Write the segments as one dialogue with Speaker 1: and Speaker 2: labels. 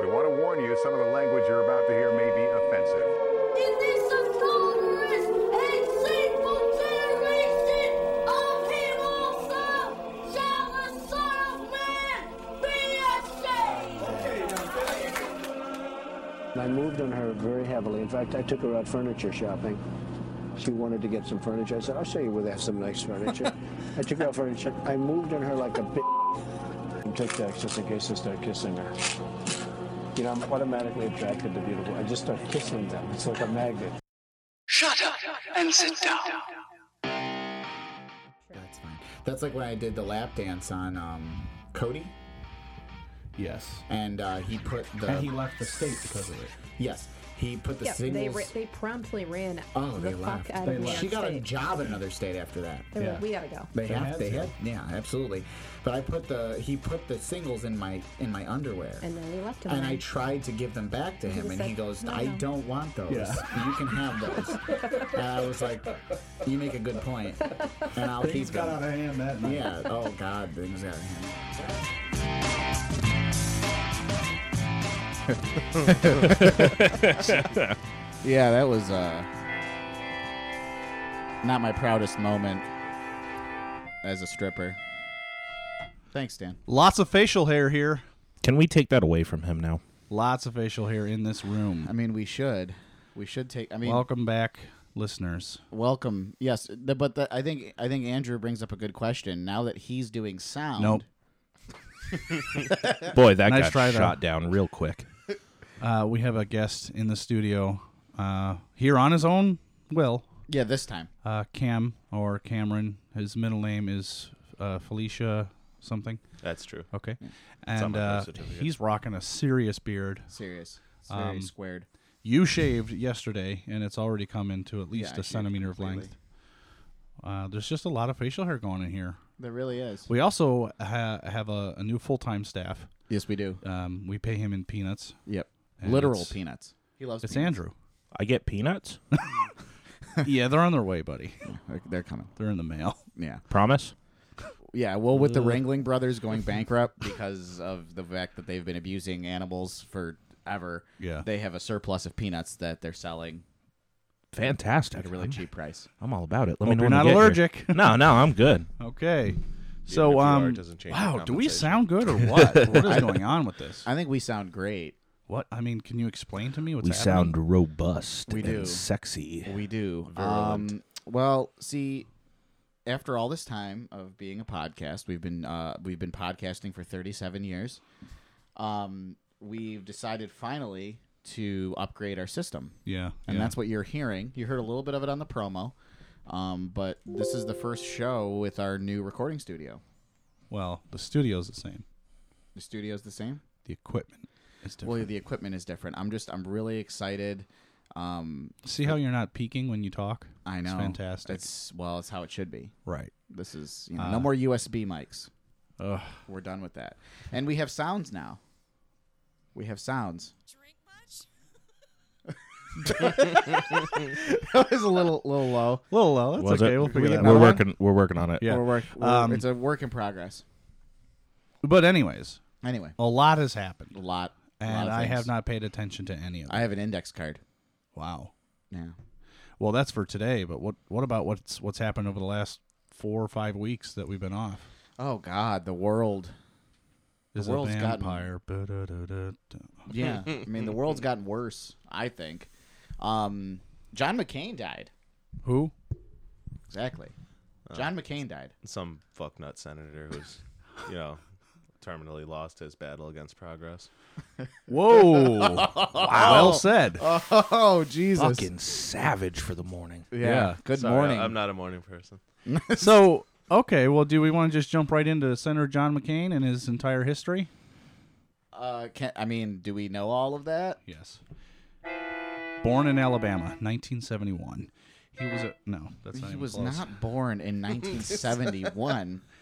Speaker 1: We want to warn you, some of the language you're about to hear may be offensive.
Speaker 2: In this notorious and sinful generation, all people serve, shall the Son of Man be ashamed?
Speaker 3: I moved on her very heavily. In fact, I took her out furniture shopping. She wanted to get some furniture. I said, I'll show you where they have some nice furniture. I took her out furniture. I moved on her like a bitch and took that just in case I start kissing her. You know, I'm automatically attracted to beautiful. I just start kissing them. It's like a magnet.
Speaker 4: Shut up and sit down.
Speaker 5: That's fine. That's like when I did the lap dance on um, Cody,
Speaker 6: Yes.
Speaker 5: and uh, he put the
Speaker 6: And he left the state because of it.
Speaker 5: yes he put the
Speaker 7: Yep, they,
Speaker 5: singles.
Speaker 7: ra- they promptly ran
Speaker 5: oh,
Speaker 7: the
Speaker 5: they
Speaker 7: fuck
Speaker 5: left.
Speaker 7: out
Speaker 6: They
Speaker 7: of New
Speaker 6: left.
Speaker 7: York
Speaker 5: she got a
Speaker 7: State.
Speaker 5: job in another state after that.
Speaker 7: They were like,
Speaker 6: Yeah.
Speaker 7: we gotta go.
Speaker 5: They,
Speaker 6: They
Speaker 5: have.
Speaker 6: had
Speaker 5: they
Speaker 6: to.
Speaker 5: had. Yeah, absolutely. But I put the he put the singles in my in my underwear.
Speaker 7: And then we left him.
Speaker 5: And I
Speaker 7: there.
Speaker 5: tried to give them back to him,
Speaker 7: just
Speaker 5: and he
Speaker 7: said,
Speaker 5: goes,
Speaker 7: "No,
Speaker 5: "I
Speaker 7: no."
Speaker 5: don't want those.
Speaker 6: Yeah.
Speaker 5: You can have those." and I was like, "You make a good point, and I'll
Speaker 6: Things
Speaker 5: keep
Speaker 6: got
Speaker 5: them."
Speaker 6: out of hand that night.
Speaker 5: Yeah. Oh God, things got out of hand. yeah, that was uh, not my proudest moment as a stripper. Thanks, Dan.
Speaker 8: Lots of facial hair here.
Speaker 9: Can we take that away from him now?
Speaker 8: Lots of facial hair in this
Speaker 5: I
Speaker 8: room.
Speaker 5: mean, we should. We should take. I mean,
Speaker 8: Welcome back, listeners.
Speaker 5: welcome. Yes, the, but the, I think I think Andrew brings up a good question. Now that he's doing sound,
Speaker 8: Nope.
Speaker 9: Boy, that
Speaker 8: Nice
Speaker 9: got
Speaker 8: try, though.
Speaker 9: shot down real quick.
Speaker 8: Uh, we have a guest in the studio uh, here on his own will.
Speaker 5: Yeah, this time.
Speaker 8: Uh, Cam or Cameron. His middle name is uh, Felicia something.
Speaker 6: That's true.
Speaker 8: Okay.
Speaker 6: on
Speaker 8: And
Speaker 6: my birth
Speaker 8: uh,
Speaker 6: certificate.
Speaker 8: he's rocking a serious beard.
Speaker 5: Serious. It's
Speaker 8: Um,
Speaker 5: very squared.
Speaker 8: You shaved yesterday, and it's already come into at least
Speaker 5: I
Speaker 8: a
Speaker 5: shaved
Speaker 8: centimeter of
Speaker 5: completely.
Speaker 8: length. Uh, there's just a lot of facial hair going in here.
Speaker 5: There really is.
Speaker 8: We also ha- have a, a new full time staff.
Speaker 5: yes, we do.
Speaker 8: Um, we pay him in peanuts.
Speaker 5: Yep.
Speaker 8: And
Speaker 5: Literal
Speaker 8: it's-
Speaker 5: peanuts. He loves.
Speaker 8: It's
Speaker 5: peanuts.
Speaker 8: Andrew.
Speaker 9: I get peanuts.
Speaker 8: yeah, they're on their way, buddy.
Speaker 5: They're, they're coming.
Speaker 8: They're in the mail.
Speaker 5: Yeah.
Speaker 9: Promise.
Speaker 5: Yeah. Well, with the Wrangling brothers going bankrupt because of the fact that they've been abusing animals forever,
Speaker 8: Yeah.
Speaker 5: they have a surplus of peanuts that they're selling
Speaker 9: Fantastic.
Speaker 5: at a really cheap price.
Speaker 9: I'm all about it. Let me know.
Speaker 8: you're not
Speaker 9: when you get here.
Speaker 8: allergic.
Speaker 9: No, no, I'm good.
Speaker 8: Okay.
Speaker 6: if
Speaker 8: So
Speaker 6: you are,
Speaker 8: um,
Speaker 6: it doesn't change
Speaker 8: wow,
Speaker 6: the
Speaker 8: do we
Speaker 6: compensation.
Speaker 8: sound good or what? what is going on with this?
Speaker 5: I think we sound great.
Speaker 8: What I mean, can you explain to me what's
Speaker 9: we
Speaker 8: happening?
Speaker 9: sound robust.
Speaker 5: We
Speaker 9: and
Speaker 5: do.
Speaker 9: Sexy.
Speaker 5: We do. Um, well, see, after all this time of being a podcast, we've been uh, we've been podcasting for 37 years. Um, we've decided finally to upgrade our system,
Speaker 8: Yeah,
Speaker 5: and
Speaker 8: yeah.
Speaker 5: that's what you're hearing. You heard a little bit of it on the promo, um, but this is the first show with our new recording studio.
Speaker 8: well, the studio's the same.
Speaker 5: The studio's the same.
Speaker 8: The equipment is different.
Speaker 5: Well, the equipment is different. I'm just I'm really excited. Um,
Speaker 8: See how you're not peeking when you talk?
Speaker 5: I know
Speaker 8: It's fantastic.
Speaker 5: It's well, it's how it should be.
Speaker 8: right.
Speaker 5: This is you know, no more USB mics.
Speaker 8: Ugh.
Speaker 5: We're done with that. And we have sounds now. We have sounds. that was a little little low.
Speaker 8: A little low. That's
Speaker 9: Was
Speaker 8: okay.
Speaker 9: it?
Speaker 8: We'll figure
Speaker 5: We-
Speaker 8: that
Speaker 5: no.
Speaker 9: We're
Speaker 8: out.
Speaker 9: working. We're working on it.
Speaker 8: Yeah.
Speaker 5: We're work, we're-
Speaker 8: Um,
Speaker 5: it's a work in progress.
Speaker 8: But anyways,
Speaker 5: Anyway,
Speaker 8: a lot has
Speaker 5: a
Speaker 8: happened,
Speaker 5: lot. a lot
Speaker 8: and
Speaker 5: of
Speaker 8: I have
Speaker 5: things.
Speaker 8: not paid attention to any of it.
Speaker 5: I have an index card.
Speaker 8: Wow.
Speaker 5: Yeah.
Speaker 8: Well, that's for today. But what what about what's what's happened over the last four or five weeks that we've been off?
Speaker 5: Oh God, the world.
Speaker 8: Is
Speaker 5: world's
Speaker 8: a
Speaker 5: gotten-
Speaker 8: vampire. Ba-da-da-da-da.
Speaker 5: Yeah. I mean, the world's gotten worse. I think. Um, John McCain died.
Speaker 8: Who?
Speaker 5: Exactly. John McCain died.
Speaker 6: Some fucknut senator who's, you know, terminally lost his battle against progress.
Speaker 8: Whoa! Well said.
Speaker 5: Oh Jesus.
Speaker 9: Fucking savage for the morning.
Speaker 5: Yeah.
Speaker 8: Yeah.
Speaker 5: Good
Speaker 6: Sorry,
Speaker 5: morning.
Speaker 6: I- I'm not a morning person.
Speaker 8: So okay, well, do we want to just jump right into Senator John McCain and his entire history?
Speaker 5: Uh, can, I mean, do we know all of that?
Speaker 8: Yes. Born in Alabama, 1971. He was a no. That's
Speaker 5: He
Speaker 8: not even
Speaker 5: was
Speaker 8: close.
Speaker 5: not born in 1971.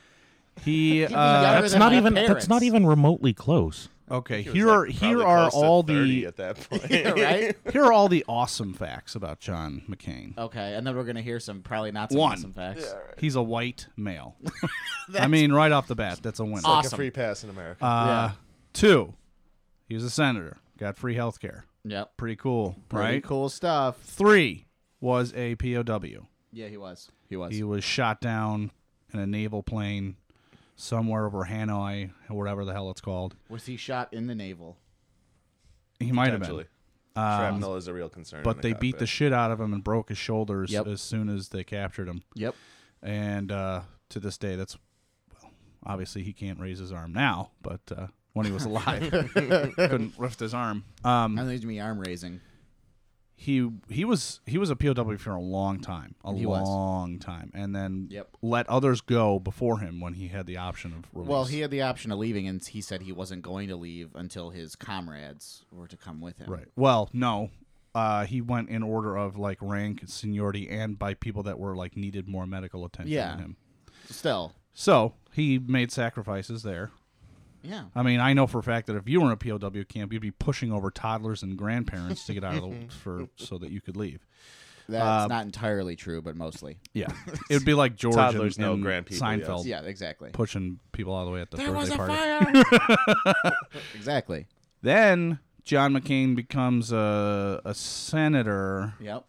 Speaker 8: He.
Speaker 5: was
Speaker 8: Uh,
Speaker 5: younger
Speaker 9: That's
Speaker 5: than
Speaker 9: not
Speaker 5: my
Speaker 9: even.
Speaker 5: parents.
Speaker 9: That's not even remotely close.
Speaker 8: okay.
Speaker 6: He was,
Speaker 8: Here
Speaker 6: like,
Speaker 8: are here
Speaker 6: probably
Speaker 8: are
Speaker 6: close to
Speaker 8: all
Speaker 6: 30
Speaker 8: the
Speaker 6: at that point.
Speaker 5: right.
Speaker 8: here are all the awesome facts about John McCain.
Speaker 5: Okay, and then we're gonna hear some probably not so
Speaker 8: One.
Speaker 5: awesome facts.
Speaker 8: He's a white male. I mean, right off the bat, that's a win.
Speaker 5: Awesome.
Speaker 6: Like a free pass in America.
Speaker 8: Uh,
Speaker 5: yeah.
Speaker 8: Two, He was a senator, got free health care.
Speaker 5: Yep.
Speaker 8: Pretty cool,
Speaker 5: Pretty
Speaker 8: right?
Speaker 5: cool stuff.
Speaker 8: Three was a POW.
Speaker 5: Yeah, he was. He was.
Speaker 8: He was shot down in a naval plane somewhere over Hanoi or whatever the hell it's called.
Speaker 5: was he shot in the navel?
Speaker 8: He might have been. Uh,
Speaker 6: Potentially. Shrapnel is a real concern. in
Speaker 8: But they beat the
Speaker 6: cockpit.
Speaker 8: shit out of him and broke his shoulders
Speaker 5: Yep.
Speaker 8: as soon as they captured him.
Speaker 5: Yep.
Speaker 8: And uh, to this day, that's well, obviously he can't raise his arm now, but uh, when he was alive, couldn't lift his arm. Um,
Speaker 5: I think me arm raising.
Speaker 8: he he was he was a POW for a long time, a
Speaker 5: He was.
Speaker 8: long time, and then
Speaker 5: Yep.
Speaker 8: let others go before him when he had the option of release.
Speaker 5: Well, he had the option of leaving, and he said he wasn't going to leave until his comrades were to come with him.
Speaker 8: right. Well, no. Uh, he went in order of like rank, seniority, and by people that were like needed more medical attention
Speaker 5: Yeah.
Speaker 8: than him.
Speaker 5: Still.
Speaker 8: So he made sacrifices there.
Speaker 5: Yeah.
Speaker 8: I mean, I know for a fact that if you were in a POW camp, you'd be pushing over toddlers and grandparents to get out of the for so that you could leave. Uh,
Speaker 5: That's not entirely true, but mostly.
Speaker 8: Yeah, it would be like George
Speaker 6: Toddlers
Speaker 8: and,
Speaker 6: know
Speaker 8: and
Speaker 6: grand people, yes.
Speaker 8: Seinfeld
Speaker 5: Yeah, exactly.
Speaker 8: pushing people all the way at the birthday party.
Speaker 5: exactly.
Speaker 8: Then John McCain becomes a, a senator
Speaker 5: Yep.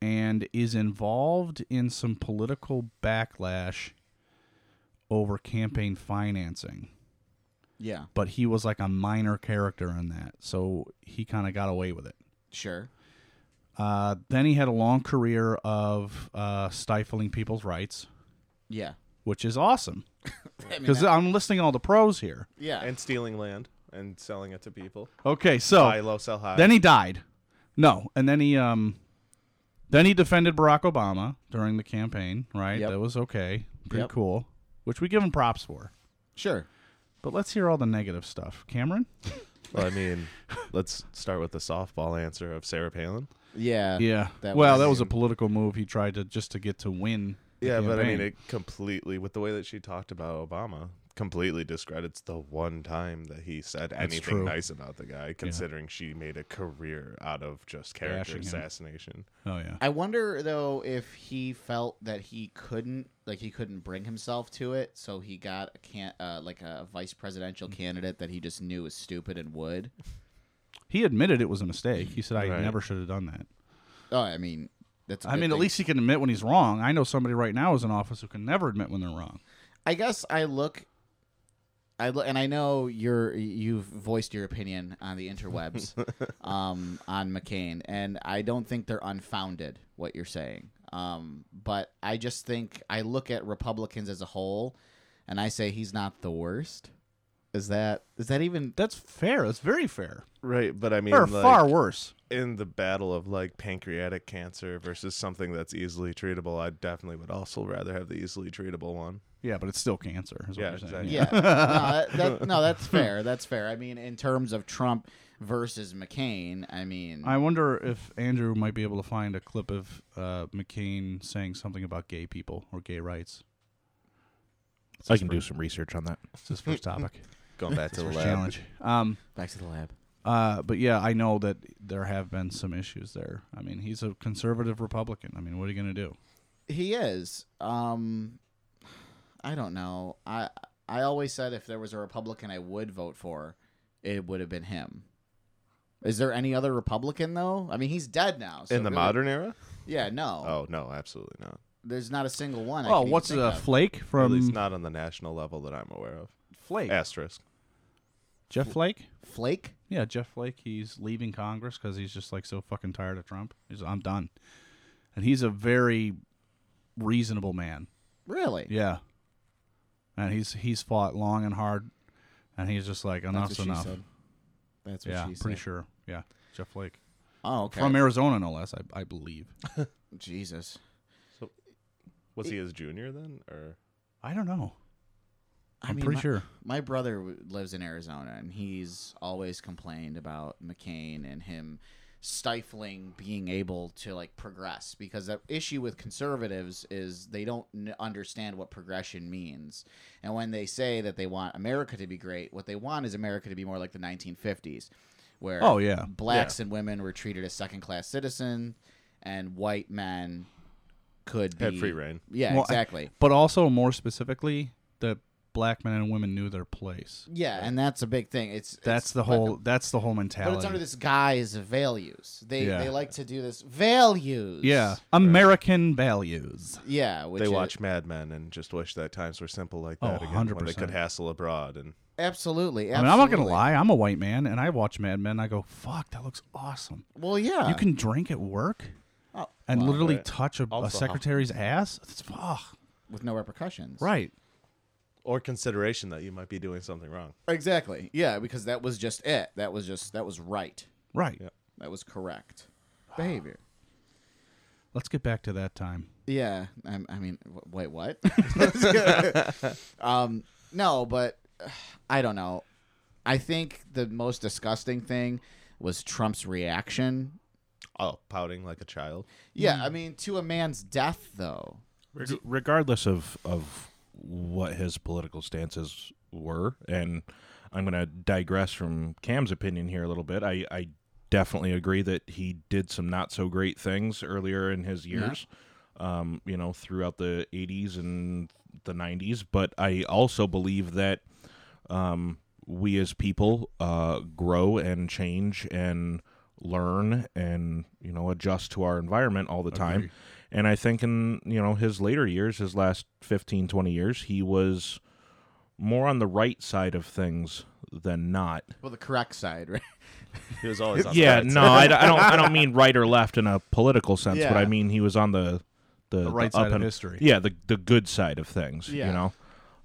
Speaker 8: and is involved in some political backlash over campaign financing.
Speaker 5: Yeah.
Speaker 8: But he was like a minor character in that, so he kind of got away with it.
Speaker 5: Sure.
Speaker 8: Uh, then he had a long career of uh, stifling people's rights,
Speaker 5: Yeah.
Speaker 8: which is awesome
Speaker 5: I mean,
Speaker 8: because
Speaker 5: that-
Speaker 8: I'm listing all the pros here.
Speaker 5: yeah.
Speaker 6: and stealing land and selling it to people.
Speaker 8: Okay, so
Speaker 6: Buy low, sell high.
Speaker 8: then he died. No, and then he um, then he defended Barack Obama during the campaign. Right,
Speaker 5: Yep.
Speaker 8: that was okay, pretty
Speaker 5: Yep.
Speaker 8: cool, which we give him props for.
Speaker 5: sure.
Speaker 8: But let's hear all the negative stuff, Cameron.
Speaker 6: well, I mean, let's start with the softball answer of Sarah Palin.
Speaker 5: Yeah.
Speaker 8: Yeah,
Speaker 5: That
Speaker 8: well,
Speaker 5: was-
Speaker 8: that was a political move he tried to just to get to win. the
Speaker 6: Yeah, but I mean,
Speaker 8: campaign.
Speaker 6: it completely with the way that she talked about Obama completely discredits the one time that he said anything
Speaker 8: true.
Speaker 6: nice about the guy, considering she made a career out of just character
Speaker 8: Bashing him.
Speaker 6: assassination.
Speaker 8: oh yeah,
Speaker 5: I wonder though if he felt that he couldn't, like he couldn't bring himself to it, so he got a can uh, like a vice presidential candidate that he just knew was stupid and would.
Speaker 8: he admitted it was a mistake. He said, "I
Speaker 6: Right.
Speaker 8: never should have done that."
Speaker 5: Oh, I mean, that's. I
Speaker 8: I mean, at least he can admit when he's wrong. I know somebody right now is in office who can never admit when they're wrong.
Speaker 5: I guess I look. I look, and I know you're you've voiced your opinion on the interwebs um, on McCain, and I don't think they're unfounded what you're saying. Um, but I just think I look at Republicans as a whole, and I say he's not the worst. Is that is that even
Speaker 8: That's fair. That's very fair.
Speaker 6: Right, but I mean,
Speaker 8: There are
Speaker 6: like,
Speaker 8: far worse.
Speaker 6: in the battle of like pancreatic cancer versus something that's easily treatable, I definitely would also rather have the easily treatable one.
Speaker 8: Yeah, but it's still cancer. Is what
Speaker 6: Yeah,
Speaker 8: you're saying.
Speaker 6: exactly.
Speaker 5: Yeah, no, that, that, no, that's fair. That's fair. I mean, in terms of Trump versus McCain, I mean,
Speaker 6: Mm.
Speaker 8: I wonder if Andrew might be able to find a clip of uh, McCain saying something about gay people or gay rights.
Speaker 9: I can do some research on that.
Speaker 8: It's his first topic.
Speaker 6: Going back to the
Speaker 8: First
Speaker 6: Mm-hmm. lab.
Speaker 8: challenge. Um,
Speaker 5: back to the lab.
Speaker 8: uh, but yeah, I know that there have been some issues there. I mean, he's a conservative Republican. I mean, what are you going to do?
Speaker 5: He is. Um, I don't know. I I always said if there was a Republican I would vote for, it would have been him. Is there any other Republican though? I mean, he's dead now. so
Speaker 6: in the
Speaker 5: really-
Speaker 6: modern era?
Speaker 5: Yeah, no.
Speaker 6: Oh no, absolutely not.
Speaker 5: There's not a single one. I
Speaker 8: Oh,
Speaker 5: can even
Speaker 8: what's
Speaker 5: think
Speaker 8: a
Speaker 5: of.
Speaker 8: flake
Speaker 6: At least
Speaker 8: from
Speaker 6: not on the national level that I'm aware of.
Speaker 8: Flake?
Speaker 6: Asterisk.
Speaker 8: Jeff Flake?
Speaker 5: Flake?
Speaker 8: Yeah, Jeff Flake, he's leaving Congress because he's just like so fucking tired of Trump. He's I'm done, and he's a very reasonable man.
Speaker 5: Really?
Speaker 8: Yeah, and he's he's fought long and hard, and he's just like enough's
Speaker 5: That's what
Speaker 8: enough.
Speaker 5: she said. That's what
Speaker 8: Yeah,
Speaker 5: she said.
Speaker 8: pretty sure. Yeah, Jeff Flake
Speaker 5: Oh, okay.
Speaker 8: from Arizona, no less. I I believe.
Speaker 5: Jesus.
Speaker 6: Was he his junior then, or
Speaker 8: I don't know.
Speaker 5: I
Speaker 8: I'm
Speaker 5: mean,
Speaker 8: pretty
Speaker 5: my-
Speaker 8: sure.
Speaker 5: My brother w- lives in Arizona, and he's always complained about McCain and him stifling being able to like progress because the issue with conservatives is they don't n- understand what progression means. And when they say that they want America to be great, what they want is America to be more like the 1950s where
Speaker 8: Oh, yeah.
Speaker 5: blacks and women were treated as second-class citizens and white men could be
Speaker 6: had free reign?
Speaker 5: Yeah,
Speaker 8: Well, I-
Speaker 5: exactly.
Speaker 8: But also more specifically, the black men and women knew their place.
Speaker 5: Yeah, and that's a big thing. It's
Speaker 8: That's
Speaker 5: it's-
Speaker 8: the
Speaker 5: but-
Speaker 8: whole. that's the whole
Speaker 5: But
Speaker 8: mentality.
Speaker 5: it's under this guise of values. They
Speaker 8: Yeah.
Speaker 5: they like to do this values.
Speaker 8: yeah, American values.
Speaker 5: yeah. Which
Speaker 6: they
Speaker 5: is-
Speaker 6: watch Mad Men and just wish that times were simple like
Speaker 8: Oh,
Speaker 6: that again, when they
Speaker 8: 100%.
Speaker 6: could hassle abroad and
Speaker 5: absolutely, absolutely.
Speaker 8: I mean, I'm not gonna lie. I'm a white man, and I watch Mad Men. I go, "Fuck, that looks awesome."
Speaker 5: Well, yeah. Oh,
Speaker 8: you can drink at work, and literally touch a, a
Speaker 6: Also-
Speaker 8: secretary's ass. It's, fuck.
Speaker 5: with no repercussions.
Speaker 8: right.
Speaker 6: or consideration that you might be doing something wrong.
Speaker 5: Exactly. Yeah, because that was just it. That was just that was right.
Speaker 8: Right.
Speaker 5: That was correct behavior.
Speaker 8: Let's get back to that time.
Speaker 5: Yeah, I, I mean, w- wait, what? um, no, but uh, I don't know. I think the most disgusting thing was Trump's reaction.
Speaker 6: Oh, pouting like a child.
Speaker 5: Yeah,
Speaker 8: Hmm.
Speaker 5: I mean, to a man's death, though.
Speaker 9: Reg- regardless of of what his political stances were, and I'm going to digress from Cam's opinion here a little bit. I, I definitely agree that he did some not so great things earlier in his years, um, you know, throughout the 80s and the 90s. But I also believe that um, we as people uh, grow and change and learn and you know adjust to our environment all the time and i think in you know his later years his last 15 20 years he was more on the right side of things than not
Speaker 5: Well, the correct side, right?
Speaker 6: He was always on the
Speaker 9: yeah
Speaker 6: right
Speaker 9: no I, d- I don't i don't mean right or left in a political sense but i
Speaker 5: Yeah.
Speaker 9: mean he was on the the, the
Speaker 8: right
Speaker 9: up
Speaker 8: side of
Speaker 9: and-
Speaker 8: history.
Speaker 9: yeah the the good side of things
Speaker 5: Yeah.
Speaker 9: you know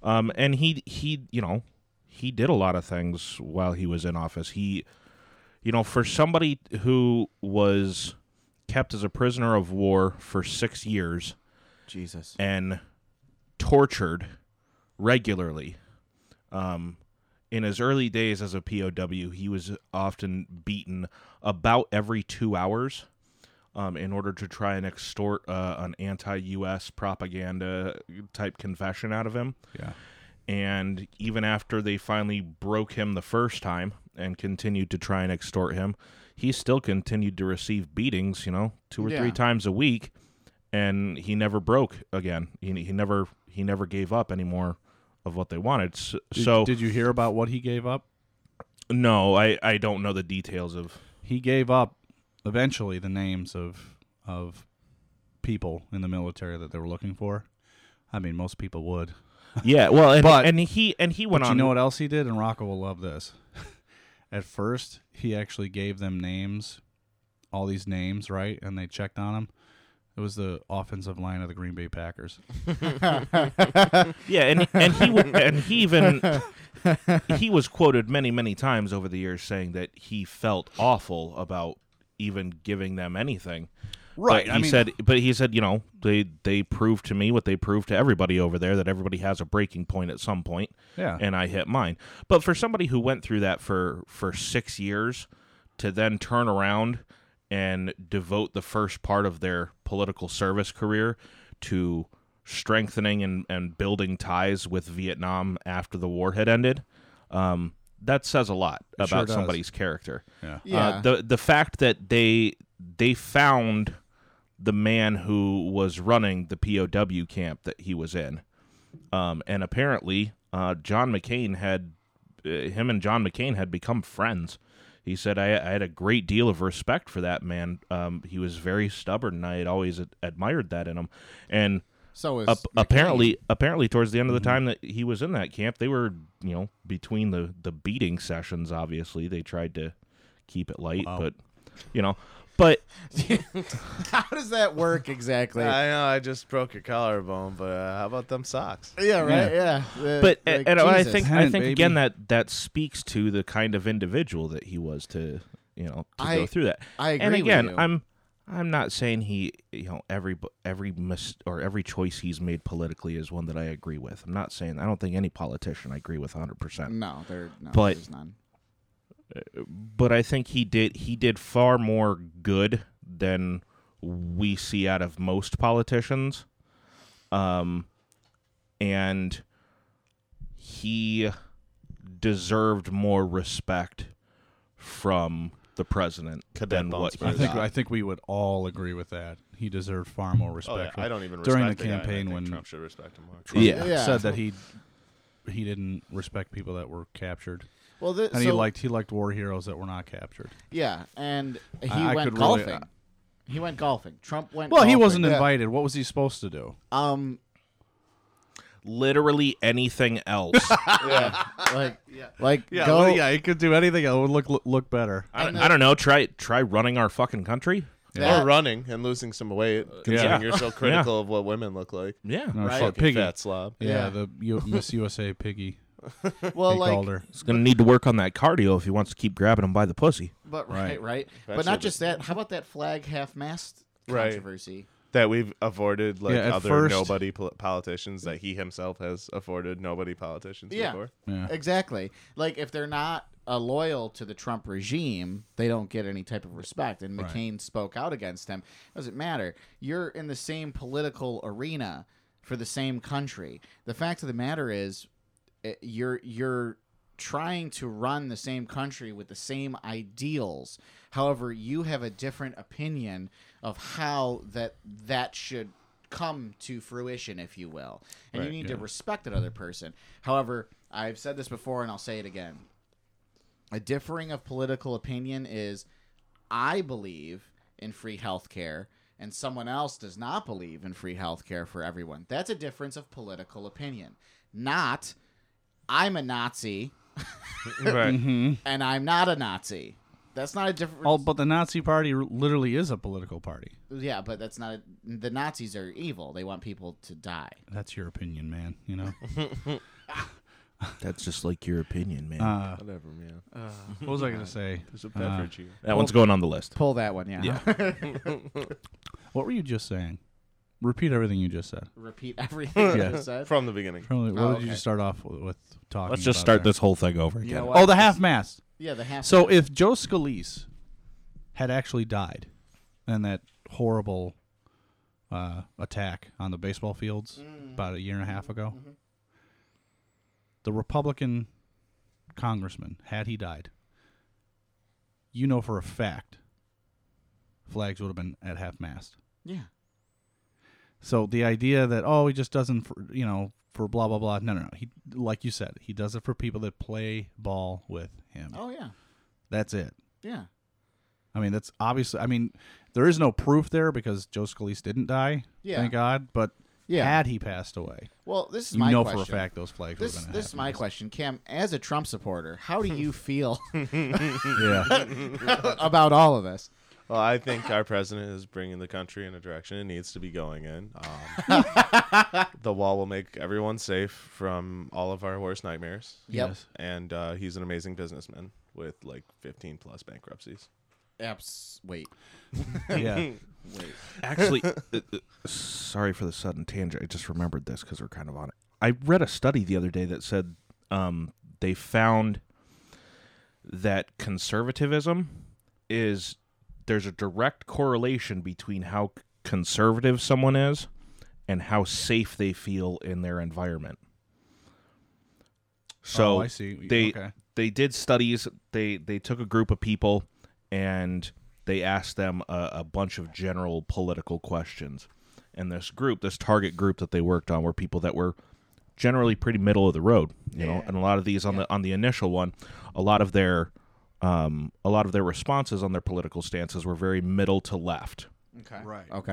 Speaker 9: um and he he you know he did a lot of things while he was in office he you know for somebody who was kept as a prisoner of war for 6 years
Speaker 5: Jesus.
Speaker 9: and tortured regularly. Um, in his early days as a POW, he was often beaten about every two hours um, in order to try and extort uh, an anti US propaganda type confession out of him.
Speaker 8: Yeah.
Speaker 9: And even after they finally broke him the first time and continued to try and extort him, he still continued to receive beatings, you know, two or
Speaker 5: Yeah.
Speaker 9: three times a week and he never broke again. He, he never he never gave up anymore of what they wanted. S- So,
Speaker 8: Did, did you hear about what he gave up?
Speaker 9: no, I, I don't know the details of
Speaker 8: He gave up eventually the names of of people in the military that they were looking for. I mean, most people would.
Speaker 9: yeah. Well, and,
Speaker 8: But-
Speaker 9: and he and he went
Speaker 8: But you
Speaker 9: on.
Speaker 8: know what else he did? And Rocco will love this. At first, he actually gave them names, all these names, right? And they checked on him. It was the offensive line of the Green Bay Packers.
Speaker 9: Yeah, and and he w- and he even he was quoted many many times over the years saying that he felt awful about even giving them anything.
Speaker 8: Right,
Speaker 9: But
Speaker 8: I
Speaker 9: he
Speaker 8: mean-
Speaker 9: said, but he said, you know, they they proved to me what they proved to everybody over there that everybody has a breaking point at some point.
Speaker 8: Yeah.
Speaker 9: And I hit mine. But for somebody who went through that for for six years, to then turn around and devote the first part of their political service career to strengthening and, and building ties with Vietnam after the war had ended, um, that says a lot
Speaker 8: sure
Speaker 9: about
Speaker 8: does.
Speaker 9: somebody's character.
Speaker 5: Yeah.
Speaker 9: Uh, the the fact that they they found the man who was running the POW camp that he was in, um, and apparently uh, John McCain had uh, him and John McCain had become friends. He said, I, I had a great deal of respect for that man. Um, he was very stubborn, and I had always ad- admired that in him. And
Speaker 5: so is
Speaker 9: Ap-
Speaker 5: McCain.
Speaker 9: apparently apparently towards the end of the time that he was in that camp they were you know between the the beating sessions obviously they tried to keep it light but you know but
Speaker 5: How does that work exactly?
Speaker 8: Uh,
Speaker 6: I know. I just broke your collarbone, but uh, how about them socks?
Speaker 5: yeah. Right. Yeah. Uh,
Speaker 9: but
Speaker 5: like,
Speaker 9: and I
Speaker 5: Jesus.
Speaker 9: think I
Speaker 8: Tenet,
Speaker 9: think
Speaker 8: baby.
Speaker 9: again that that speaks to the kind of individual that he was to you know to
Speaker 5: I-
Speaker 9: go through that
Speaker 5: I
Speaker 9: and
Speaker 5: agree with
Speaker 9: again
Speaker 5: you.
Speaker 9: I'm I'm not saying he you know every every mis- or every choice he's made politically is one that I agree with I'm not saying I don't think any politician I agree with 100 percent
Speaker 5: no, there. No,
Speaker 9: But-
Speaker 5: there's none.
Speaker 9: but I think he did he did far more good than we see out of most politicians. Um and he deserved more respect from the president
Speaker 6: Cadet
Speaker 9: than
Speaker 6: Bones
Speaker 9: what he
Speaker 8: I
Speaker 6: Brothers.
Speaker 9: got.
Speaker 8: think I think we would all agree with that. He deserved far more
Speaker 6: Oh, yeah,
Speaker 8: respect.
Speaker 6: I don't even
Speaker 8: during the
Speaker 6: respect guy, and I
Speaker 8: campaign
Speaker 6: think
Speaker 8: when
Speaker 6: Trump should respect him more.
Speaker 9: Yeah.
Speaker 5: Yeah.
Speaker 8: said that he he didn't respect people that were captured,
Speaker 5: Well, the,
Speaker 8: and he
Speaker 5: so-
Speaker 8: liked he liked war heroes that were not captured.
Speaker 5: yeah, and he
Speaker 8: I- I
Speaker 5: went
Speaker 8: could really- uh,
Speaker 5: golfing. he went golfing. Trump went.
Speaker 8: Well, he
Speaker 5: golfing.
Speaker 8: wasn't
Speaker 5: Yeah.
Speaker 8: invited. Oh. What was he supposed to do?
Speaker 5: Um,
Speaker 9: Literally anything else.
Speaker 5: like, like
Speaker 8: Yeah,
Speaker 5: go.
Speaker 8: yeah, he could do anything. It would look look better.
Speaker 9: I, don't, I don't know. Try try running our fucking country.
Speaker 5: that-
Speaker 6: Or running and losing some weight,
Speaker 8: Uh,
Speaker 6: considering you're so critical of what women look like.
Speaker 9: Yeah,
Speaker 8: No,
Speaker 5: Right.
Speaker 8: fuck,
Speaker 6: Fucking
Speaker 8: piggy.
Speaker 6: fat slob.
Speaker 8: Yeah, the U- Miss USA piggy.
Speaker 5: well,
Speaker 8: he
Speaker 5: like,
Speaker 8: called her.
Speaker 9: he's gonna need to work on that cardio if he wants to keep grabbing him by the pussy.
Speaker 5: but right, right, but
Speaker 6: That's
Speaker 5: not
Speaker 6: it.
Speaker 5: just that. How about that flag half-mast
Speaker 6: Right.
Speaker 5: controversy?
Speaker 6: That we've afforded like
Speaker 8: Yeah, at
Speaker 6: other
Speaker 8: first-
Speaker 6: nobody pol- politicians that he himself has afforded nobody politicians
Speaker 5: Yeah.
Speaker 6: before.
Speaker 8: Yeah.
Speaker 5: Exactly. Like if they're not uh, loyal to the Trump regime, they don't get any type of respect. And McCain spoke out against him. Doesn't matter. You're in the same political arena for the same country. The fact of the matter is, eh, you're you're trying to run the same country with the same ideals. However, you have a different opinion of how that that should come to fruition, if you will, and you need to respect another person. However, I've said this before, and I'll say it again: a differing of political opinion is, I believe in free healthcare. And someone else does not believe in free healthcare for everyone. That's a difference of political opinion. Not I'm a Nazi
Speaker 6: Right.
Speaker 5: and I'm not a Nazi. That's not a different.
Speaker 8: Oh, but the Nazi Party r- literally is a political party.
Speaker 5: yeah, but that's not a, the Nazis are evil. They want people to die.
Speaker 8: That's your opinion, man. You know.
Speaker 9: That's just like your opinion, man.
Speaker 8: Uh,
Speaker 6: Whatever, man.
Speaker 8: what was I gonna say?
Speaker 6: There's a
Speaker 8: Uh,
Speaker 6: beverage here.
Speaker 9: that one's going on the list.
Speaker 5: Pull that one, yeah.
Speaker 8: What were you just saying? Repeat everything you just said.
Speaker 5: Repeat everything you
Speaker 8: Yeah.
Speaker 5: just said.
Speaker 6: From the beginning.
Speaker 8: Probably, what
Speaker 5: Oh,
Speaker 8: did you
Speaker 5: okay.
Speaker 8: start off with, with talking?
Speaker 9: Let's just
Speaker 8: about
Speaker 9: start
Speaker 8: there?
Speaker 9: this whole thing over
Speaker 5: You know
Speaker 9: again.
Speaker 5: what?
Speaker 8: Oh, the half mast.
Speaker 5: Yeah, the half.
Speaker 8: So if Joe Scalise had actually died in that horrible uh, attack on the baseball fields
Speaker 5: Mm.
Speaker 8: about a year and a half ago,
Speaker 5: Mm-hmm.
Speaker 8: the Republican congressman, had he died, you know for a fact, flags would have been at half mast.
Speaker 5: yeah,
Speaker 8: So the idea that oh he just doesn't for, you know for blah blah blah no no no he like you said he does it for people that play ball with him.
Speaker 5: oh yeah,
Speaker 8: That's it.
Speaker 5: yeah.
Speaker 8: I mean, that's obviously. I mean, there is no proof there because Joe Scalise didn't die.
Speaker 5: Yeah.
Speaker 8: Thank God. But
Speaker 5: Yeah.
Speaker 8: had he passed away,
Speaker 5: Well, this is
Speaker 8: you
Speaker 5: my
Speaker 8: know
Speaker 5: question.
Speaker 8: for a fact those flags would
Speaker 5: This
Speaker 8: have been.
Speaker 5: this is my question, Cam. As a Trump supporter, how do you feel
Speaker 8: Yeah.
Speaker 5: about all of this?
Speaker 6: Well, I think our president is bringing the country in a direction it needs to be going in. Um, the wall will make everyone safe from all of our worst nightmares.
Speaker 5: Yep.
Speaker 8: Yes.
Speaker 6: And uh, he's an amazing businessman with like 15 plus bankruptcies.
Speaker 5: Apps. Wait.
Speaker 8: yeah.
Speaker 5: Wait.
Speaker 9: Actually, uh, uh, sorry for the sudden tangent. I just remembered this because we're kind of on it. I read a study the other day that said um, they found that conservatism is there's a direct correlation between how c- conservative someone is and how safe they feel in their environment. So
Speaker 8: Oh, I see.
Speaker 9: They
Speaker 8: Okay.
Speaker 9: they did studies. They they took a group of people and they asked them a, a bunch of general political questions. And this group, this target group that they worked on, were people that were generally pretty middle of the road, you know. And a lot of these on the on the initial one, a lot of their um, a lot of their responses on their political stances were very middle to left
Speaker 5: Okay.
Speaker 8: Right.
Speaker 5: Okay.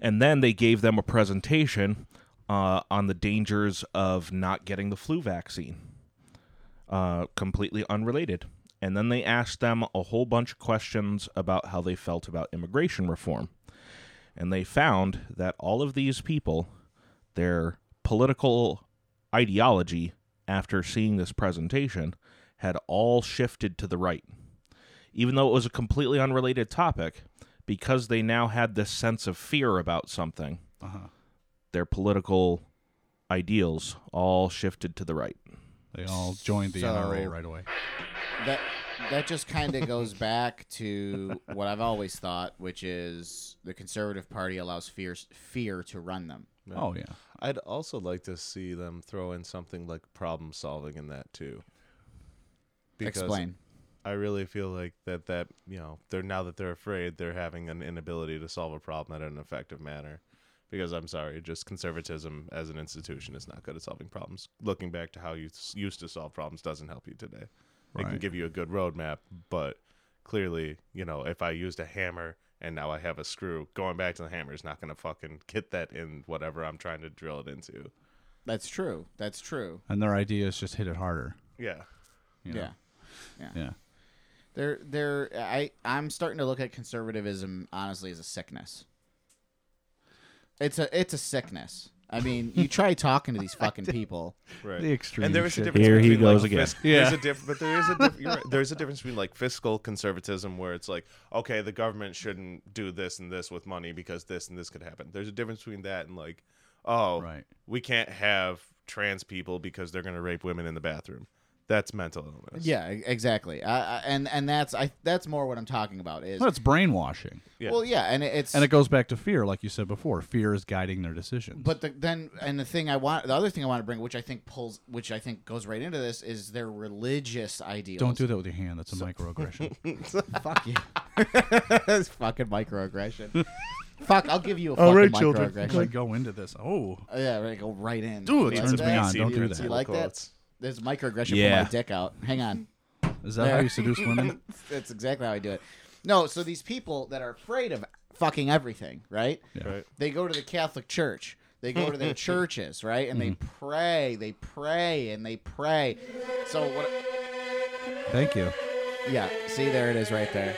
Speaker 9: and then they gave them a presentation uh, on the dangers of not getting the flu vaccine, uh, completely unrelated. And then they asked them a whole bunch of questions about how they felt about immigration reform. And they found that all of these people, their political ideology after seeing this presentation, had all shifted to the right even though it was a completely unrelated topic, because they now had this sense of fear about something, their political ideals all shifted to the right.
Speaker 8: They all joined the
Speaker 5: So-
Speaker 8: NRA right away.
Speaker 5: that that just kind of goes back to what I've always thought, which is the conservative party allows fear fear to run them.
Speaker 8: Oh yeah.
Speaker 6: I'd also like to see them throw in something like problem solving in that too. Because
Speaker 5: Explain.
Speaker 6: I really feel like that that you know they're now that they're afraid they're having an inability to solve a problem in an effective manner, Because I'm sorry, just conservatism as an institution is not good at solving problems. Looking back to how you s- used to solve problems doesn't help you today. It can
Speaker 8: Right.
Speaker 6: give you a good roadmap, but clearly, you know, if I used a hammer and now I have a screw, going back to the hammer is not going to fucking get that in whatever I'm trying to drill it into.
Speaker 5: That's true. That's true.
Speaker 8: and their idea is just hit it harder.
Speaker 6: Yeah.
Speaker 8: you know?
Speaker 5: Yeah.
Speaker 8: yeah.
Speaker 5: There, there. I, I'm starting to look at conservatism honestly as a sickness. It's a, it's a sickness. I mean, you try talking to these fucking people.
Speaker 6: Right.
Speaker 8: The extreme
Speaker 6: And there is a
Speaker 8: shit.
Speaker 6: difference
Speaker 9: Here he
Speaker 6: between,
Speaker 9: goes
Speaker 6: like,
Speaker 9: again.
Speaker 6: fis- There's a diff- but there is a diff- you're right. there's a difference between like fiscal conservatism where it's like, okay, the government shouldn't do this and this with money because this and this could happen. There's a difference between that and like, oh,
Speaker 8: Right.
Speaker 6: we can't have trans people because they're gonna rape women in the bathroom. That's mental illness.
Speaker 5: Yeah, e- exactly. I, I, and and that's I that's more what I'm talking about is
Speaker 8: Well, it's brainwashing,
Speaker 6: Yeah.
Speaker 5: well, yeah, and it- it's
Speaker 8: and it goes back to fear, like you said before. Fear is guiding their decisions.
Speaker 5: But the, then, and the thing I want, the other thing I want to bring, which I think pulls, which I think goes right into this, is their religious ideals.
Speaker 8: don't do that with your hand. That's a microaggression.
Speaker 5: Fuck you. That's fucking microaggression. Fuck, I'll give you a fucking microaggression.
Speaker 8: Actually, Oh, go into this. Oh,
Speaker 5: Oh, yeah, right, go right in.
Speaker 8: Dude, it
Speaker 5: Yeah,
Speaker 8: turns me
Speaker 5: that-
Speaker 8: on. Don't do
Speaker 5: You
Speaker 8: that.
Speaker 5: like that? There's microaggression for
Speaker 9: Yeah.
Speaker 5: my dick out. Hang on.
Speaker 8: is that how you seduce women?
Speaker 5: That's exactly how I do it. No, so these people that are afraid of fucking everything, right?
Speaker 6: Right.
Speaker 5: They go to the Catholic Church. They go to their churches, right? And they
Speaker 6: Mm.
Speaker 5: pray, they pray, and they pray. So what?
Speaker 8: Thank you.
Speaker 5: Yeah, see, there it is, right there.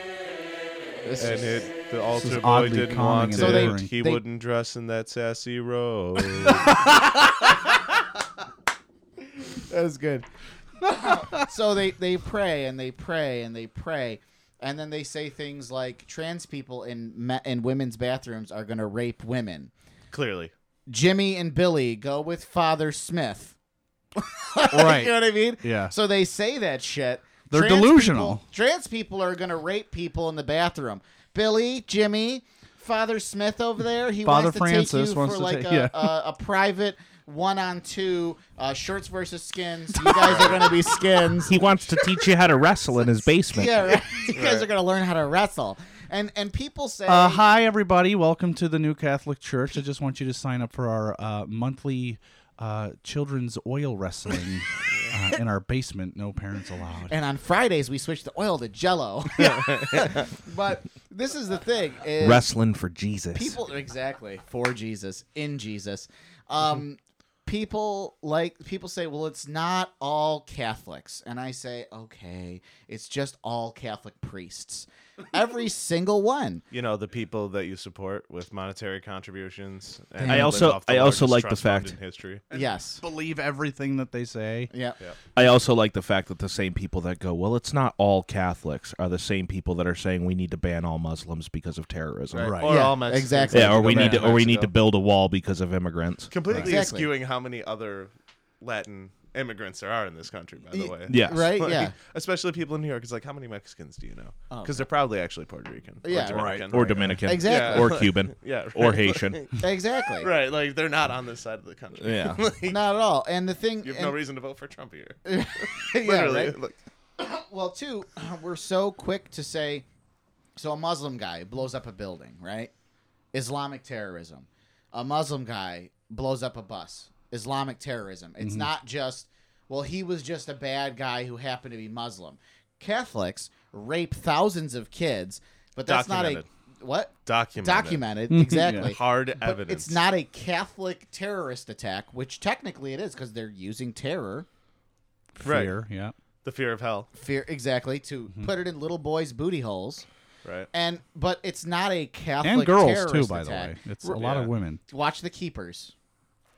Speaker 5: This
Speaker 6: And
Speaker 5: is-
Speaker 6: it, the altar boy
Speaker 8: oddly
Speaker 6: didn't
Speaker 8: calming
Speaker 6: want
Speaker 8: and
Speaker 6: it.
Speaker 5: alluring.
Speaker 6: he
Speaker 5: They-
Speaker 6: wouldn't dress in that sassy robe.
Speaker 5: That was good. so they they pray and they pray and they pray, and then they say things like trans people in ma- in women's bathrooms are going to rape women.
Speaker 6: Clearly.
Speaker 5: Jimmy and Billy go with Father Smith.
Speaker 8: Right.
Speaker 5: you know what I mean?
Speaker 8: Yeah.
Speaker 5: So they say that shit.
Speaker 8: They're
Speaker 5: Trans
Speaker 8: delusional.
Speaker 5: people- trans people are going to rape people in the bathroom. Billy, Jimmy, Father Smith over there, he
Speaker 8: Father
Speaker 5: wants to take
Speaker 8: Francis
Speaker 5: you
Speaker 8: wants
Speaker 5: for
Speaker 8: to
Speaker 5: like
Speaker 8: take-
Speaker 5: a,
Speaker 8: yeah.
Speaker 5: a, a private one on two uh, shirts versus skins. You guys are going to be skins.
Speaker 9: He wants to teach you how to wrestle in his basement.
Speaker 5: yeah, right. You guys are going to learn how to wrestle. And and people say
Speaker 8: Uh, hi, everybody. Welcome to the New Catholic Church. I just want you to sign up for our uh, monthly uh, children's oil wrestling uh, in our basement. No parents allowed.
Speaker 5: and on Fridays we switch the oil to Jello. but this is the thing: is
Speaker 9: Wrestling for Jesus.
Speaker 5: people exactly for Jesus in Jesus. Um, people like people say, well, it's not all Catholics, and I say, okay, it's just all Catholic priests, every single one.
Speaker 6: you know the people that you support with monetary contributions.
Speaker 5: Damn.
Speaker 6: And
Speaker 5: I
Speaker 6: live
Speaker 9: also-
Speaker 6: off the
Speaker 9: I also
Speaker 6: largest
Speaker 9: like the
Speaker 6: trust fund
Speaker 9: fact-
Speaker 6: in history.
Speaker 5: yes.
Speaker 8: Believe everything that they say.
Speaker 5: Yeah.
Speaker 9: I also like the fact that the same people that go, well, it's not all Catholics, are the same people that are saying we need to ban all Muslims because of terrorism.
Speaker 8: Right.
Speaker 6: Or
Speaker 5: Yeah,
Speaker 6: all Mexicans.
Speaker 5: exactly.
Speaker 9: Yeah, or
Speaker 5: Go
Speaker 9: we
Speaker 5: back
Speaker 9: need to, or we need
Speaker 6: Mexico.
Speaker 9: to build a wall because of immigrants.
Speaker 6: completely
Speaker 5: Right. Exactly.
Speaker 6: skewing how many other Latin immigrants there are in this country. By the way,
Speaker 9: Yeah.
Speaker 5: Right.
Speaker 6: Like,
Speaker 5: Yeah. Oh,
Speaker 6: especially people in New York. It's like how many Mexicans do you know? Because they're probably actually Puerto Rican.
Speaker 5: Yeah. Right.
Speaker 6: or Dominican.
Speaker 9: Or Dominican.
Speaker 5: Exactly.
Speaker 9: Or Cuban.
Speaker 6: Oh, Yeah, right.
Speaker 9: Or Haitian.
Speaker 5: Exactly.
Speaker 6: Right, like they're not on this side of the country.
Speaker 9: Yeah.
Speaker 5: Not at all. And the thing.
Speaker 6: You have
Speaker 5: and,
Speaker 6: no reason to vote for Trump here.
Speaker 5: yeah,
Speaker 6: Literally,
Speaker 5: right?
Speaker 6: like-
Speaker 5: well, too, we're so quick to say, so a Muslim guy blows up a building, right? Islamic terrorism. A Muslim guy blows up a bus. Islamic terrorism. It's
Speaker 6: Mm-hmm.
Speaker 5: not just, well, he was just a bad guy who happened to be Muslim. Catholics rape thousands of kids, but that's not a
Speaker 6: Documented.
Speaker 5: what
Speaker 6: documented.
Speaker 5: documented exactly.
Speaker 6: Hard
Speaker 5: But
Speaker 6: evidence.
Speaker 5: It's not a Catholic terrorist attack, which technically it is because they're using terror.
Speaker 6: Right.
Speaker 8: Fear. Yeah.
Speaker 6: the fear of hell.
Speaker 5: fear exactly to
Speaker 8: Mm-hmm.
Speaker 5: put it in little boys' booty holes.
Speaker 6: Right.
Speaker 5: And but it's not a Catholic
Speaker 8: and girls
Speaker 5: terrorist
Speaker 8: too, by
Speaker 5: attack.
Speaker 8: the way. It's a lot of
Speaker 6: Yeah.
Speaker 8: women.
Speaker 5: Watch the Keepers.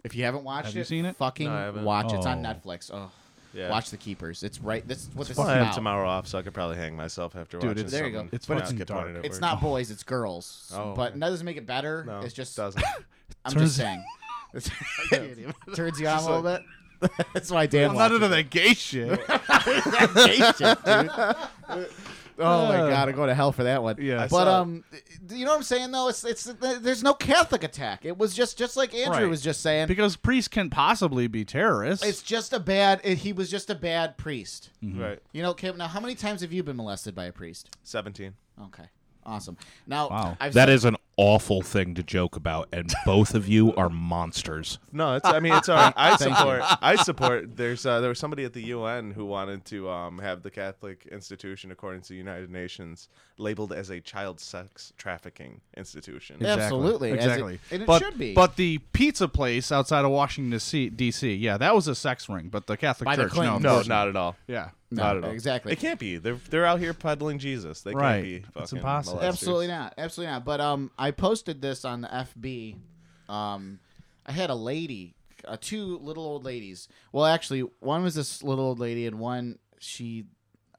Speaker 5: If you haven't watched
Speaker 8: Have
Speaker 5: it,
Speaker 8: you seen it?
Speaker 5: fucking
Speaker 6: No, I haven't.
Speaker 5: watch. It's on
Speaker 8: Oh.
Speaker 5: Netflix. Oh,
Speaker 6: Yeah.
Speaker 5: watch the Keepers. It's right. This is what this
Speaker 6: Well, I
Speaker 5: is
Speaker 6: have
Speaker 5: about.
Speaker 6: tomorrow off, so I could probably hang myself after
Speaker 8: Dude,
Speaker 6: watching.
Speaker 8: it's- There
Speaker 5: you go.
Speaker 6: something
Speaker 8: It's fucking
Speaker 6: get
Speaker 8: dark.
Speaker 6: pointed at
Speaker 5: It's
Speaker 6: work.
Speaker 5: not boys. It's girls.
Speaker 6: Oh,
Speaker 5: but
Speaker 6: okay.
Speaker 5: that doesn't make it better.
Speaker 6: No,
Speaker 5: it's just.
Speaker 6: doesn't.
Speaker 5: I'm
Speaker 8: Turns-
Speaker 5: just saying. Turns you on a little bit. That's why Dan.
Speaker 8: I'm not
Speaker 5: watches
Speaker 8: into
Speaker 5: it.
Speaker 8: that gay shit.
Speaker 5: Oh my god, I go to hell for that one.
Speaker 8: Yeah. I
Speaker 5: but
Speaker 6: saw-
Speaker 5: um, do you know what I'm saying though? It's it's there's no Catholic attack. It was just just like Andrew
Speaker 8: Right.
Speaker 5: was just saying.
Speaker 8: because priests can possibly be terrorists.
Speaker 5: it's just a bad. It, he was just a bad priest.
Speaker 6: Right.
Speaker 5: You know, Kim. Now, how many times have you been molested by a priest?
Speaker 6: Seventeen.
Speaker 5: Okay, awesome. Now,
Speaker 8: Wow.
Speaker 5: I've
Speaker 9: That
Speaker 5: said-
Speaker 9: is an awful thing to joke about, and both of you are monsters.
Speaker 6: No, it's. I mean, it's all right. I
Speaker 5: Thank you.
Speaker 6: support. I support. There's. Uh, there was somebody at the UN who wanted to um, have the Catholic institution, according to the United Nations, labeled as a child sex trafficking institution.
Speaker 8: Exactly.
Speaker 5: Absolutely, as it-
Speaker 8: Exactly.
Speaker 5: and it
Speaker 8: but,
Speaker 5: should be.
Speaker 8: But the pizza place outside of Washington C- D.C. Yeah, that was a sex ring. But the Catholic
Speaker 5: By the
Speaker 8: Church, no,
Speaker 5: Clintons.
Speaker 8: of
Speaker 6: No,
Speaker 8: course
Speaker 6: not at all.
Speaker 8: Yeah.
Speaker 6: Not at all.
Speaker 5: exactly.
Speaker 6: They can't be. They're they're out here peddling Jesus. They
Speaker 8: Right.
Speaker 6: can't be.
Speaker 8: It's
Speaker 6: fucking
Speaker 8: impossible.
Speaker 6: molesters.
Speaker 5: Absolutely not. Absolutely not. But um, I posted this on the FB. Um, I had a lady, uh, two little old ladies. Well, actually, one was this little old lady, and one she,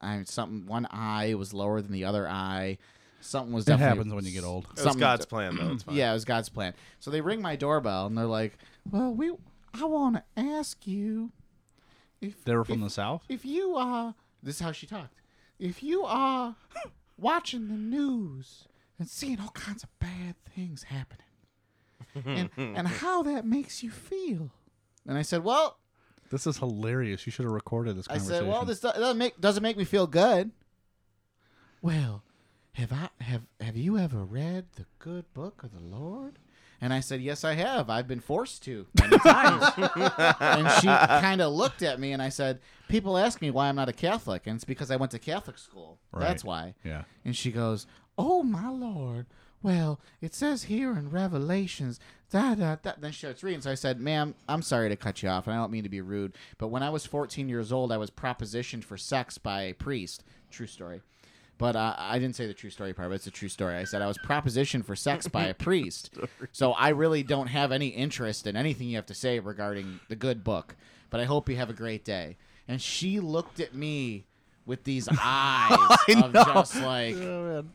Speaker 5: I something. One eye was lower than the other eye. Something was.
Speaker 8: It
Speaker 5: definitely,
Speaker 8: happens when you get old.
Speaker 6: It was
Speaker 5: something- Mm-hmm.
Speaker 6: God's plan, though. It's fine.
Speaker 5: Mm, Yeah, it was God's plan. So they ring my doorbell, and they're like, "Well, we, I want to ask you if
Speaker 8: They were from
Speaker 5: if-
Speaker 8: the South.
Speaker 5: if you are this is how she talked if you are watching the news and seeing all kinds of bad things happening and, and how that makes you feel and i said well
Speaker 8: This is hilarious. You should have recorded this
Speaker 5: i
Speaker 8: conversation.
Speaker 5: said well this do- doesn't make doesn't make me feel good well have i have have you ever read the good book of the lord and I said, "Yes, I have. I've been forced to many times." and she kind of looked at me, and I said, "People ask me why I'm not a Catholic, and it's because I went to Catholic school. That's why."
Speaker 8: Yeah.
Speaker 5: And she goes, "Oh my lord! Well, it says here in Revelations, da da da." Then she starts reading. So I said, "Ma'am, I'm sorry to cut you off, and I don't mean to be rude, but when I was 14 years old, I was propositioned for sex by a priest. True story." But uh, I didn't say the true story part, but it's a true story. I said I was propositioned for sex by a priest. So I really don't have any interest in anything you have to say regarding the good book. But I hope you have a great day. And she looked at me with these eyes of just like,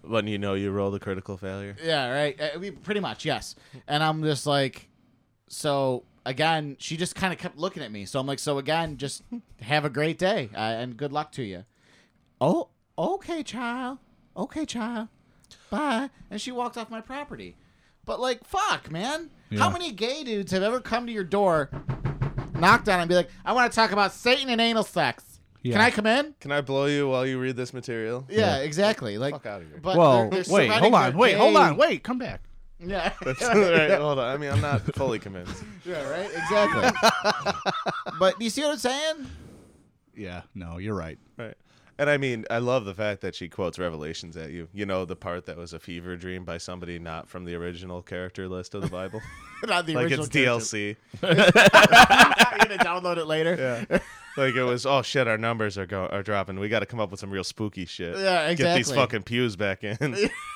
Speaker 6: Letting you know you rolled a critical failure.
Speaker 5: yeah, right. I mean, pretty much, yes. And I'm just like, so again, she just kind of kept looking at me. So I'm like, so again, just have a great day uh, and good luck to you. Oh, okay, child. Okay, child. Bye. And she walked off my property. But like, fuck, man. How
Speaker 8: Yeah.
Speaker 5: many gay dudes have ever come to your door, knocked on, and be like, I want to talk about Satan and anal sex. Can
Speaker 8: Yeah.
Speaker 5: I come in?
Speaker 6: Can I blow you while you read this material?
Speaker 5: Yeah, exactly. Like,
Speaker 6: Fuck outta here.
Speaker 5: But
Speaker 8: Well,
Speaker 5: they're- they're
Speaker 8: wait,
Speaker 5: surrounding
Speaker 8: hold
Speaker 5: their
Speaker 8: on, wait, hold
Speaker 5: gay-
Speaker 8: on, wait, come back.
Speaker 5: Yeah.
Speaker 6: Right, hold on. I mean, I'm not fully convinced.
Speaker 5: Yeah, right? Exactly. but you see what I'm saying?
Speaker 8: Yeah, no, you're right.
Speaker 6: Right. And I mean, I love the fact that she quotes Revelations at you. You know, the part that was a fever dream by somebody not from the original character list of the Bible.
Speaker 5: Not the
Speaker 6: like it's DLC.
Speaker 5: I'm going to download it later.
Speaker 6: Yeah. like it was, oh shit, our numbers are go- are dropping. We got to come up with some real spooky shit.
Speaker 5: Yeah,
Speaker 6: Get these
Speaker 5: exactly.
Speaker 6: fucking pews back in.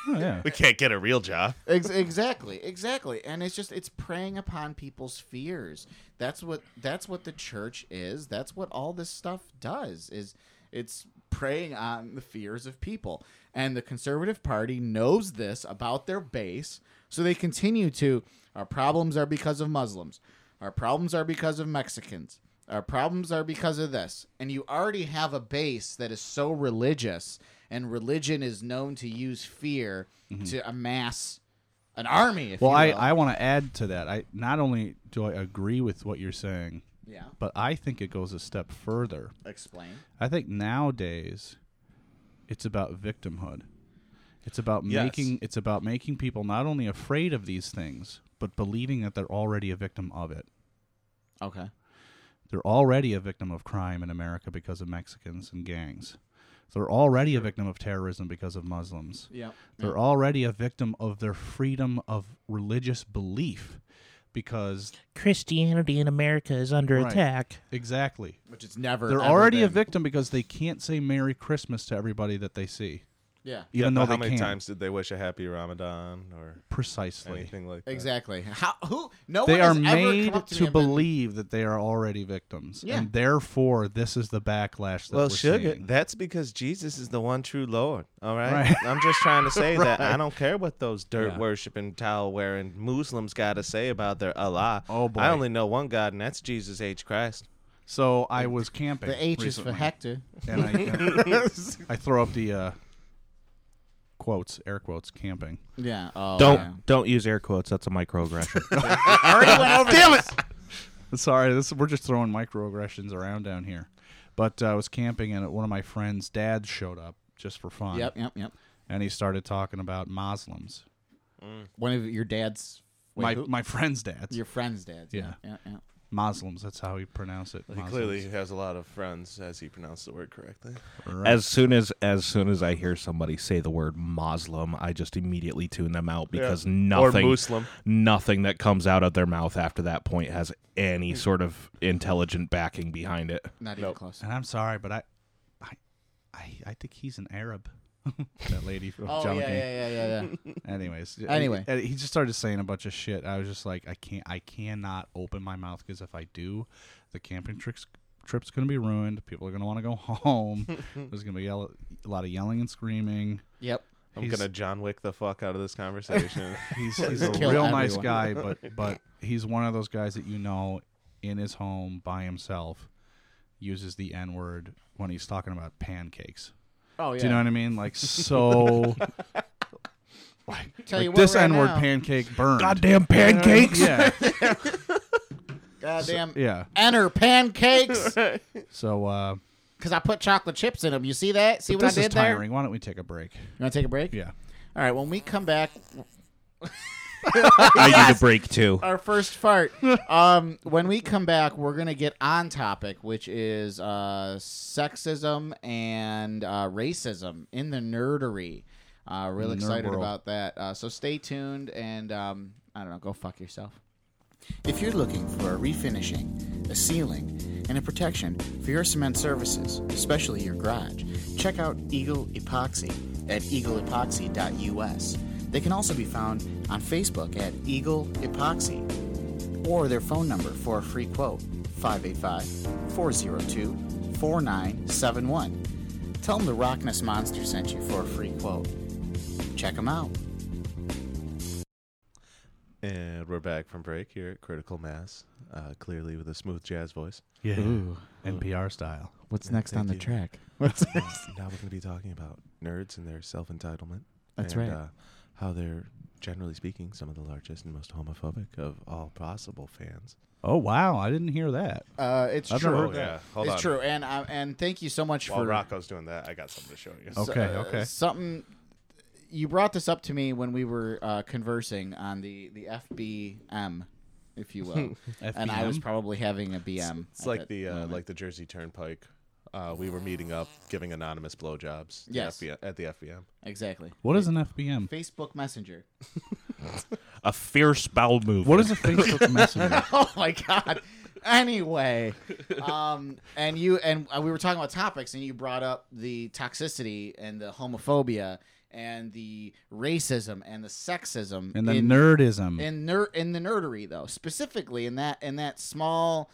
Speaker 8: Oh, yeah.
Speaker 6: we can't get a real job.
Speaker 5: Ex- exactly, exactly. And it's just it's preying upon people's fears. That's what that's what the church is. That's what all this stuff does is it's preying on the fears of people. And the conservative party knows this about their base, so they continue to our problems are because of Muslims. Our problems are because of Mexicans. Our problems are because of this. And you already have a base that is so religious, and religion is known to use fear to amass an army. If
Speaker 8: Well,
Speaker 5: you
Speaker 8: I,
Speaker 5: will.
Speaker 8: I want to add to that. I not only do I agree with what you're saying,
Speaker 5: yeah.
Speaker 8: but I think it goes a step further.
Speaker 5: Explain.
Speaker 8: I think nowadays it's about victimhood. It's about
Speaker 6: Yes.
Speaker 8: making it's about making people not only afraid of these things, but believing that they're already a victim of it.
Speaker 5: Okay.
Speaker 8: They're already a victim of crime in America because of Mexicans and gangs. They're already a victim of terrorism because of Muslims.
Speaker 5: Yeah.
Speaker 8: They're already a victim of their freedom of religious belief because
Speaker 7: Christianity in America is under
Speaker 8: Right.
Speaker 7: attack.
Speaker 8: exactly.
Speaker 5: Which it's never.
Speaker 8: They're
Speaker 5: ever
Speaker 8: already a
Speaker 5: been.
Speaker 8: victim because they can't say Merry Christmas to everybody that they see.
Speaker 5: Yeah.
Speaker 8: Even
Speaker 6: But
Speaker 8: though
Speaker 6: how
Speaker 8: they
Speaker 6: many
Speaker 8: can.
Speaker 6: times did they wish a happy Ramadan or
Speaker 8: precisely.
Speaker 6: anything like that?
Speaker 5: Exactly. How? Who? No
Speaker 8: They
Speaker 5: one
Speaker 8: are
Speaker 5: has ever
Speaker 8: made
Speaker 5: come up
Speaker 8: to,
Speaker 5: to, me and been-
Speaker 8: believe that they are already victims,
Speaker 5: Yeah.
Speaker 8: and therefore this is the backlash that
Speaker 6: Well,
Speaker 8: we're
Speaker 6: sugar,
Speaker 8: seeing.
Speaker 6: that's because Jesus is the one true Lord. All right.
Speaker 8: Right.
Speaker 6: I'm just trying to say that I don't care what those dirt worshiping, towel wearing Muslims got to say about their Allah.
Speaker 8: Oh, boy.
Speaker 6: I only know one God, and that's Jesus H. Christ.
Speaker 8: so I was camping.
Speaker 5: The H is for
Speaker 8: recently,
Speaker 5: Hector.
Speaker 8: and I, I throw up the uh, quotes, air quotes, camping.
Speaker 5: Yeah. Oh,
Speaker 9: Don't
Speaker 5: yeah.
Speaker 9: don't use air quotes. That's a microaggression.
Speaker 5: Damn it.
Speaker 8: Sorry, this we're just throwing microaggressions around down here. But uh, I was camping, and one of my friend's dads showed up just for fun.
Speaker 5: Yep. Yep. Yep.
Speaker 8: and he started talking about Muslims
Speaker 5: One of your dad's, wait,
Speaker 8: my
Speaker 5: who-
Speaker 8: my friend's dad's
Speaker 5: your friend's dad's.
Speaker 8: Yeah.
Speaker 5: yeah, yeah.
Speaker 8: Muslims. That's how he pronounced it.
Speaker 6: He
Speaker 8: Muslims.
Speaker 6: clearly has a lot of friends, as he pronounced the word correctly.
Speaker 9: As soon as as soon as I hear somebody say the word Muslim, I just immediately tune them out because nothing
Speaker 6: Muslim.
Speaker 9: nothing that comes out of their mouth after that point has any sort of intelligent backing behind it.
Speaker 5: Not even close.
Speaker 8: And I'm sorry, but I, I, I, I think he's an Arab. that lady from
Speaker 5: Oh
Speaker 8: John
Speaker 5: yeah,
Speaker 8: McCain.
Speaker 5: yeah, yeah, yeah, yeah.
Speaker 8: Anyways,
Speaker 5: Anyway.
Speaker 8: he, he just started saying a bunch of shit. I was just like, I can't, I cannot open my mouth because if I do, the camping trips trip's gonna be ruined. People are gonna want to go home. There's gonna be yell- a lot of yelling and screaming.
Speaker 5: yep.
Speaker 6: I'm
Speaker 8: He's-
Speaker 6: gonna John Wick the fuck out of this conversation.
Speaker 8: He's, he's a
Speaker 5: Kill
Speaker 8: real nice
Speaker 5: everyone.
Speaker 8: guy, but but he's one of those guys that you know in his home by himself uses the N word when he's talking about pancakes.
Speaker 5: Oh yeah.
Speaker 8: Do you know what I mean? Like so.
Speaker 5: Tell you
Speaker 8: like
Speaker 5: what,
Speaker 8: this
Speaker 5: right
Speaker 8: N word
Speaker 5: now-
Speaker 8: pancake burned.
Speaker 9: Goddamn pancakes!
Speaker 8: Yeah,
Speaker 5: Goddamn.
Speaker 8: yeah.
Speaker 5: Enter pancakes
Speaker 8: So uh,
Speaker 5: because I put chocolate chips in them. You see that? See
Speaker 8: but
Speaker 5: what I
Speaker 8: this is
Speaker 5: did there?
Speaker 8: tiring. Why don't we take a break?
Speaker 5: You want to take a break?
Speaker 8: Yeah.
Speaker 5: All right. When we come back,
Speaker 9: I need a break too.
Speaker 5: our first fart. um, when we come back, we're gonna get on topic, which is uh, sexism and uh, racism in the nerdery. Uh, real
Speaker 8: Nerd
Speaker 5: excited
Speaker 8: world.
Speaker 5: about that. Uh, so stay tuned and um, I don't know. Go fuck yourself. If you're looking for a refinishing, a sealing, and a protection for your cement services, especially your garage, check out Eagle Epoxy at eagleepoxy.us. They can also be found on Facebook at Eagle Epoxy or their phone number for a free quote 585 402 4971. Tell them the Rockness Monster sent you for a free quote. Check them out.
Speaker 6: and we're back from break here at Critical Mass, uh, clearly with a smooth jazz voice.
Speaker 8: Yeah. NPR style.
Speaker 5: What's next on the
Speaker 6: you.
Speaker 5: track? What's next?
Speaker 6: now we're gonna be talking about nerds and their self entitlement.
Speaker 5: That's
Speaker 6: and,
Speaker 5: right.
Speaker 6: Uh, how they're generally speaking some of the largest and most homophobic of all possible fans.
Speaker 8: Oh wow, I didn't hear that.
Speaker 5: Uh, it's
Speaker 8: I've
Speaker 5: true.
Speaker 8: never
Speaker 6: heard that. Oh, Yeah, hold
Speaker 5: it's
Speaker 6: on.
Speaker 5: true, and uh, and thank you so much
Speaker 6: While
Speaker 5: for
Speaker 6: Rocco's doing that, I got something to show you.
Speaker 8: Okay,
Speaker 5: uh,
Speaker 8: okay.
Speaker 5: something. You brought this up to me when we were uh, conversing on the the FBM, if you will, and I was
Speaker 8: FBM?
Speaker 5: probably having a BM.
Speaker 6: It's
Speaker 5: at
Speaker 6: like
Speaker 5: that
Speaker 6: the uh,
Speaker 5: moment.
Speaker 6: like the Jersey Turnpike. Uh, we were meeting up, giving anonymous blowjobs. at
Speaker 5: Yes.
Speaker 6: FB at the FBM.
Speaker 5: exactly
Speaker 8: What is an FBM?
Speaker 5: Facebook Messenger.
Speaker 9: A fierce bowel move.
Speaker 8: What is a Facebook messenger?
Speaker 5: oh my god anyway um and you and uh, we were talking about topics and you brought up the toxicity and the homophobia and the racism and the sexism
Speaker 8: And the
Speaker 5: in,
Speaker 8: nerdism.
Speaker 5: in ner- in the nerdery though specifically in that in that small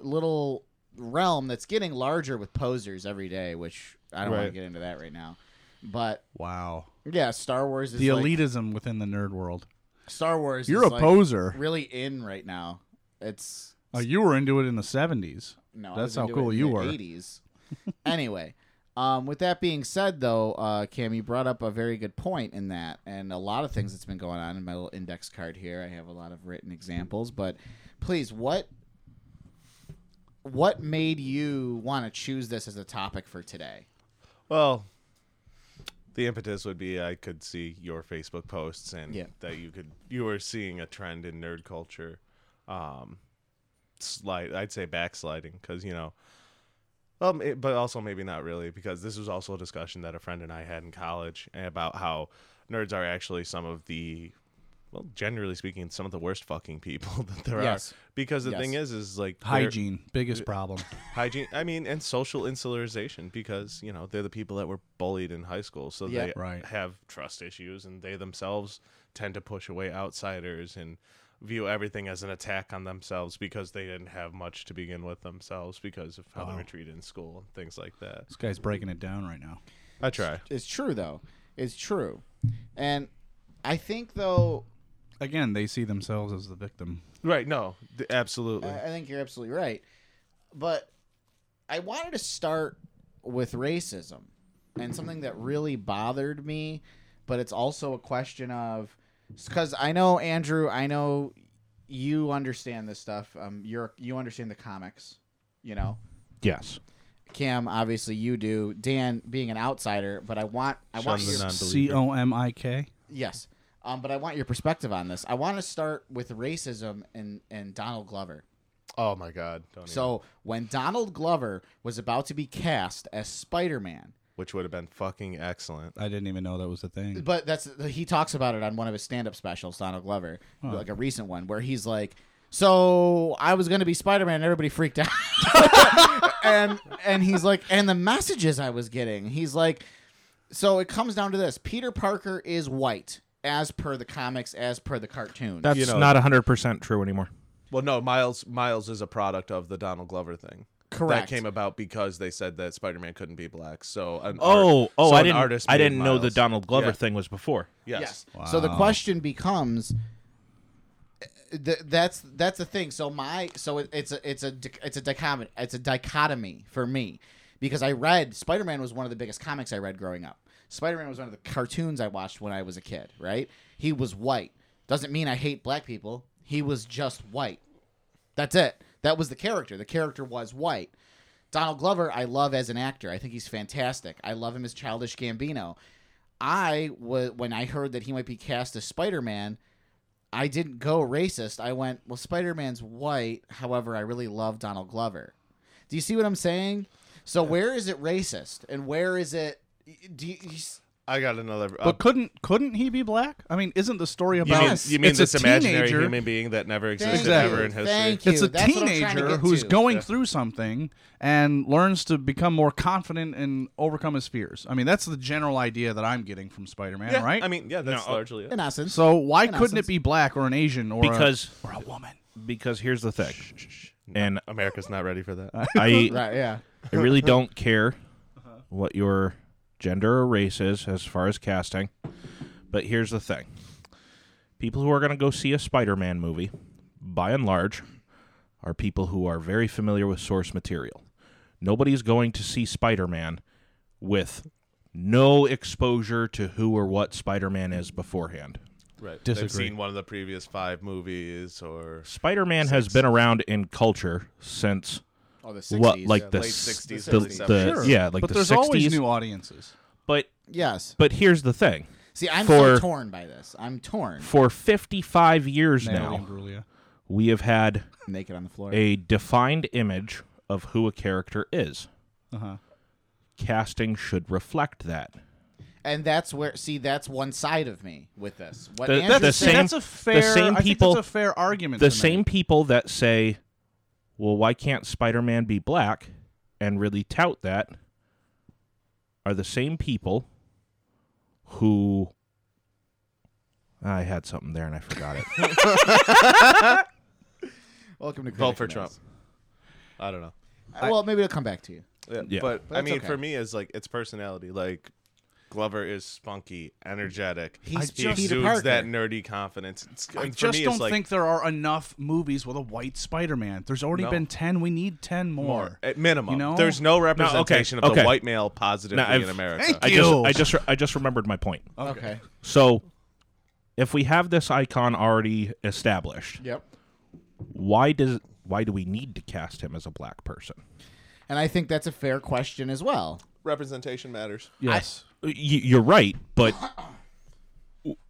Speaker 5: little realm that's getting larger with posers every day which i don't want to
Speaker 6: Right.
Speaker 5: get into that right now but
Speaker 8: wow.
Speaker 5: yeah star wars is
Speaker 8: The
Speaker 5: like-
Speaker 8: elitism within the nerd world.
Speaker 5: star wars
Speaker 8: You're
Speaker 5: is
Speaker 8: a
Speaker 5: like
Speaker 8: poser.
Speaker 5: really in right now it's
Speaker 8: Oh, you were into it in the seventies.
Speaker 5: No,
Speaker 8: that's how cool you were.
Speaker 5: Eighties. anyway, um, with that being said, though, uh, Cam, you brought up a very good point in that, and a lot of things that's been going on in my little index card here. I have a lot of written examples, but please, what what made you want to choose this as a topic for today?
Speaker 6: Well, the impetus would be I could see your Facebook posts and
Speaker 5: Yeah.
Speaker 6: that you could you were seeing a trend in nerd culture, um, slide. I'd say backsliding because you know, well, ma- but also maybe not really because this was also a discussion that a friend and I had in college about how nerds are actually some of the well, generally speaking, some of the worst fucking people that there
Speaker 5: Yes.
Speaker 6: are. Because the
Speaker 5: Yes.
Speaker 6: thing is, is like they're-
Speaker 8: Hygiene, biggest problem.
Speaker 6: hygiene i mean and social insularization because you know they're the people that were bullied in high school so
Speaker 5: Yeah.
Speaker 6: they
Speaker 8: Right.
Speaker 6: have trust issues and they themselves tend to push away outsiders and view everything as an attack on themselves because they didn't have much to begin with themselves because of how they were treated in school and things like that
Speaker 8: This guy's breaking it down right now.
Speaker 6: i try
Speaker 5: It's true though. It's true, and I think though
Speaker 8: Again, they see themselves as the victim.
Speaker 6: right no th- absolutely
Speaker 5: I I think you're absolutely right. But I wanted to start with racism and something that really bothered me, but it's also a question of because I know Andrew, I know you understand this stuff. Um, you're you understand the comics, you know.
Speaker 9: yes.
Speaker 5: Cam, obviously you do. Dan, being an outsider, but I want I want
Speaker 6: Shun the
Speaker 5: your
Speaker 6: non-believer.
Speaker 8: C O M I K.
Speaker 5: yes. Um, but I want your perspective on this. I want to start with racism and and Donald Glover.
Speaker 6: Oh my God! Don't even-
Speaker 5: So when Donald Glover was about to be cast as Spider Man,
Speaker 6: which would have been fucking excellent.
Speaker 8: I didn't even know that was a thing.
Speaker 5: but that's he talks about it on one of his stand-up specials, Donald Glover, like a recent one, where he's like, "So I was going to be Spider-Man, and everybody freaked out." and and he's like, and the messages I was getting, he's like, so it comes down to this: Peter Parker is white, as per the comics, as per the cartoon.
Speaker 9: That's
Speaker 6: You know-
Speaker 9: not hundred percent true anymore.
Speaker 6: Well, no, Miles Miles is a product of the Donald Glover thing.
Speaker 5: Correct.
Speaker 6: That came about because they said that Spider-Man couldn't be black. So an
Speaker 9: Oh,
Speaker 6: art-
Speaker 9: oh,
Speaker 6: so
Speaker 9: I
Speaker 6: an
Speaker 9: didn't.
Speaker 6: Artist
Speaker 9: I
Speaker 6: made
Speaker 9: didn't know the
Speaker 6: Miles.
Speaker 9: Donald Glover
Speaker 6: Yeah.
Speaker 9: thing was before.
Speaker 6: Yes.
Speaker 5: Yes. So the
Speaker 8: Wow.
Speaker 5: question becomes. Th- that's that's the thing. So my so it, it's a it's a dic- it's a dichotomy it's a dichotomy for me because I read Spider Man was one of the biggest comics I read growing up. Spider Man was one of the cartoons I watched when I was a kid. Right? He was white. Doesn't mean I hate black people. He was just white. That's it. That was the character. The character was white. Donald Glover, I love as an actor. I think he's fantastic. I love him as Childish Gambino. I was when I heard that he might be cast as Spider Man. I didn't go racist. I went, well, Spider Man's white. However, I really love Donald Glover. Do you see what I'm saying? So where is it racist and where is it? Do you, you s-
Speaker 6: I got another. uh,
Speaker 8: But couldn't couldn't he be black? I mean, isn't the story
Speaker 6: you
Speaker 8: about
Speaker 6: mean,
Speaker 5: Yes.
Speaker 6: you mean
Speaker 8: it's
Speaker 6: this
Speaker 8: a
Speaker 6: imaginary
Speaker 8: teenager-
Speaker 6: human being that never existed
Speaker 5: thank
Speaker 8: Exactly.
Speaker 6: ever
Speaker 5: you,
Speaker 6: in history?
Speaker 5: Thank you.
Speaker 8: It's a
Speaker 5: That's what I'm trying to
Speaker 8: teenager
Speaker 5: get
Speaker 8: who's
Speaker 5: to.
Speaker 8: going through something and learns to become more confident and overcome his fears. I mean, that's the general idea that I'm getting from Spider-Man,
Speaker 6: Yeah,
Speaker 8: right?
Speaker 6: I mean, yeah, that's
Speaker 9: No, uh,
Speaker 6: largely it.
Speaker 5: in essence.
Speaker 8: so why
Speaker 5: in
Speaker 8: couldn't
Speaker 5: essence.
Speaker 8: it be black or an Asian or a-
Speaker 9: Because-
Speaker 8: or a woman?
Speaker 9: Because here's the thing, and
Speaker 6: America's not ready for that.
Speaker 9: I
Speaker 5: right? uh, Yeah.
Speaker 9: I really don't care what your gender or race is as far as casting. But here's the thing people who are going to go see a Spider Man movie, by and large, are people who are very familiar with source material. Nobody's going to see Spider Man with no exposure to who or what Spider Man is beforehand.
Speaker 6: right.
Speaker 8: Disagree.
Speaker 6: They've seen one of the previous five movies or
Speaker 9: Spider Man has been around in culture since
Speaker 5: Oh, the 60s.
Speaker 9: what, like the
Speaker 6: late
Speaker 9: s-
Speaker 6: 60s,
Speaker 9: the,
Speaker 6: early
Speaker 9: the-
Speaker 6: 70s. Sure.
Speaker 9: yeah, like
Speaker 8: but
Speaker 9: the
Speaker 8: there's
Speaker 9: 60s.
Speaker 8: always new audiences.
Speaker 9: but
Speaker 5: yes.
Speaker 9: but here's the thing.
Speaker 5: See, I'm
Speaker 9: For-
Speaker 5: so torn by this. I'm torn.
Speaker 9: for 55 years
Speaker 8: Natalie
Speaker 9: now,
Speaker 8: Imbruglia.
Speaker 9: we have had
Speaker 5: Naked on the floor.
Speaker 9: a defined image of who a character is.
Speaker 8: Uh-huh.
Speaker 9: Casting should reflect that.
Speaker 5: and that's where see that's one side of me with this. What
Speaker 9: The-
Speaker 5: Andrew's
Speaker 9: that's the
Speaker 5: saying-
Speaker 9: same-
Speaker 8: that's a fair.
Speaker 9: same
Speaker 8: I think
Speaker 9: people-
Speaker 8: that's a fair argument.
Speaker 9: The
Speaker 8: to
Speaker 9: same
Speaker 8: make.
Speaker 9: people that say, well, why can't Spider Man be black and really tout that are the same people who. I had something there and I forgot it.
Speaker 5: Welcome to
Speaker 6: vote for
Speaker 5: Critic
Speaker 6: Trump.
Speaker 5: Notes.
Speaker 6: I don't know.
Speaker 5: Uh, well, maybe it'll come back to you.
Speaker 6: Yeah,
Speaker 9: Yeah.
Speaker 6: But,
Speaker 5: But
Speaker 6: I
Speaker 5: that's
Speaker 6: mean,
Speaker 5: okay.
Speaker 6: for me, it's like it's personality. Like Glover is spunky, energetic.
Speaker 5: He's
Speaker 6: he
Speaker 5: just- Peter
Speaker 6: exudes
Speaker 5: Parker.
Speaker 6: that nerdy confidence. It's,
Speaker 8: I
Speaker 6: and for
Speaker 8: just
Speaker 6: me,
Speaker 8: don't
Speaker 6: it's like,
Speaker 8: think there are enough movies with a white Spider-Man. There's already
Speaker 6: No.
Speaker 8: been ten. We need ten more.
Speaker 6: at minimum.
Speaker 8: You know?
Speaker 6: There's no representation of the
Speaker 9: okay.
Speaker 6: white male positively
Speaker 9: Now, I've-
Speaker 6: in America.
Speaker 8: Thank
Speaker 9: I
Speaker 8: you.
Speaker 9: just, I just, I just remembered my point.
Speaker 5: Okay.
Speaker 9: So, if we have this icon already established,
Speaker 5: Yep.
Speaker 9: why does why do we need to cast him as a black person?
Speaker 5: And I think that's a fair question as well.
Speaker 6: Representation matters.
Speaker 8: yes.
Speaker 9: Y- You're right, but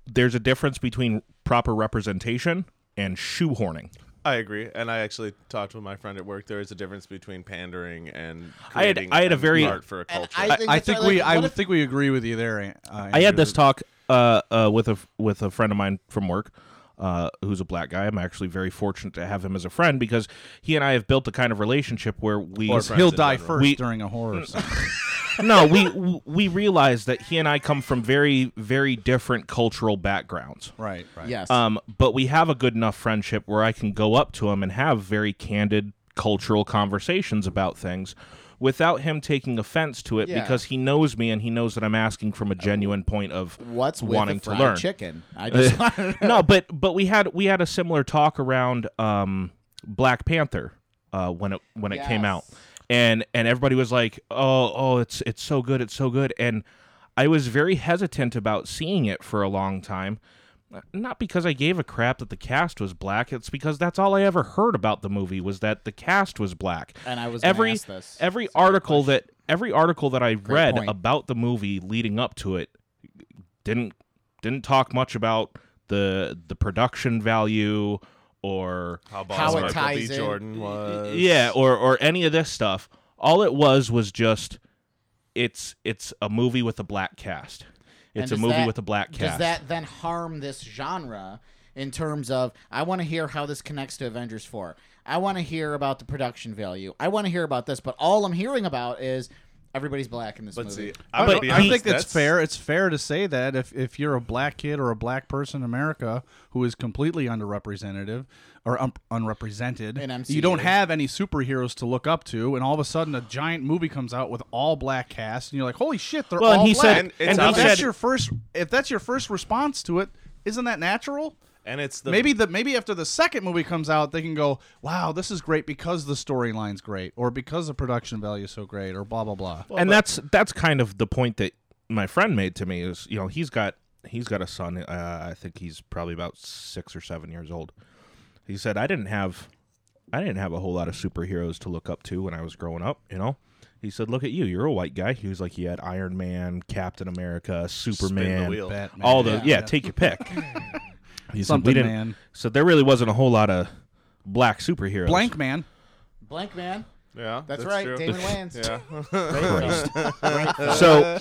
Speaker 9: there's a difference between proper representation and shoehorning.
Speaker 6: I agree, and I actually talked with my friend at work. There is a difference between pandering and
Speaker 9: I had-
Speaker 6: creating
Speaker 9: I had a
Speaker 6: an
Speaker 9: very-
Speaker 6: art for a culture.
Speaker 8: I,
Speaker 5: think
Speaker 8: I
Speaker 5: that's
Speaker 8: think
Speaker 5: right.
Speaker 8: we.
Speaker 5: Like,
Speaker 8: I
Speaker 5: what
Speaker 8: would
Speaker 5: if-
Speaker 8: think we agree with you there. Uh,
Speaker 9: I had
Speaker 8: Andrew.
Speaker 9: this talk uh, uh, with a with a friend of mine from work, uh, who's a black guy. I'm actually very fortunate to have him as a friend because he and I have built a kind of relationship where we
Speaker 6: Or friend.
Speaker 8: He'll
Speaker 6: in
Speaker 8: die
Speaker 6: general.
Speaker 8: first
Speaker 9: We-
Speaker 8: during a horror. scene.
Speaker 9: no we we realize that he and I come from very very different cultural backgrounds.
Speaker 8: right. Right.
Speaker 5: Yes.
Speaker 9: Um, but we have a good enough friendship where I can go up to him and have very candid cultural conversations about things without him taking offense to it
Speaker 5: Yeah. Uh,
Speaker 9: because he knows me and he knows that I'm asking from a genuine point of
Speaker 5: What's with
Speaker 9: wanting
Speaker 5: a
Speaker 9: to
Speaker 5: fried
Speaker 9: learn.
Speaker 5: chicken? I just
Speaker 9: no, but but we had we had a similar talk around um, Black Panther uh, when it when it came out,
Speaker 5: Yes.
Speaker 9: and and everybody was like, oh oh, it's it's so good, it's so good, and I was very hesitant about seeing it for a long time. Not because I gave a crap that the cast was black. It's because that's all I ever heard about the movie was that the cast was black.
Speaker 5: And I was gonna
Speaker 9: every
Speaker 5: ask this.
Speaker 9: every article that every article that I read
Speaker 5: point.
Speaker 9: about the movie leading up to it didn't didn't talk much about the the production value or
Speaker 6: How,
Speaker 5: How it
Speaker 6: boss Michael B.
Speaker 5: ties in.
Speaker 6: Jordan
Speaker 5: Uh,
Speaker 6: was.
Speaker 9: yeah or or any of this stuff all it was was just it's it's a movie with a black cast
Speaker 5: And
Speaker 9: it's a
Speaker 5: does
Speaker 9: movie
Speaker 5: that-
Speaker 9: with a black
Speaker 5: Does
Speaker 9: cast
Speaker 5: that then harm this genre in terms of I want to hear how this connects to Avengers 4. I want to hear about the production value. I want to hear about this, but all I'm hearing about is everybody's black in this
Speaker 6: Let's
Speaker 5: movie.
Speaker 6: see. I'm
Speaker 9: But
Speaker 6: gonna be
Speaker 9: I
Speaker 8: I
Speaker 6: honest,
Speaker 8: think that's, fair. It's fair to say that if, if you're a black kid or a black person in America who is completely underrepresented or um, unrepresented,
Speaker 5: In MCU.
Speaker 8: you don't have any superheroes to look up to, and all of a sudden a giant movie comes out with all black cast, and you're like, holy shit, they're
Speaker 9: Well, and
Speaker 8: all
Speaker 9: he
Speaker 8: black.
Speaker 9: said-
Speaker 8: and
Speaker 6: and
Speaker 8: if
Speaker 6: he
Speaker 8: that's
Speaker 9: said-
Speaker 8: your first, if that's your first response to it, isn't that natural?
Speaker 6: And it's the
Speaker 8: maybe the maybe after the second movie comes out, they can go, "Wow, this is great because the storyline's great, or because the production value is so great, or blah blah blah."
Speaker 9: and that's that's kind of the point that my friend made to me is you know he's got he's got a son uh, i think he's probably about six or seven years old he said i didn't have i didn't have a whole lot of superheroes to look up to when i was growing up you know he said look at you you're a white guy he was like he had iron man captain america superman
Speaker 6: wheel.
Speaker 8: Batman.
Speaker 9: all the yeah, take your pick he said, we
Speaker 8: Something
Speaker 9: didn't-
Speaker 8: Man.
Speaker 9: so there really wasn't a whole lot of black superheroes
Speaker 8: Blank Man.
Speaker 5: Blank man.
Speaker 6: yeah.
Speaker 5: That's, right.
Speaker 6: true.
Speaker 5: Damon Wayans.
Speaker 6: Yeah.
Speaker 9: so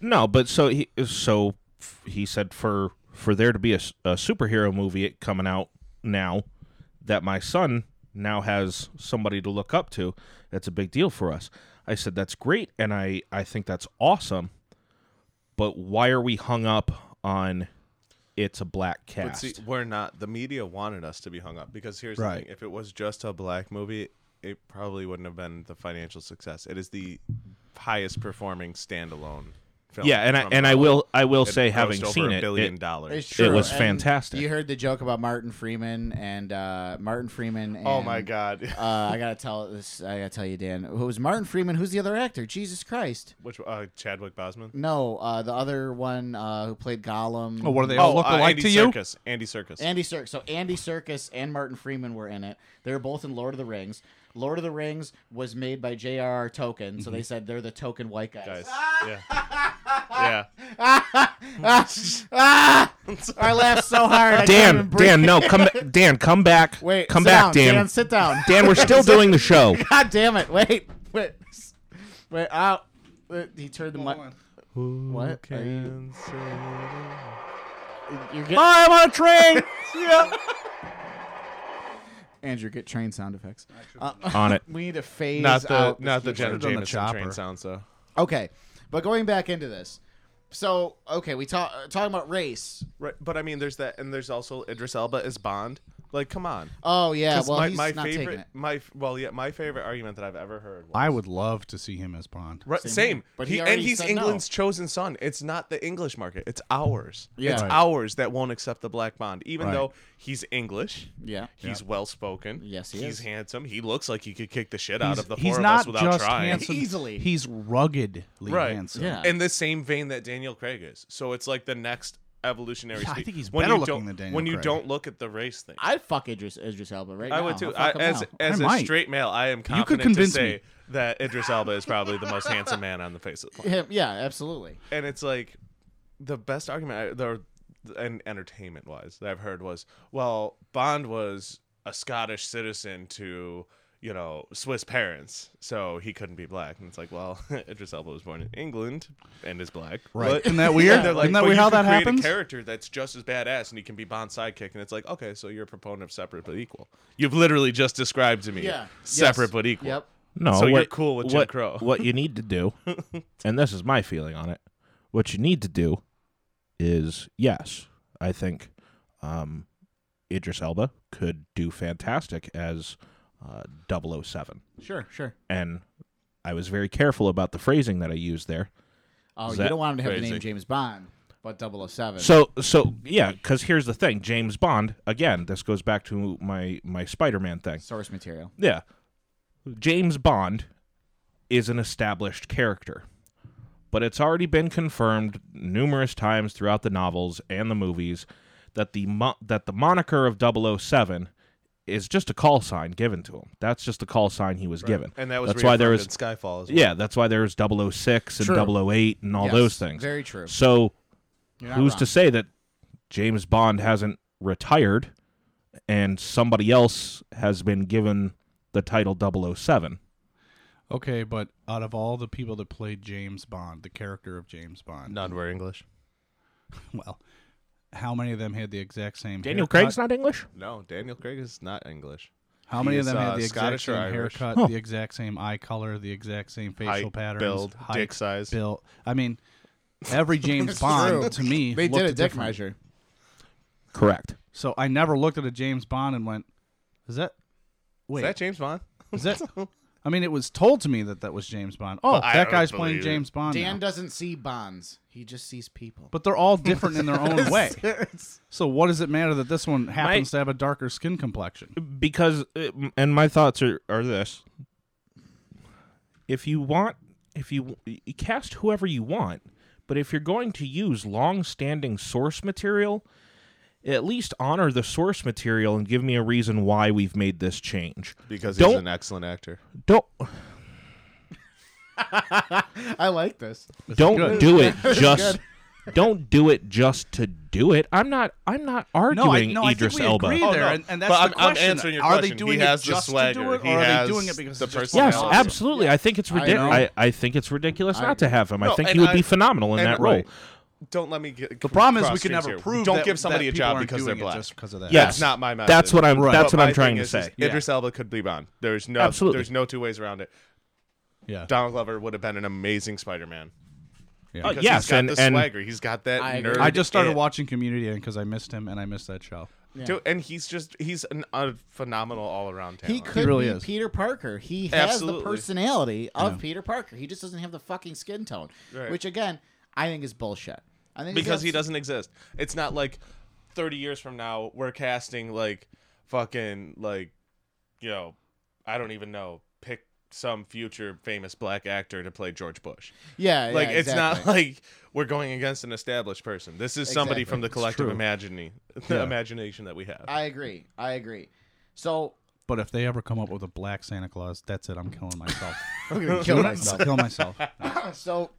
Speaker 9: no but so he so f- he said for for there to be a, s- a superhero movie it coming out now that my son now has somebody to look up to that's a big deal for us i said that's great and i i think that's awesome but why are we hung up on it's a black
Speaker 6: But
Speaker 9: cast
Speaker 6: see, we're not. The media wanted us to be hung up because here's the
Speaker 8: Right.
Speaker 6: thing: if it was just a black movie, it probably wouldn't have been the financial success. It is the highest performing standalone film.
Speaker 9: yeah and i
Speaker 6: from
Speaker 9: and i
Speaker 6: Hollywood.
Speaker 9: will i will
Speaker 6: It
Speaker 9: say having
Speaker 6: grossed over
Speaker 9: seen
Speaker 6: a
Speaker 9: it,
Speaker 6: billion
Speaker 9: it
Speaker 6: dollars.
Speaker 5: It's true.
Speaker 9: was
Speaker 5: And
Speaker 9: fantastic.
Speaker 5: You heard the joke about Martin Freeman and uh, Martin Freeman. And,
Speaker 6: Oh my god!
Speaker 5: Uh, I gotta tell this. I gotta tell you, Dan. Who's Martin Freeman? Who's the other actor? Jesus Christ!
Speaker 6: Which uh, Chadwick Boseman?
Speaker 5: No, uh, the other one uh, who played Gollum.
Speaker 8: Oh, what do they all look
Speaker 6: uh,
Speaker 8: alike
Speaker 6: Andy
Speaker 8: to you?
Speaker 6: Circus. Andy Circus.
Speaker 5: Andy Circus. So Andy Circus and Martin Freeman were in it. They were both in Lord of the Rings. Lord of the Rings was made by J.R.R. Tolkien, so they
Speaker 9: Mm-hmm.
Speaker 5: said they're the token white
Speaker 6: guys.
Speaker 5: guys.
Speaker 6: Yeah. yeah.
Speaker 5: Ah! I laughed so hard. I couldn't even
Speaker 9: dan
Speaker 5: breathe.
Speaker 9: dan no come ba- dan come back
Speaker 5: Wait,
Speaker 9: come
Speaker 5: sit
Speaker 9: back
Speaker 5: down.
Speaker 9: dan
Speaker 5: sit down.
Speaker 9: dan we're still doing the show
Speaker 5: God damn it! Wait, wait, wait. Out. He turned the mic. What? Are you, you're get-
Speaker 9: i'm on a train
Speaker 5: Andrew, get train sound effects. Uh,
Speaker 9: on it
Speaker 5: we need to phase
Speaker 6: Not the
Speaker 5: out. this
Speaker 6: not the
Speaker 5: keyboard.
Speaker 6: Jenna
Speaker 8: done the
Speaker 6: Jameson train
Speaker 8: chopper.
Speaker 6: sounds though.
Speaker 5: Okay, but going back into this. So okay, we talk uh, talking about race.
Speaker 6: Right, but I mean, there's that, and there's also Idris Elba as Bond. Like, come on.
Speaker 5: Oh yeah,
Speaker 6: 'Cause
Speaker 5: well
Speaker 6: my,
Speaker 5: he's
Speaker 6: my
Speaker 5: not
Speaker 6: favorite,
Speaker 5: taking it.
Speaker 6: my well, yeah, my favorite argument that I've ever heard. Was,
Speaker 8: I would love to see him as Bond.
Speaker 6: Right,
Speaker 5: Same
Speaker 6: same,
Speaker 5: here. But he
Speaker 6: he, and
Speaker 5: already
Speaker 6: he's
Speaker 5: said
Speaker 6: England's chosen son. It's not the English market. It's ours.
Speaker 5: Yeah.
Speaker 6: It's
Speaker 5: Right.
Speaker 6: ours that won't accept the black Bond, even
Speaker 8: Right.
Speaker 6: though he's English.
Speaker 5: Yeah.
Speaker 6: he's well spoken.
Speaker 5: Yes, he
Speaker 6: he's
Speaker 5: is.
Speaker 6: handsome. He looks like he could kick the shit out of the four
Speaker 8: he's
Speaker 6: of
Speaker 8: not
Speaker 6: us without
Speaker 8: just
Speaker 6: trying.
Speaker 8: handsome.
Speaker 5: Easily.
Speaker 8: He's ruggedly
Speaker 6: Right.
Speaker 8: handsome.
Speaker 5: Yeah.
Speaker 6: in the same vein that Daniel Craig is. So it's like the next evolutionary.
Speaker 8: Yeah, I
Speaker 6: speed.
Speaker 8: think he's
Speaker 6: when
Speaker 8: better
Speaker 6: you
Speaker 8: looking
Speaker 6: don't-
Speaker 8: than Daniel
Speaker 6: When you
Speaker 8: Craig.
Speaker 6: don't look at the race thing,
Speaker 5: I'd fuck Idris Idris Elba right
Speaker 6: I
Speaker 5: now.
Speaker 6: would too.
Speaker 5: I'll
Speaker 6: I,
Speaker 5: fuck him
Speaker 6: as
Speaker 5: now.
Speaker 6: as
Speaker 8: I
Speaker 6: a
Speaker 8: might.
Speaker 6: straight male, I am confident
Speaker 8: convince
Speaker 6: to say
Speaker 8: me.
Speaker 6: that Idris Elba is probably the most handsome man on the face of the planet.
Speaker 5: Him- yeah, absolutely.
Speaker 6: And it's like the best argument, I, the and entertainment wise, that I've heard was, well, Bond was a Scottish citizen to you know Swiss parents, so he couldn't be black. And it's like, well, Idris Elba was born in England and is black,
Speaker 8: Right.
Speaker 6: But-
Speaker 8: Isn't that weird?
Speaker 6: And they're like,
Speaker 8: Isn't that
Speaker 6: "But
Speaker 8: weird
Speaker 6: you
Speaker 8: how
Speaker 6: can
Speaker 8: that
Speaker 6: create
Speaker 8: happens?
Speaker 6: A character that's just as badass, and he can be Bond's sidekick, and it's like, okay, so you're a proponent of separate but equal. You've literally just described to me,
Speaker 5: Yeah.
Speaker 6: separate
Speaker 5: Yes.
Speaker 6: but equal.
Speaker 5: Yep.
Speaker 9: No,
Speaker 6: So
Speaker 9: what,
Speaker 6: you're cool with Jim
Speaker 9: what-
Speaker 6: Crow.
Speaker 9: What you need to do, and this is my feeling on it. What you need to do is yes, I think um, Idris Elba could do fantastic as uh, 007.
Speaker 5: Sure. Sure.
Speaker 9: and I was very careful about the phrasing that I used there.
Speaker 5: Oh,
Speaker 9: Is
Speaker 5: you
Speaker 9: that
Speaker 5: don't want him to have the name
Speaker 6: crazy?
Speaker 5: James Bond, but 007.
Speaker 9: So, so yeah, because here's the thing, James Bond. Again, this goes back to my my Spider-Man thing.
Speaker 5: source material.
Speaker 9: Yeah. James Bond is an established character, but it's already been confirmed numerous times throughout the novels and the movies that the mo- that the moniker of 007 is just a call sign given to him. That's just the call sign he was given.
Speaker 6: And that was
Speaker 9: That's why there
Speaker 6: reaffirmed
Speaker 9: was
Speaker 6: in Skyfall as well.
Speaker 9: Yeah, that's why there's 006 and
Speaker 5: True.
Speaker 9: 008 and all
Speaker 5: Yes,
Speaker 9: those things.
Speaker 5: very true.
Speaker 9: So
Speaker 5: You're not
Speaker 9: who's
Speaker 5: wrong.
Speaker 9: to say that James Bond hasn't retired and somebody else has been given the title 007.
Speaker 8: Okay, but out of all the people that played James Bond, the character of James Bond,
Speaker 6: None were English.
Speaker 8: well, how many of them had the exact same
Speaker 9: Daniel
Speaker 8: haircut?
Speaker 9: Craig's not English?
Speaker 6: No, Daniel Craig is not English.
Speaker 8: How many of
Speaker 6: He's,
Speaker 8: them
Speaker 6: uh,
Speaker 8: had the exact
Speaker 6: Scottish or
Speaker 8: same
Speaker 6: Irish.
Speaker 8: haircut, the exact same eye color, the exact same facial
Speaker 6: Height,
Speaker 8: patterns,
Speaker 6: build, dick size.
Speaker 8: build? I mean, every James Bond to me
Speaker 5: They did
Speaker 8: looked
Speaker 5: a dick
Speaker 8: different.
Speaker 5: measure.
Speaker 9: Correct.
Speaker 8: So I never looked at a James Bond and went, "Is that? Wait,
Speaker 6: Is that James Bond?
Speaker 8: is that?" I mean, it was told to me that that was James Bond. Oh,
Speaker 6: I
Speaker 8: that
Speaker 6: don't
Speaker 8: guy's playing
Speaker 6: believe it.
Speaker 8: James Bond.
Speaker 5: Dan
Speaker 8: now.
Speaker 5: doesn't see bonds; he just sees people.
Speaker 8: But they're all different in their own way. So what does it matter that this one happens to have a darker skin complexion?
Speaker 9: because uh, m- and my thoughts are are this if you want if you, you cast whoever you want but if you're going to use long-standing source material at least honor the source material and give me a reason why we've made this change
Speaker 6: Because he's
Speaker 9: don't
Speaker 6: an excellent actor.
Speaker 9: don't
Speaker 5: I like this.
Speaker 9: don't do it just don't do it just to do it i'm not i'm not
Speaker 8: No, I,
Speaker 9: arguing
Speaker 8: no, I think
Speaker 9: Idris
Speaker 8: we
Speaker 9: Elba
Speaker 8: agree there, and, and that's
Speaker 6: Oh, But I'm-
Speaker 8: the
Speaker 6: I'm
Speaker 8: question.
Speaker 6: answering your
Speaker 8: are they
Speaker 6: question.
Speaker 8: doing
Speaker 6: He
Speaker 8: it
Speaker 6: has the
Speaker 8: just to do
Speaker 6: swagger.
Speaker 8: it,
Speaker 6: He
Speaker 8: or are
Speaker 6: has
Speaker 8: they doing it because
Speaker 6: the
Speaker 8: it's just
Speaker 9: Yes,
Speaker 6: personality.
Speaker 8: personality?
Speaker 9: absolutely. I think it's ridiculous.
Speaker 5: agree.
Speaker 9: I, I think it's ridiculous not to have him. I
Speaker 6: No,
Speaker 9: think
Speaker 6: and
Speaker 9: he would
Speaker 6: I-
Speaker 9: be phenomenal in
Speaker 6: and-
Speaker 9: that role.
Speaker 6: right. Don't let me get the
Speaker 8: problem is we can never prove.
Speaker 6: Don't
Speaker 8: that-
Speaker 6: give somebody
Speaker 8: that
Speaker 6: a
Speaker 8: people
Speaker 6: job
Speaker 8: aren't
Speaker 6: because they're
Speaker 8: doing it
Speaker 6: black.
Speaker 8: just because of that.
Speaker 9: Yes.
Speaker 6: That's not my message.
Speaker 9: That's what I'm.
Speaker 6: But
Speaker 9: That's what
Speaker 6: my
Speaker 9: I'm trying
Speaker 6: thing
Speaker 9: to
Speaker 6: is,
Speaker 9: say.
Speaker 6: is Idris Elba could be Bond. There's no
Speaker 9: Absolutely.
Speaker 6: there's no two ways around it.
Speaker 8: Yeah.
Speaker 6: Donald Glover would have been an amazing Spider-Man.
Speaker 8: Uh,
Speaker 6: Because
Speaker 9: yes,
Speaker 6: he's got
Speaker 9: and-
Speaker 6: the
Speaker 9: and-
Speaker 6: swagger. He's got that
Speaker 5: I agree.
Speaker 6: nerd.
Speaker 8: I just started
Speaker 6: it.
Speaker 8: watching Community because I missed him and I missed that show.
Speaker 6: Dude, and he's just he's an, a phenomenal all-around
Speaker 5: He
Speaker 6: talent.
Speaker 5: could
Speaker 8: really
Speaker 5: be
Speaker 8: is.
Speaker 5: Peter Parker. He has
Speaker 6: Absolutely.
Speaker 5: the personality of Peter Parker. He just doesn't have the fucking skin tone,
Speaker 6: Right.
Speaker 5: which again I think is bullshit. I think it's
Speaker 6: because he
Speaker 5: abs-
Speaker 6: doesn't exist. It's not like 30 years from now we're casting like fucking like you know, I don't even know, pick some future famous black actor to play George Bush.
Speaker 5: Yeah,
Speaker 6: Like
Speaker 5: yeah,
Speaker 6: it's not
Speaker 5: exactly.
Speaker 6: like we're going against an established person. This is somebody
Speaker 5: Exactly.
Speaker 6: from the
Speaker 5: It's
Speaker 6: collective
Speaker 8: true.
Speaker 6: imagining the imagination that we have.
Speaker 5: I agree. I agree. So
Speaker 8: But if they ever come up with a black Santa Claus, that's it. I'm killing myself.
Speaker 5: I'm gonna kill myself.
Speaker 8: I'll kill myself.
Speaker 5: so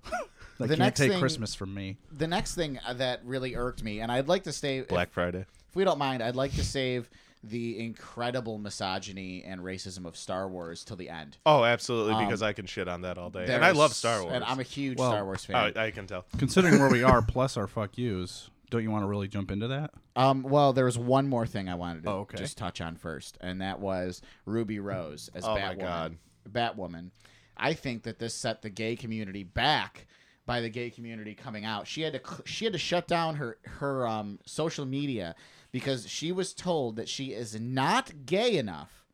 Speaker 8: They
Speaker 5: The
Speaker 8: can't
Speaker 5: next
Speaker 8: take
Speaker 5: thing-
Speaker 8: Christmas from me.
Speaker 5: the next thing that really irked me, and I'd like to stay if-
Speaker 6: Black Friday.
Speaker 5: if we don't mind, I'd like to save the incredible misogyny and racism of Star Wars till the end.
Speaker 6: Oh, absolutely because I can shit on that all day. And I
Speaker 5: Um, There's-
Speaker 6: love Star Wars.
Speaker 5: and I'm a huge
Speaker 8: Well,
Speaker 5: Star Wars fan.
Speaker 6: Oh, I can tell.
Speaker 8: Considering where we are, plus our fuck yous, don't you want to really jump into that?
Speaker 5: Um, well, there was one more thing I wanted to
Speaker 8: Oh, okay.
Speaker 5: just touch on first, and that was Ruby Rose as
Speaker 6: Oh, my
Speaker 5: Batwoman.
Speaker 6: God.
Speaker 5: Batwoman. I think that this set the gay community back by the gay community coming out. She had to cl- she had to shut down her her um, social media because she was told that she is not gay enough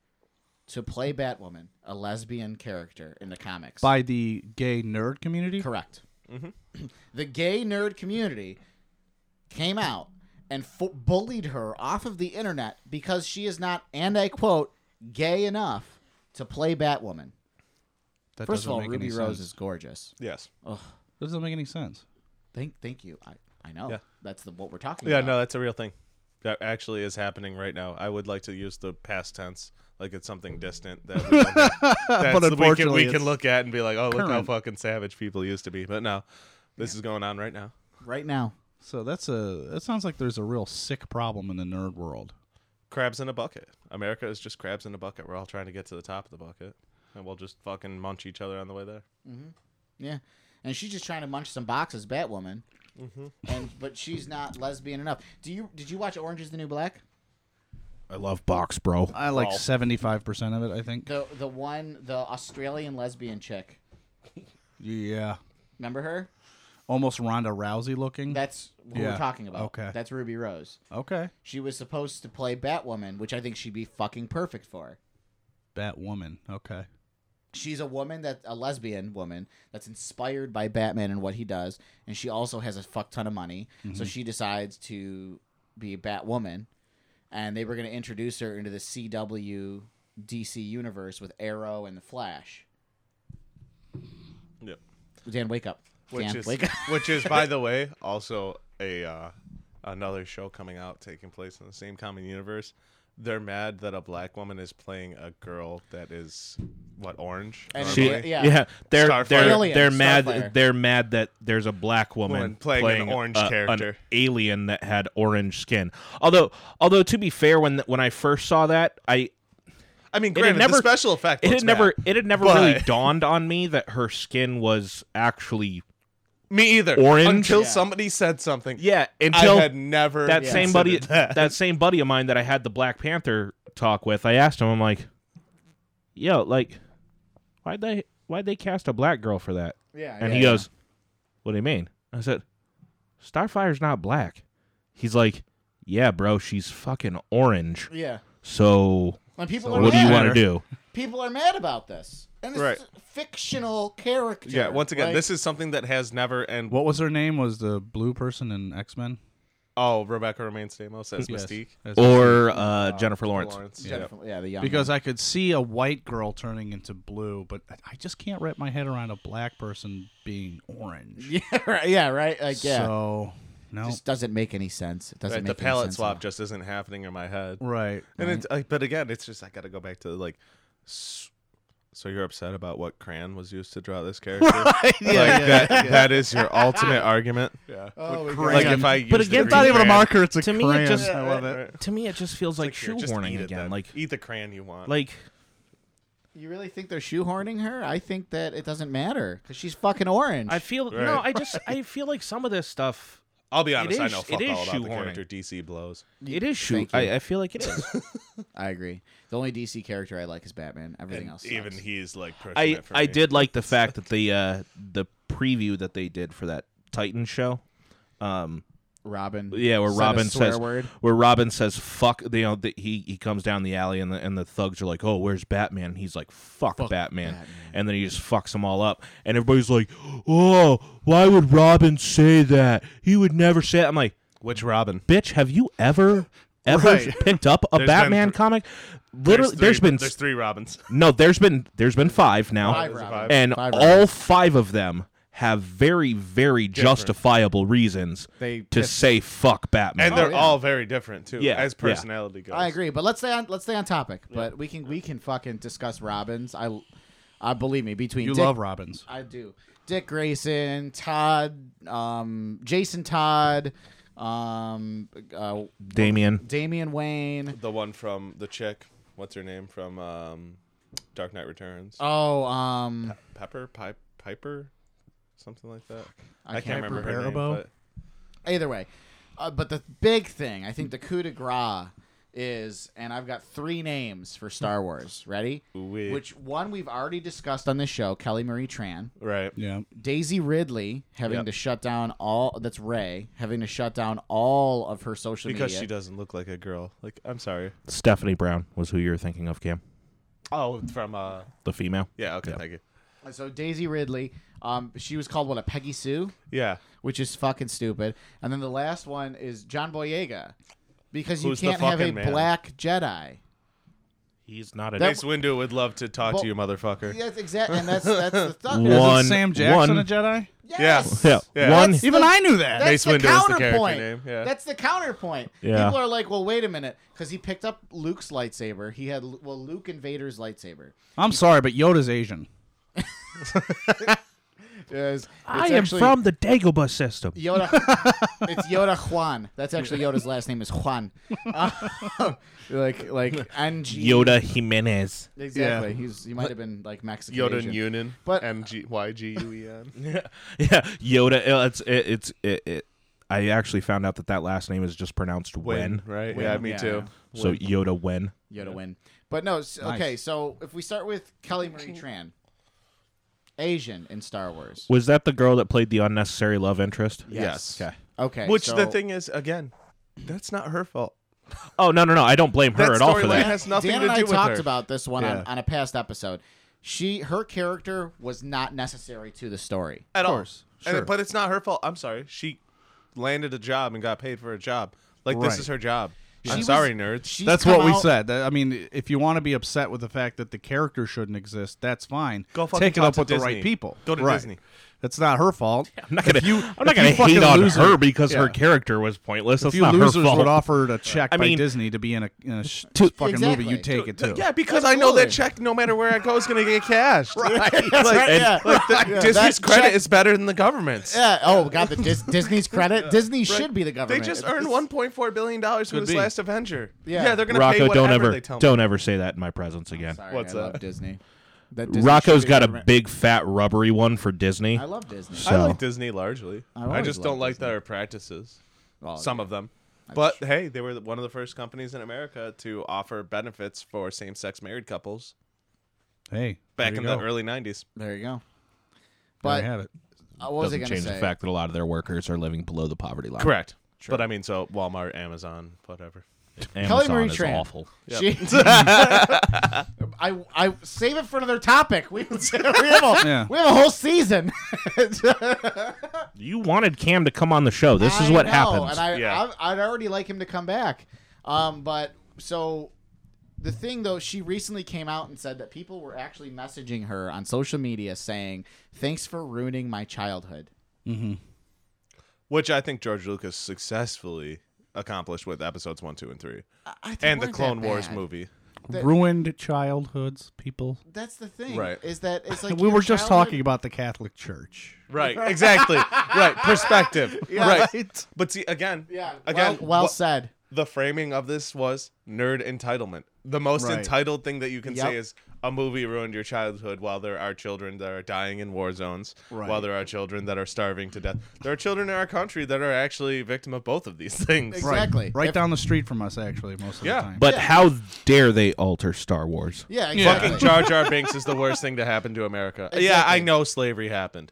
Speaker 5: to play Batwoman, a lesbian character in the comics.
Speaker 8: By the gay nerd community?
Speaker 5: Correct. Mm-hmm. the gay nerd community came out and fo- bullied her off of the internet because she is not, and I quote, gay enough to play Batwoman.
Speaker 8: That
Speaker 5: First of
Speaker 8: doesn't
Speaker 5: all,
Speaker 8: make
Speaker 5: Ruby
Speaker 8: any
Speaker 5: Rose
Speaker 8: sense.
Speaker 5: is gorgeous.
Speaker 6: Yes.
Speaker 8: That doesn't make any sense.
Speaker 5: Thank, thank you. I, I know
Speaker 6: Yeah.
Speaker 5: that's the, what we're talking
Speaker 6: Yeah, no,
Speaker 5: about.
Speaker 6: that's a real thing. That actually is happening right now. I would like to use the past tense, like it's something distant that we, don't have. That's- we can,
Speaker 8: unfortunately,
Speaker 6: we can
Speaker 8: it's
Speaker 6: look at and be like, oh, look how
Speaker 8: current.
Speaker 6: fucking savage people used to be. But no, this is going on right now.
Speaker 5: Right now,
Speaker 8: So that's a that sounds like there's a real sick problem in the nerd world.
Speaker 6: Crabs in a bucket. America is just crabs in a bucket. We're all trying to get to the top of the bucket, and we'll just fucking munch each other on the way there.
Speaker 5: yeah, and she's just trying to munch some boxes, Batwoman.
Speaker 8: Mm-hmm.
Speaker 5: And but she's not lesbian enough. Do you did you watch Orange Is the New Black?
Speaker 9: I love box, bro.
Speaker 8: I like
Speaker 6: Well.
Speaker 8: seventy five percent of it, I think.
Speaker 5: The the one the Australian lesbian chick.
Speaker 8: Yeah.
Speaker 5: Remember her?
Speaker 8: Almost Ronda Rousey looking.
Speaker 5: That's who
Speaker 8: Yeah.
Speaker 5: we're talking about.
Speaker 8: Okay.
Speaker 5: That's Ruby Rose.
Speaker 8: okay.
Speaker 5: She was supposed to play Batwoman, which I think she'd be fucking perfect for.
Speaker 8: Batwoman. Okay.
Speaker 5: She's a woman that a lesbian woman that's inspired by Batman and what he does, and she also has a fuck ton of money.
Speaker 9: Mm-hmm.
Speaker 5: So she decides to be Batwoman, and they were going to introduce her into the CW DC universe with Arrow and the Flash.
Speaker 6: Yep.
Speaker 5: Dan, wake up.
Speaker 6: Which
Speaker 5: Dan,
Speaker 6: is
Speaker 5: wake up.
Speaker 6: which is by the way also a uh, another show coming out taking place in the same common universe. they're mad that a black woman is playing a girl that is what orange.
Speaker 5: And
Speaker 9: She,
Speaker 5: Yeah,
Speaker 9: yeah,
Speaker 5: yeah.
Speaker 9: they're
Speaker 6: Starfire.
Speaker 9: they're
Speaker 5: Alien,
Speaker 9: they're mad.
Speaker 5: Starfire.
Speaker 9: They're mad that there's a black woman,
Speaker 6: Woman playing an orange
Speaker 9: a- an
Speaker 6: character.
Speaker 9: alien that had orange skin. Although, although to be fair, when when I first saw that, I
Speaker 6: I mean,
Speaker 9: it had
Speaker 6: granted,
Speaker 9: never
Speaker 6: the special effect.
Speaker 9: It
Speaker 6: looks
Speaker 9: had never
Speaker 6: bad.
Speaker 9: it had never
Speaker 6: but-
Speaker 9: really dawned on me that her skin was actually
Speaker 6: Me either.
Speaker 9: Orange?
Speaker 6: until
Speaker 9: Yeah.
Speaker 6: somebody said something.
Speaker 9: yeah
Speaker 6: I
Speaker 9: until
Speaker 6: had never
Speaker 9: that same buddy
Speaker 6: considered that.
Speaker 9: that. same buddy of mine that I had the Black Panther talk with, I asked him, I'm like, yo, like, why'd they why'd they cast a black girl for that?
Speaker 5: Yeah,
Speaker 9: And
Speaker 5: yeah,
Speaker 9: he
Speaker 5: yeah.
Speaker 9: goes, What do you mean? I said, Starfire's not black. He's like, Yeah, bro, she's fucking orange.
Speaker 5: Yeah.
Speaker 9: So
Speaker 5: And people are
Speaker 9: what do you
Speaker 5: mad.
Speaker 9: want to do?
Speaker 5: People are mad about this. And this
Speaker 6: Right.
Speaker 5: is a fictional character.
Speaker 6: Yeah, once again,
Speaker 5: Like,
Speaker 6: this is something that has never and
Speaker 8: What was her name? Was the blue person in X Men?
Speaker 6: oh, Rebecca remains Stamos as Mystique.
Speaker 9: Or uh, Jennifer Lawrence.
Speaker 6: Lawrence.
Speaker 5: yeah, definitely- yeah, the young
Speaker 8: because I could see a white girl turning into blue, but I- I just can't wrap my head around a black person being orange.
Speaker 5: Yeah, right. Yeah, right. Like, yeah.
Speaker 8: So no,
Speaker 5: just doesn't make any sense. It doesn't
Speaker 6: Right,
Speaker 5: make
Speaker 6: the
Speaker 5: any
Speaker 6: palette
Speaker 5: sense
Speaker 6: swap
Speaker 5: at all.
Speaker 6: just isn't happening in my head.
Speaker 8: right.
Speaker 6: And it's like, but again, it's just I got to go back to like. s- So you're upset about what crayon was used to draw this character? like that, that is your ultimate argument. Yeah. Like if I,
Speaker 9: Uh, But
Speaker 6: used the
Speaker 9: again,
Speaker 6: green
Speaker 9: it's not even a
Speaker 6: crayon-
Speaker 9: marker,
Speaker 8: It's a
Speaker 9: to me it just
Speaker 6: I love it.
Speaker 9: to me it just feels like,
Speaker 6: Here, just eat
Speaker 9: shoehorning
Speaker 6: it
Speaker 9: again.
Speaker 6: then.
Speaker 9: Like
Speaker 6: eat the crayon you want.
Speaker 9: like
Speaker 5: You really think they're shoehorning her? I think that it doesn't matter because she's fucking orange.
Speaker 9: I feel no, I just I feel like some of this stuff
Speaker 6: I'll be honest, I
Speaker 9: is-
Speaker 6: know
Speaker 9: it
Speaker 6: fuck
Speaker 9: is
Speaker 6: all about the
Speaker 9: shoehorning.
Speaker 6: character. DC blows.
Speaker 9: it is shoot.
Speaker 5: Thank you.
Speaker 9: I, I feel like it is.
Speaker 5: I agree. The only DC character I like is Batman. Everything
Speaker 6: And
Speaker 5: else, sucks.
Speaker 6: even he's like pushing
Speaker 9: I
Speaker 6: it for
Speaker 9: I
Speaker 6: me.
Speaker 9: did like the fact that the uh the preview that they did for that Titan show. Um
Speaker 5: Robin.
Speaker 9: yeah, where
Speaker 5: said a
Speaker 9: Robin
Speaker 5: swear
Speaker 9: says
Speaker 5: word.
Speaker 9: where Robin says fuck, you know, that he he comes down the alley and the and the thugs are like, "Oh, where's Batman?" He's like, "Fuck, Batman." And then he just fucks them all up and everybody's like, "Oh, why would Robin say that? He would never say that." I'm like,
Speaker 6: Which Robin?
Speaker 9: bitch, have you ever ever picked up
Speaker 6: There's
Speaker 9: a
Speaker 6: been
Speaker 9: Batman
Speaker 6: thr-
Speaker 9: comic? Literally,
Speaker 6: there's
Speaker 9: there's
Speaker 6: three,
Speaker 9: been
Speaker 6: there's three Robins.
Speaker 9: no, there's been there's been five now,
Speaker 5: Five Robin.
Speaker 9: and
Speaker 5: Five
Speaker 9: all five of them have very very justifiable reasons
Speaker 5: They
Speaker 9: to
Speaker 5: just-
Speaker 9: say fuck Batman.
Speaker 6: and they're
Speaker 5: Oh, yeah.
Speaker 6: all very different too.
Speaker 9: Oh, Yeah,
Speaker 6: as
Speaker 9: yeah.
Speaker 6: personality goes.
Speaker 5: I agree, but let's stay on let's stay on topic. But we can we can fucking discuss Robins. I, I believe me between
Speaker 8: You
Speaker 5: Dick-
Speaker 8: love Robbins.
Speaker 5: I do. Dick Grayson, Todd, um, Jason Todd, um, uh,
Speaker 9: Damien.
Speaker 5: Damian Wayne.
Speaker 6: The one from the chick, what's her name from um, Dark Knight Returns?
Speaker 5: Oh, um,
Speaker 6: Pepper, Pi- Piper, something like that. I,
Speaker 5: can't-
Speaker 6: can't remember her name.
Speaker 8: Barabo?
Speaker 6: But
Speaker 5: either way. Uh, but the big thing, I think the coup de grace is, and I've got three names for Star Wars. Ready?
Speaker 6: Ooh-wee.
Speaker 5: Which one we've already discussed on this show, Kelly Marie Tran.
Speaker 6: right,
Speaker 8: Yeah.
Speaker 5: Daisy Ridley having
Speaker 6: Yep.
Speaker 5: to shut down all, that's Ray, having to shut down all of her social
Speaker 6: because
Speaker 5: media.
Speaker 6: she doesn't look like a girl. Like I'm sorry.
Speaker 9: Stephanie Brown was who you were thinking of, Cam,
Speaker 6: Oh, from uh,
Speaker 9: the female.
Speaker 6: yeah. Okay, thank you.
Speaker 5: So Daisy Ridley, um, she was called, what, a Peggy Sue?
Speaker 6: Yeah,
Speaker 5: which is fucking stupid. And then the last one is John Boyega, because you
Speaker 6: Who's the
Speaker 5: can't have a
Speaker 6: fucking man?
Speaker 5: black Jedi.
Speaker 9: He's not a
Speaker 5: That-
Speaker 6: Mace Windu would love to talk
Speaker 5: Well-
Speaker 6: to you, motherfucker.
Speaker 5: That's exactly, and that's that's the thought.
Speaker 9: Wha- One-
Speaker 8: Is Sam Jackson
Speaker 9: one-
Speaker 8: a Jedi?
Speaker 5: Yes.
Speaker 9: yeah,
Speaker 6: Yeah.
Speaker 9: one.
Speaker 5: That's
Speaker 8: Even
Speaker 5: the-
Speaker 8: I knew that.
Speaker 5: That's
Speaker 6: Mace
Speaker 5: the
Speaker 6: Windu is the character
Speaker 5: counterpoint.
Speaker 6: name, yeah.
Speaker 5: That's the counterpoint.
Speaker 9: Yeah.
Speaker 5: People are like, well, wait a minute, because he picked up Luke's lightsaber. He had well, Luke and Vader's lightsaber.
Speaker 8: I'm sorry, but Yoda's Asian.
Speaker 5: It's- it's
Speaker 9: I am
Speaker 5: actually-
Speaker 9: from the Dagobah system.
Speaker 5: Yoda. it's Yoda Juan. That's actually Yoda's last name is Juan. Uh, like like NG.
Speaker 9: Yoda Jimenez.
Speaker 5: Exactly. He's he might have been like Mexican.
Speaker 6: Yoda
Speaker 5: Asian.
Speaker 6: Nguyen,
Speaker 5: But-
Speaker 6: M G Y G U E N.
Speaker 9: Yeah, Yoda. uh, It's it, it's it, it. I actually found out that that last name is just pronounced when.
Speaker 6: right? Yeah, me
Speaker 5: Yeah.
Speaker 6: too.
Speaker 9: So Yoda when.
Speaker 5: Yoda win. But no, s okay. So if we start with Kelly Marie Tran, Asian in Star Wars.
Speaker 9: Was that the girl that played the unnecessary love interest?
Speaker 6: Yes.
Speaker 9: Okay.
Speaker 5: Okay.
Speaker 6: Which
Speaker 5: so
Speaker 6: the thing is, again, that's not her fault.
Speaker 9: Oh no no no! I don't blame her
Speaker 6: That
Speaker 9: at all for
Speaker 6: storyline
Speaker 9: that.
Speaker 6: has nothing
Speaker 5: Dan
Speaker 6: to
Speaker 5: and I
Speaker 6: do with
Speaker 5: talked
Speaker 6: her.
Speaker 5: about this one on,
Speaker 6: Yeah.
Speaker 5: on a past episode. She her character was not necessary to the story.
Speaker 6: at all. And-
Speaker 8: Sure.
Speaker 6: but it's not her fault. I'm sorry. She landed a job and got paid for a job. Like this
Speaker 8: Right.
Speaker 6: is her job. I'm
Speaker 5: was-
Speaker 6: sorry, nerds.
Speaker 5: She's
Speaker 8: That's
Speaker 5: come
Speaker 8: what we
Speaker 5: out-
Speaker 8: said. That- I mean, if you want to be upset with the fact that the character shouldn't exist, that's fine.
Speaker 6: Go fucking
Speaker 8: Take it
Speaker 6: talk
Speaker 8: up
Speaker 6: to
Speaker 8: with the
Speaker 6: Disney.
Speaker 8: right people.
Speaker 6: Go to
Speaker 8: Right.
Speaker 6: Disney.
Speaker 8: It's not her fault.
Speaker 9: I'm not gonna.
Speaker 8: If you,
Speaker 9: I'm not
Speaker 8: if you
Speaker 9: gonna
Speaker 8: fucking
Speaker 9: hate on
Speaker 8: loser-
Speaker 9: her because her
Speaker 8: Yeah.
Speaker 9: character was pointless.
Speaker 8: If
Speaker 9: That's
Speaker 8: you
Speaker 9: not
Speaker 8: losers
Speaker 9: her fault.
Speaker 8: would offer a check
Speaker 9: I
Speaker 8: by
Speaker 9: mean-
Speaker 8: Disney to be in a, in a sh- fucking
Speaker 5: Exactly.
Speaker 8: movie, you take it too.
Speaker 6: Yeah, because I know that
Speaker 5: Absolutely.
Speaker 6: check, no matter where I go, is going to get cashed. right. Like,
Speaker 5: right,
Speaker 6: and-
Speaker 5: yeah.
Speaker 6: like the, Disney's
Speaker 5: That
Speaker 6: credit
Speaker 5: check-
Speaker 6: is better than the government's.
Speaker 5: Yeah. Oh God, the Dis- Disney's credit. Disney should be the
Speaker 6: They
Speaker 5: government.
Speaker 6: just
Speaker 5: It's-
Speaker 6: earned
Speaker 5: it's-
Speaker 6: one point four billion dollars for
Speaker 8: Could
Speaker 6: this
Speaker 8: be.
Speaker 6: last Avenger.
Speaker 5: Yeah.
Speaker 6: they're gonna pay
Speaker 9: Rocco,
Speaker 6: whatever
Speaker 9: don't ever,
Speaker 6: they tell me.
Speaker 9: don't ever say that in my presence again.
Speaker 5: Sorry,
Speaker 6: What's
Speaker 5: I love
Speaker 6: that?
Speaker 5: Disney. That Disney
Speaker 9: Rocco's
Speaker 5: should be
Speaker 9: got a
Speaker 5: government.
Speaker 9: big fat rubbery one for Disney.
Speaker 5: I love Disney.
Speaker 9: So-
Speaker 6: I like Disney largely.
Speaker 5: I've
Speaker 6: I
Speaker 5: always
Speaker 6: just don't
Speaker 5: liked
Speaker 6: like
Speaker 5: Disney.
Speaker 6: their practices.
Speaker 5: Well,
Speaker 6: Some of them. But hey, they were one of the first companies in America to offer benefits for same-sex married couples
Speaker 8: Hey,
Speaker 6: back
Speaker 8: there
Speaker 6: in
Speaker 8: you
Speaker 6: the
Speaker 8: go.
Speaker 6: early '90s.
Speaker 5: There you go.
Speaker 8: There
Speaker 5: But
Speaker 8: you have it.
Speaker 5: uh, what was I
Speaker 9: Doesn't
Speaker 5: gonna
Speaker 9: change
Speaker 5: say?
Speaker 9: the fact that a lot of their workers are living below the poverty line.
Speaker 6: Correct. But I mean, so Walmart, Amazon, whatever.
Speaker 5: Kelly
Speaker 9: Amazon
Speaker 5: Marie
Speaker 9: is
Speaker 5: Tran.
Speaker 9: awful.
Speaker 5: She, I, I save it for another topic. We, we, have, a,
Speaker 8: Yeah.
Speaker 5: we have a whole season.
Speaker 9: You wanted Cam to come on the show. This is
Speaker 5: I
Speaker 9: what
Speaker 5: know,
Speaker 9: happens.
Speaker 5: And I,
Speaker 6: Yeah.
Speaker 5: I, I'd already like him to come back. Um, but so the thing though, she recently came out and said that people were actually messaging her on social media saying, "Thanks for ruining my childhood."
Speaker 6: Which I think George Lucas successfully accomplished with episodes one, two, and three,
Speaker 5: I- I think
Speaker 6: and the
Speaker 5: weren't
Speaker 6: Clone
Speaker 5: that
Speaker 6: Wars
Speaker 5: bad.
Speaker 6: movie.
Speaker 5: That-
Speaker 8: Ruined childhoods, people.
Speaker 5: That's the thing,
Speaker 6: Right.
Speaker 5: Is that it's like
Speaker 8: we
Speaker 5: your
Speaker 8: were just
Speaker 5: childhood-
Speaker 8: talking about the Catholic Church.
Speaker 6: Right. Exactly. right. Perspective. right.
Speaker 8: right?
Speaker 6: But see, again,
Speaker 5: Yeah.
Speaker 6: again,
Speaker 5: well, well
Speaker 6: wha-
Speaker 5: said.
Speaker 6: the framing of this was nerd entitlement. The most
Speaker 8: Right.
Speaker 6: entitled thing that you can say
Speaker 5: Yep.
Speaker 6: is a movie ruined your childhood while there are children that are dying in war zones, while there are children that are starving to death. There are children in our country that are actually victim of both of these things.
Speaker 5: Right. Exactly.
Speaker 8: Right
Speaker 5: If-
Speaker 8: down the street from us, actually, most of
Speaker 6: Yeah.
Speaker 8: the time.
Speaker 9: but how dare they alter Star Wars?
Speaker 5: Yeah, exactly.
Speaker 6: Fucking Jar Jar Binks is the worst thing to happen to America. Yeah, I
Speaker 5: Exactly. Uh,
Speaker 6: know slavery happened.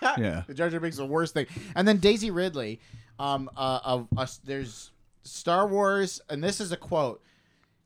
Speaker 8: yeah.
Speaker 5: The Jar Jar Binks is the worst thing. And then Daisy Ridley, um, uh, of us, there's Star Wars, and this is a quote: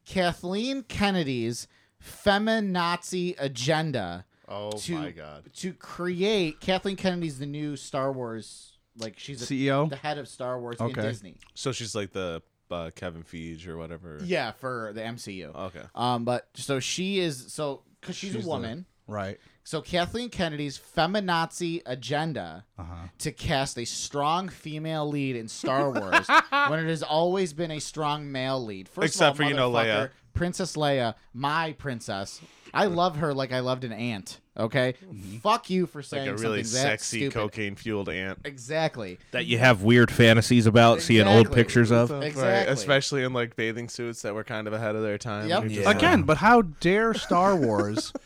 Speaker 5: Kathleen Kennedy's feminazi agenda
Speaker 6: Oh
Speaker 5: to
Speaker 6: my god.
Speaker 5: to create Kathleen Kennedy's the new Star Wars, like she's a,
Speaker 8: CEO?
Speaker 5: the head of Star Wars
Speaker 8: Okay.
Speaker 5: in Disney.
Speaker 6: So she's like the uh, Kevin Feige or whatever.
Speaker 5: Yeah, for the MCU.
Speaker 6: Okay.
Speaker 5: Um, but so she is so because she's,
Speaker 8: She's
Speaker 5: a
Speaker 8: the-
Speaker 5: woman.
Speaker 8: Right.
Speaker 5: So Kathleen Kennedy's feminazi agenda
Speaker 6: Uh-huh.
Speaker 5: to cast a strong female lead in Star Wars when it has always been a strong male lead. First
Speaker 6: Except
Speaker 5: of
Speaker 6: for,
Speaker 5: all,
Speaker 6: you know,
Speaker 5: motherfucker,
Speaker 6: Leia.
Speaker 5: Princess Leia, my princess. I love her like I loved an aunt. Okay, fuck you for saying
Speaker 6: Mm-hmm. Like a really
Speaker 5: something that
Speaker 6: sexy
Speaker 5: stupid.
Speaker 6: cocaine fueled ant.
Speaker 5: Exactly.
Speaker 9: That you have weird fantasies about, seeing old
Speaker 5: Exactly.
Speaker 9: pictures of.
Speaker 6: Right,
Speaker 5: Exactly.
Speaker 6: especially in like bathing suits that were kind of ahead of their time.
Speaker 5: Yep.
Speaker 6: You're just like,
Speaker 8: Again, but how dare Star Wars?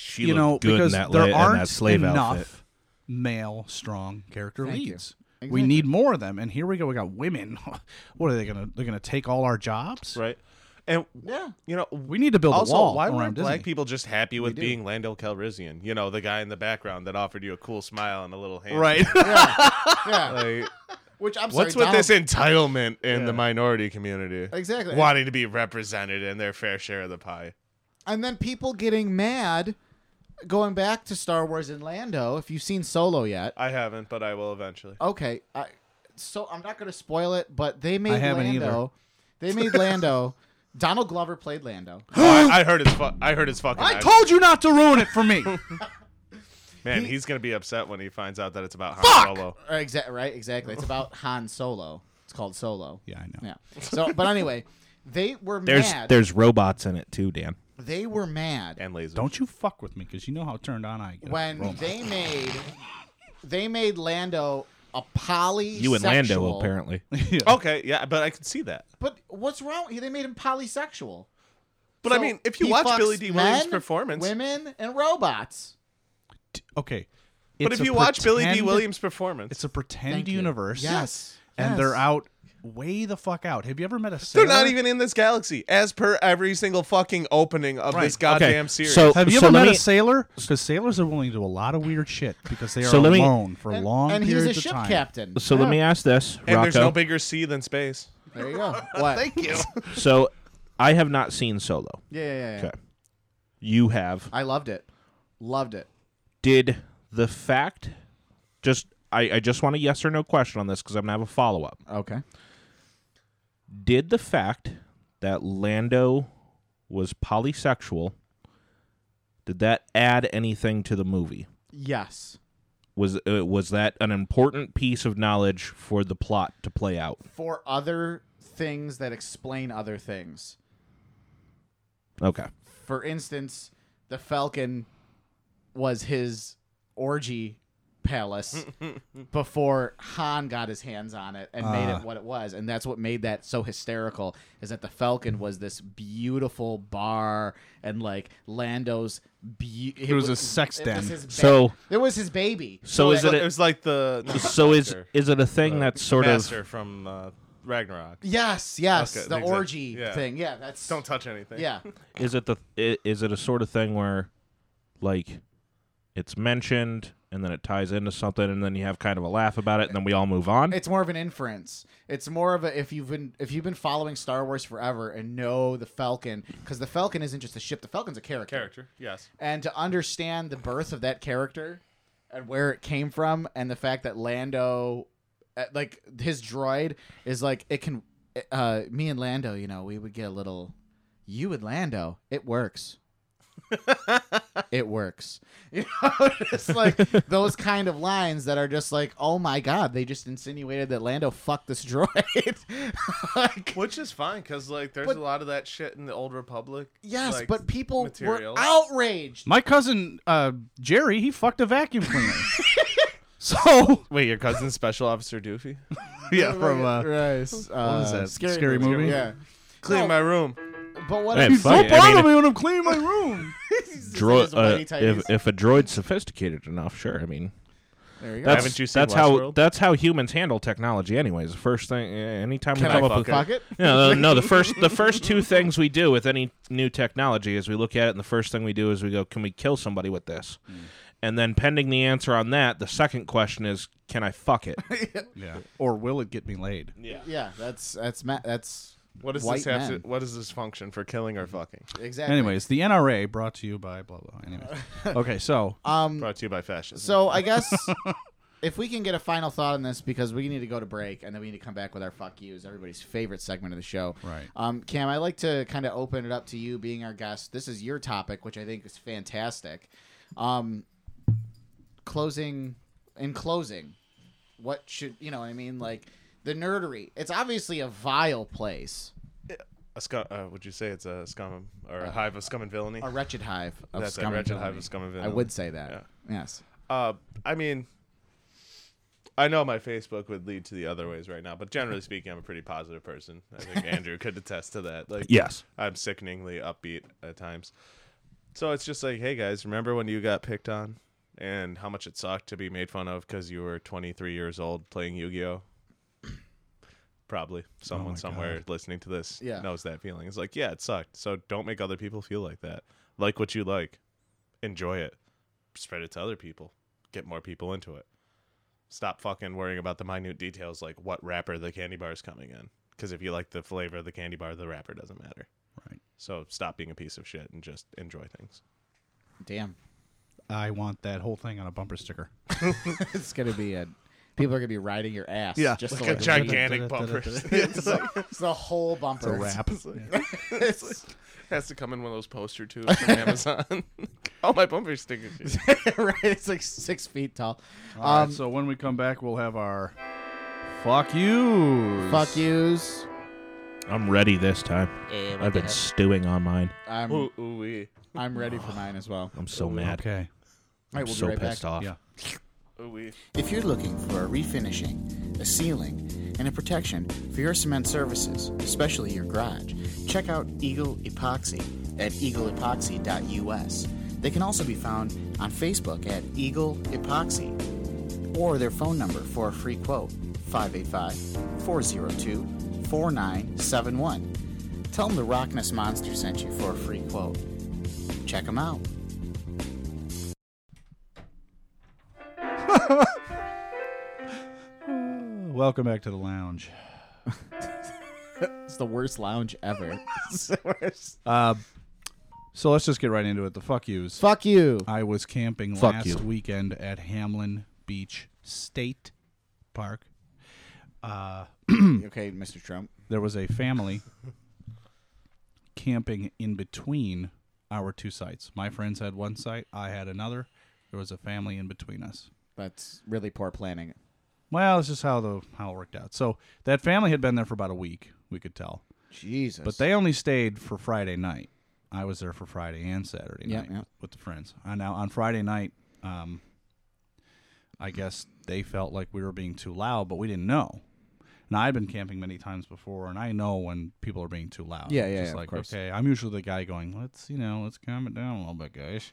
Speaker 9: She
Speaker 8: you know,
Speaker 9: looked good
Speaker 8: because
Speaker 9: in that, la-
Speaker 8: there
Speaker 9: in
Speaker 8: aren't
Speaker 9: that slave
Speaker 8: enough
Speaker 9: outfit.
Speaker 8: male strong character
Speaker 5: Thank you.
Speaker 8: leads.
Speaker 5: Exactly.
Speaker 8: We need more of them, and here we go. We got women. What are they gonna? They're gonna take all our jobs.
Speaker 6: right? And
Speaker 5: Yeah.
Speaker 6: you know,
Speaker 8: We need to build
Speaker 6: also
Speaker 8: a wall
Speaker 6: why
Speaker 8: around
Speaker 6: weren't black
Speaker 8: Disney.
Speaker 6: people just happy with being Lando Calrissian? You know, the guy in the background that offered you a cool smile and a little hand.
Speaker 8: Right.
Speaker 5: Yeah.
Speaker 6: Like,
Speaker 5: Which I'm
Speaker 6: what's
Speaker 5: sorry.
Speaker 6: with this entitlement in the minority community?
Speaker 5: Exactly.
Speaker 6: Wanting to be represented in their fair share of the pie.
Speaker 5: and then people getting mad. Going back to Star Wars and Lando, if you've seen Solo yet,
Speaker 6: I haven't, but I will eventually.
Speaker 5: okay. I, so I'm not going to spoil it, but they made
Speaker 8: I haven't
Speaker 5: Lando. They made Lando. Donald Glover played Lando.
Speaker 6: Oh, I, I heard his fu- I heard his fucking.
Speaker 8: I
Speaker 6: act-
Speaker 8: told you not to ruin it for me.
Speaker 6: man, he's gonna be upset when he finds out that it's about Han Solo.
Speaker 5: Or exa- right, exactly. It's about Han Solo. It's called Solo.
Speaker 8: yeah, I know.
Speaker 5: Yeah. So, but anyway, they were
Speaker 9: There's
Speaker 5: mad.
Speaker 9: there's robots in it too, Dan.
Speaker 5: they were mad
Speaker 6: And lasers.
Speaker 8: Don't you fuck with me, because you know how turned on I get.
Speaker 5: when
Speaker 8: Roll my-
Speaker 5: they made they made Lando a polysexual.
Speaker 9: You and Lando apparently.
Speaker 6: Okay, yeah, but I can see that.
Speaker 5: But what's wrong? They made him polysexual.
Speaker 6: But I
Speaker 5: So
Speaker 6: mean, if you
Speaker 5: he
Speaker 6: watch
Speaker 5: fucks
Speaker 6: Billy D. Williams'
Speaker 5: men,
Speaker 6: performance,
Speaker 5: women, and robots.
Speaker 8: okay.
Speaker 6: but if
Speaker 8: It's a
Speaker 6: you watch Billy D.
Speaker 8: pretend-
Speaker 6: Williams' performance,
Speaker 8: it's a pretend
Speaker 5: Thank you.
Speaker 8: universe.
Speaker 5: Yes.
Speaker 8: And
Speaker 5: Yes.
Speaker 8: they're out way the fuck out. Have you ever met a? Sailor?
Speaker 6: they're not even in this galaxy, as per every single fucking opening of this goddamn series.
Speaker 9: So
Speaker 8: Have you
Speaker 9: so
Speaker 8: ever
Speaker 9: let
Speaker 8: met
Speaker 9: me,
Speaker 8: a sailor? Because sailors are willing to do a lot of weird shit because they are
Speaker 9: So let me-
Speaker 8: alone for
Speaker 5: And,
Speaker 8: long
Speaker 5: and he's
Speaker 8: periods
Speaker 5: a ship
Speaker 8: of time.
Speaker 5: captain.
Speaker 9: So let me ask this,
Speaker 6: and there's no
Speaker 9: Rocco.
Speaker 6: bigger sea than space.
Speaker 5: There you go. What? Thank you.
Speaker 9: so I have not seen Solo.
Speaker 5: Yeah, yeah, yeah. yeah.
Speaker 9: Okay. You have.
Speaker 5: I loved it. Loved it.
Speaker 9: Did the fact just I, I just want a yes or no question on this because I'm gonna have a follow up.
Speaker 5: Okay.
Speaker 9: Did the fact that Lando was polysexual did that add anything to the movie?
Speaker 5: Yes.
Speaker 9: Was uh, was that an important piece of knowledge for the plot to play out?
Speaker 5: For other things that explain other things.
Speaker 9: Okay.
Speaker 5: For instance, the Falcon was his orgy palace before Han got his hands on it and made
Speaker 8: Ah.
Speaker 5: it what it was. And that's what made that so hysterical is that the Falcon was this beautiful bar and like Lando's. Be- it,
Speaker 8: was a sex
Speaker 5: it was
Speaker 8: den.
Speaker 5: his ba-
Speaker 9: So-
Speaker 5: it was his baby.
Speaker 9: So is
Speaker 6: it,
Speaker 9: it
Speaker 6: it
Speaker 9: a,
Speaker 6: was like the not
Speaker 9: so is
Speaker 6: master,
Speaker 9: is it a thing
Speaker 6: the
Speaker 9: that's sort
Speaker 6: master
Speaker 9: of
Speaker 6: from uh, Ragnarok.
Speaker 5: Yes, yes,
Speaker 6: Okay,
Speaker 5: the
Speaker 6: exactly.
Speaker 5: orgy
Speaker 6: Yeah.
Speaker 5: thing. Yeah, that's
Speaker 6: Don't touch anything.
Speaker 5: yeah.
Speaker 9: is it the i- is it a sort of thing where like it's mentioned and then it ties into something and then you have kind of a laugh about it and then we all move on?
Speaker 5: It's more of an inference. It's more of a if you've been if you've been following Star Wars forever and know the Falcon because the Falcon isn't just a ship. The Falcon's a character.
Speaker 6: Character. Yes.
Speaker 5: And to understand the birth of that character and where it came from and the fact that Lando, uh, like his droid, is like it can. Uh, me and Lando, you know, we would get a little. You and Lando, it works. it works. You know, it's like those kind of lines that are just like, oh my god, they just insinuated that Lando fucked this droid. like,
Speaker 6: Which is fine because like there's
Speaker 5: But-
Speaker 6: a lot of that shit in the Old Republic.
Speaker 5: yes,
Speaker 6: like,
Speaker 5: but people
Speaker 6: material.
Speaker 5: were outraged.
Speaker 8: My cousin uh, Jerry, he fucked a vacuum cleaner. so
Speaker 6: Wait, your cousin Special Officer Doofy?
Speaker 8: yeah, from uh,
Speaker 5: Rice, uh,
Speaker 8: was that? Scary Movie?
Speaker 5: Yeah.
Speaker 6: Clean my room.
Speaker 5: But what
Speaker 9: Man,
Speaker 5: I'm
Speaker 9: fuck it. I mean,
Speaker 8: when I'm cleaning my room.
Speaker 9: droid,
Speaker 5: This is a whitey
Speaker 9: uh,
Speaker 5: tighties.
Speaker 9: if, if a droid's sophisticated enough, sure. I mean,
Speaker 5: There you go.
Speaker 9: that's,
Speaker 6: Haven't you seen
Speaker 9: that's how
Speaker 6: Westworld?
Speaker 9: that's how humans handle technology. Anyways, the first thing, eh, anytime we
Speaker 5: Can
Speaker 9: come
Speaker 5: I
Speaker 9: up with,
Speaker 5: fuck, fuck it?
Speaker 9: no, no, no, the first the first two things we do with any new technology is we look at it, and the first thing we do is we go, can we kill somebody with this?
Speaker 5: Mm.
Speaker 9: And then, pending the answer on that, the second question is, can I fuck it?
Speaker 8: yeah. Or will it get me laid?
Speaker 5: Yeah, that's that's ma- that's
Speaker 6: What does
Speaker 5: white
Speaker 6: this have
Speaker 5: men.
Speaker 6: to? What is this function for killing or fucking?
Speaker 5: exactly.
Speaker 8: Anyways, the NRA brought to you by blah blah. Anyways, okay, so
Speaker 5: um,
Speaker 6: Brought to you by fascism.
Speaker 5: so I guess if we can get a final thought on this because we need to go to break and then we need to come back with our fuck yous, everybody's favorite segment of the show.
Speaker 8: Right.
Speaker 5: Um, Cam, I like to kind of open it up to you being our guest. This is your topic, which I think is fantastic. Um, closing in closing, what should you know? What I mean, like the nerdery. It's obviously a vile place.
Speaker 6: a scum, uh, would you say it's a scum or a hive of scum and villainy?
Speaker 5: a wretched hive of
Speaker 6: That's a
Speaker 5: scum and
Speaker 6: wretched
Speaker 5: villainy.
Speaker 6: hive of scum and
Speaker 5: I
Speaker 6: villainy.
Speaker 5: would say that. Yes.
Speaker 6: Uh, I mean, I know my Facebook would lead to the other ways right now, but generally speaking, I'm a pretty positive person. I think Andrew could attest to that. Like,
Speaker 9: Yes.
Speaker 6: I'm sickeningly upbeat at times. So it's just like, hey guys, remember when you got picked on and how much it sucked to be made fun of because you were 23 years old playing Yu-Gi-Oh. Probably someone somewhere listening to this
Speaker 5: Yeah.
Speaker 6: knows that feeling. It's like, yeah, it sucked. So don't make other people feel like that. Like what you like, enjoy it, spread it to other people, get more people into it. Stop fucking worrying about the minute details like what wrapper the candy bar is coming in. Because if you like the flavor of the candy bar, the wrapper doesn't matter.
Speaker 8: Right.
Speaker 6: So stop being a piece of shit and just enjoy things.
Speaker 5: Damn.
Speaker 8: I want that whole thing on a bumper sticker.
Speaker 5: It's gonna be a. People are gonna be riding your ass.
Speaker 8: Yeah.
Speaker 5: Just
Speaker 6: Like a
Speaker 5: to like,
Speaker 6: gigantic bumper.
Speaker 5: it's, like- it's the whole bumper. It's-
Speaker 6: Has to come in one of those poster tubes from Amazon. oh, my bumper sticker.
Speaker 5: right. It's like six feet tall.
Speaker 8: All
Speaker 5: Um,
Speaker 8: right, so when we come back, we'll have our fuck you.
Speaker 5: Fuck yous.
Speaker 9: I'm ready this time. I've been stewing on mine.
Speaker 5: I'm
Speaker 6: Ooh, ooh, wee.
Speaker 5: I'm ready for mine as well. All
Speaker 9: I'm so mad.
Speaker 8: Okay.
Speaker 5: right,
Speaker 9: I'm
Speaker 5: we'll
Speaker 9: so
Speaker 5: be right back.
Speaker 9: pissed off.
Speaker 8: Yeah.
Speaker 6: Ooh, wee.
Speaker 5: If you're looking for a refinishing, a sealing, and a protection for your cement services, especially your garage, check out Eagle Epoxy at eagleepoxy.us. They can also be found on Facebook at Eagle Epoxy or their phone number for a free quote 585 402 4971. Tell them the Rockness Monster sent you for a free quote. Check them out.
Speaker 8: Welcome back to the lounge.
Speaker 5: It's the worst lounge ever.
Speaker 8: Uh, so let's just get right into it. The fuck yous.
Speaker 5: Fuck you.
Speaker 8: I was camping
Speaker 9: Fuck
Speaker 8: last
Speaker 9: you.
Speaker 8: weekend at Hamlin Beach State Park. Uh,
Speaker 5: Okay, Mr. Trump.
Speaker 8: there was a family camping in between our two sites. My friends had one site, I had another. There was a family in between us.
Speaker 5: That's really poor planning.
Speaker 8: Well, it's just how the how it worked out. So that family had been there for about a week. We could tell,
Speaker 5: Jesus.
Speaker 8: but they only stayed for Friday night. I was there for Friday and Saturday
Speaker 5: Yeah,
Speaker 8: night
Speaker 5: yeah.
Speaker 8: with the friends. And now on Friday night, um, I guess they felt like we were being too loud, but we didn't know. Now I've been camping many times before, and I know when people are being too loud.
Speaker 5: Yeah,
Speaker 8: It's
Speaker 5: yeah,
Speaker 8: Just
Speaker 5: yeah, of
Speaker 8: like
Speaker 5: course.
Speaker 8: okay, I'm usually the guy going, let's you know, let's calm it down a little bit, guys.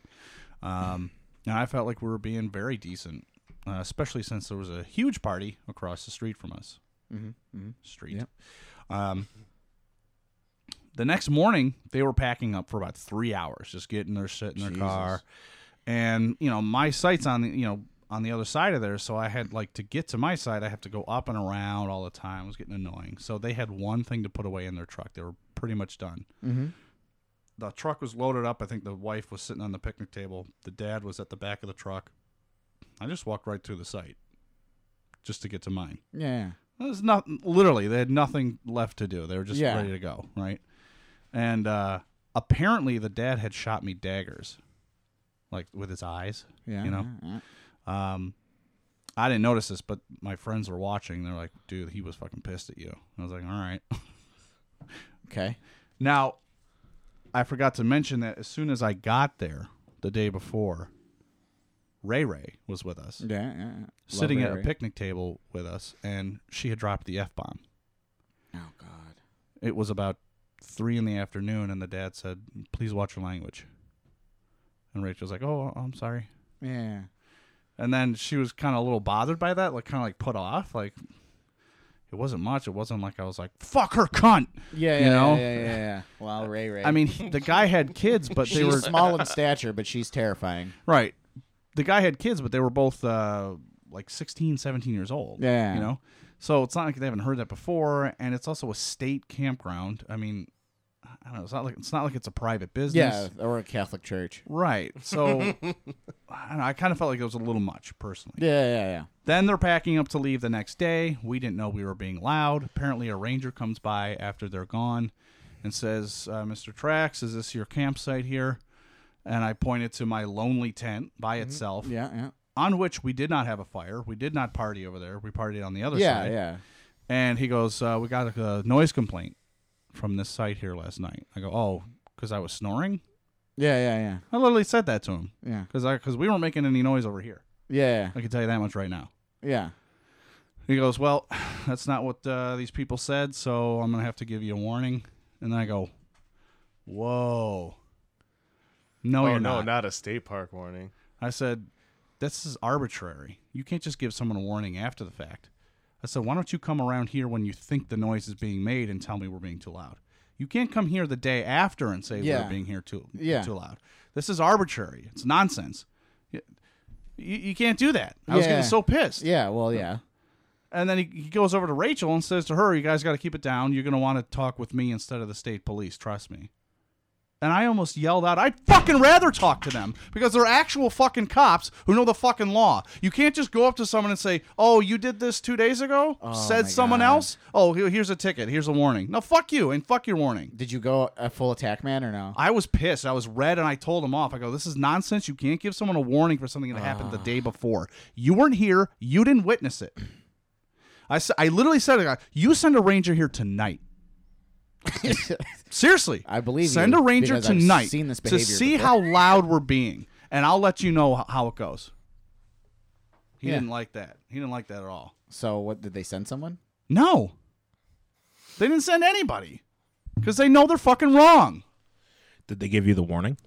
Speaker 8: Um, and I felt like we were being very decent, uh, especially since there was a huge party across the street from us. Mm-hmm, Street.
Speaker 5: Yep.
Speaker 8: Um, the next morning, they were packing up for about three hours, just getting their shit in their car. And you know, my site's on the you know on the other side of there, so I had like to get to my site, I have to go up and around all the time. It was getting annoying. So they had one thing to put away in their truck. They were pretty much done the truck was loaded up. I think the wife was sitting on the picnic table. The dad was at the back of the truck. I just walked right through the site just to get to mine.
Speaker 5: yeah.
Speaker 8: There's not literally they had nothing left to do. They were just
Speaker 5: Yeah.
Speaker 8: ready to go, right? And uh apparently the dad had shot me daggers like with his eyes,
Speaker 5: Yeah.
Speaker 8: you know.
Speaker 5: yeah, yeah.
Speaker 8: Um, I didn't notice this, but my friends were watching. They're like, "Dude, he was fucking pissed at you." I was like, "All right."
Speaker 5: Okay.
Speaker 8: Now, I forgot to mention that as soon as I got there the day before, Ray Ray was with us,
Speaker 5: Yeah. yeah, yeah. Love
Speaker 8: sitting at a
Speaker 5: Ray.
Speaker 8: picnic table with us, and she had dropped the F bomb.
Speaker 5: Oh God.
Speaker 8: It was about three in the afternoon, and the dad said, Please watch your language. And Rachel's like, Oh, I'm sorry.
Speaker 5: Yeah.
Speaker 8: And then she was kind of a little bothered by that, like kind of like put off. Like, it wasn't much. It wasn't like I was like, Fuck her, cunt.
Speaker 5: Yeah.
Speaker 8: You
Speaker 5: yeah,
Speaker 8: know?
Speaker 5: Yeah. Yeah. yeah, yeah. Well, Ray. Ray.
Speaker 8: I mean, he- the guy had kids, but
Speaker 5: she's
Speaker 8: they were
Speaker 5: small in stature, but she's terrifying.
Speaker 8: Right. The guy had kids, but they were both uh, like 16, 17 years old.
Speaker 5: Yeah.
Speaker 8: You know? So it's not like they haven't heard that before. And it's also a state campground. I mean, I don't know. It's not like it's not like it's a private
Speaker 5: Yeah,
Speaker 8: business.
Speaker 5: or a Catholic church.
Speaker 8: Right. So I, don't know, I kind of felt like it was a little much personally.
Speaker 5: Yeah. Yeah. Yeah.
Speaker 8: Then they're packing up to leave the next day. We didn't know we were being loud. Apparently, a ranger comes by after they're gone and says, uh, Mr. Trax, is this your campsite here? And I pointed to my lonely tent by itself,
Speaker 5: Mm-hmm. Yeah. Yeah.
Speaker 8: on which we did not have a fire. We did not party over there. We partied on the other
Speaker 5: Yeah.
Speaker 8: side.
Speaker 5: Yeah.
Speaker 8: And he goes, uh, We got a, a noise complaint from this site here last night. I go, Oh, because I was snoring?
Speaker 5: Yeah. Yeah. Yeah.
Speaker 8: I literally said that to him
Speaker 5: Yeah.
Speaker 8: because we weren't making any noise over here.
Speaker 5: Yeah.
Speaker 8: I can tell you that much right now.
Speaker 5: Yeah.
Speaker 8: He goes, Well, that's not what uh, these people said, so I'm going to have to give you a warning. And then I go, Whoa. No,
Speaker 6: Oh,
Speaker 8: you're
Speaker 6: no,
Speaker 8: not.
Speaker 6: not a state park warning.
Speaker 8: I said, This is arbitrary. You can't just give someone a warning after the fact. I said, Why don't you come around here when you think the noise is being made and tell me we're being too loud? You can't come here the day after and say
Speaker 5: Yeah.
Speaker 8: we're being here too,
Speaker 5: Yeah.
Speaker 8: too loud. This is arbitrary. It's nonsense. You, you you can't do that. I was
Speaker 5: Yeah.
Speaker 8: getting so pissed.
Speaker 5: Yeah. Well. Yeah.
Speaker 8: And then he, he goes over to Rachel and says to her, You guys got to keep it down. You're going to want to talk with me instead of the state police. Trust me. And I almost yelled out, I'd fucking rather talk to them because they're actual fucking cops who know the fucking law. You can't just go up to someone and say, Oh, you did this two days ago?
Speaker 5: Oh my
Speaker 8: said someone
Speaker 5: God.
Speaker 8: else? Oh, here- here's a ticket. Here's a warning. No, fuck you and fuck your warning.
Speaker 5: Did you go a full attack man or no?
Speaker 8: I was pissed. I was red and I told him off. I go, This is nonsense. You can't give someone a warning for something that happened
Speaker 5: Ah.
Speaker 8: the day before. You weren't here. You didn't witness it. I, s- I literally said to the guy, You send a ranger here tonight. Seriously.
Speaker 5: I believe
Speaker 8: Send
Speaker 5: you,
Speaker 8: a ranger
Speaker 5: because I've
Speaker 8: tonight
Speaker 5: seen this
Speaker 8: to
Speaker 5: behavior
Speaker 8: see
Speaker 5: before.
Speaker 8: how loud we're being, and I'll let you know h- how it goes. He
Speaker 5: Yeah.
Speaker 8: didn't like that. He didn't like that at all.
Speaker 5: So what did they send someone?
Speaker 8: No. They didn't send anybody because they know they're fucking wrong.
Speaker 9: Did they give you the warning?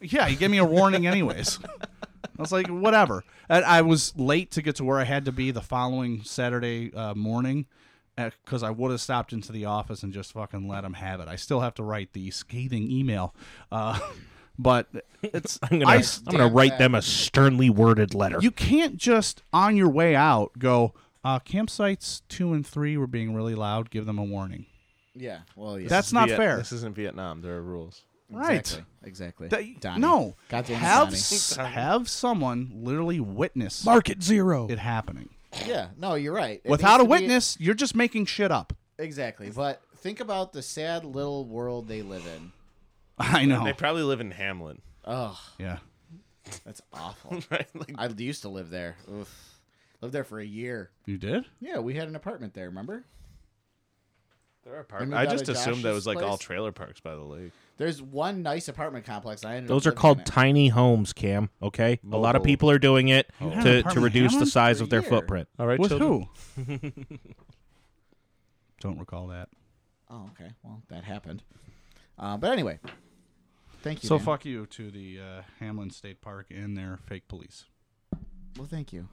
Speaker 8: Yeah, he gave me a warning anyways. I was like, whatever. And I was late to get to where I had to be the following Saturday uh, morning because I would have stopped into the office and just fucking let him have it. I still have to write the scathing email, uh, but it's
Speaker 9: I'm gonna I
Speaker 8: I
Speaker 9: am going to write them a sternly worded letter.
Speaker 8: you can't just on your way out go. Uh, campsites two and three were being really loud. Give them a warning.
Speaker 5: Yeah. Well. Yeah.
Speaker 8: That's not
Speaker 6: Viet-
Speaker 8: fair,
Speaker 6: This isn't Vietnam. There are rules.
Speaker 8: right?
Speaker 5: Exactly.
Speaker 8: That-
Speaker 5: exactly. Donnie.
Speaker 8: No,
Speaker 5: Goddamn
Speaker 8: have
Speaker 5: Donnie.
Speaker 8: s- have someone literally witness
Speaker 9: Market zero.
Speaker 8: it happening.
Speaker 5: Yeah. No, you're right. It
Speaker 8: Without
Speaker 5: needs
Speaker 8: a
Speaker 5: to be-
Speaker 8: witness, you're just making shit up.
Speaker 5: Exactly. But think about the sad little world they live in.
Speaker 8: I know.
Speaker 6: They probably live in Hamlin.
Speaker 5: Ugh.
Speaker 8: Yeah.
Speaker 5: That's awful.
Speaker 6: right? Like,
Speaker 5: I used to live there. Oof. Lived there for a year.
Speaker 8: You did?
Speaker 5: Yeah, we had an apartment there. Remember?
Speaker 6: there are
Speaker 5: And
Speaker 6: park-
Speaker 5: we
Speaker 6: I
Speaker 5: got
Speaker 6: just
Speaker 5: a
Speaker 6: assumed that
Speaker 5: Josh's
Speaker 6: was like all
Speaker 5: place.
Speaker 6: trailer parks by the lake.
Speaker 5: There's one nice apartment complex. I ended
Speaker 9: Those
Speaker 5: up living
Speaker 9: are
Speaker 5: in
Speaker 9: called
Speaker 5: it.
Speaker 9: tiny homes, Cam. Okay, a lot of
Speaker 6: Mobile.
Speaker 9: people are doing it
Speaker 8: had an
Speaker 9: to, to
Speaker 8: apartment in
Speaker 9: reduce the
Speaker 8: Hamlin?
Speaker 9: size
Speaker 5: For
Speaker 9: of their
Speaker 5: a year.
Speaker 9: footprint.
Speaker 6: All right,
Speaker 8: With
Speaker 6: children.
Speaker 8: who? Don't recall that.
Speaker 5: Oh, okay. Well, that happened. Uh, but anyway, thank you.
Speaker 8: So
Speaker 5: Dan.
Speaker 8: fuck you to the uh, Hamlin State Park and their fake police.
Speaker 5: Well, thank you,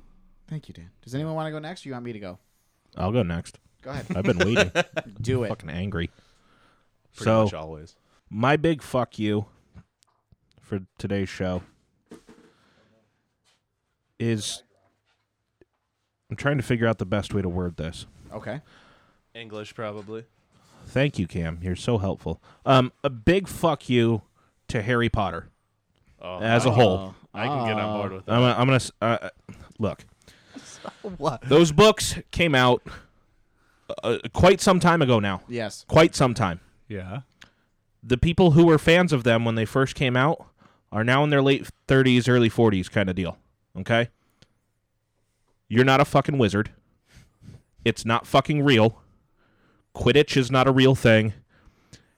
Speaker 5: thank you, Dan. Does anyone want to go next? or You want me to go?
Speaker 9: I'll go next.
Speaker 5: Go ahead.
Speaker 9: I've been waiting.
Speaker 5: Do it.
Speaker 9: Fucking angry.
Speaker 6: Pretty
Speaker 9: so
Speaker 6: much always.
Speaker 9: my big fuck you for today's show is I'm trying to figure out the best way to word this.
Speaker 5: Okay.
Speaker 6: English probably.
Speaker 9: Thank you, Cam. You're so helpful. Um, a big fuck you to Harry Potter
Speaker 6: Oh,
Speaker 9: as a
Speaker 6: I-
Speaker 5: Uh,
Speaker 9: whole.
Speaker 6: I can get on board with that.
Speaker 9: I'm gonna, I'm gonna s- uh, uh, look. Those books came out uh, quite some time ago now.
Speaker 5: Yes.
Speaker 9: Quite some time.
Speaker 8: Yeah.
Speaker 9: the people who were fans of them when they first came out are now in their late 30s, early 40s kind of deal. Okay? You're not a fucking wizard. It's not fucking real. Quidditch is not a real thing.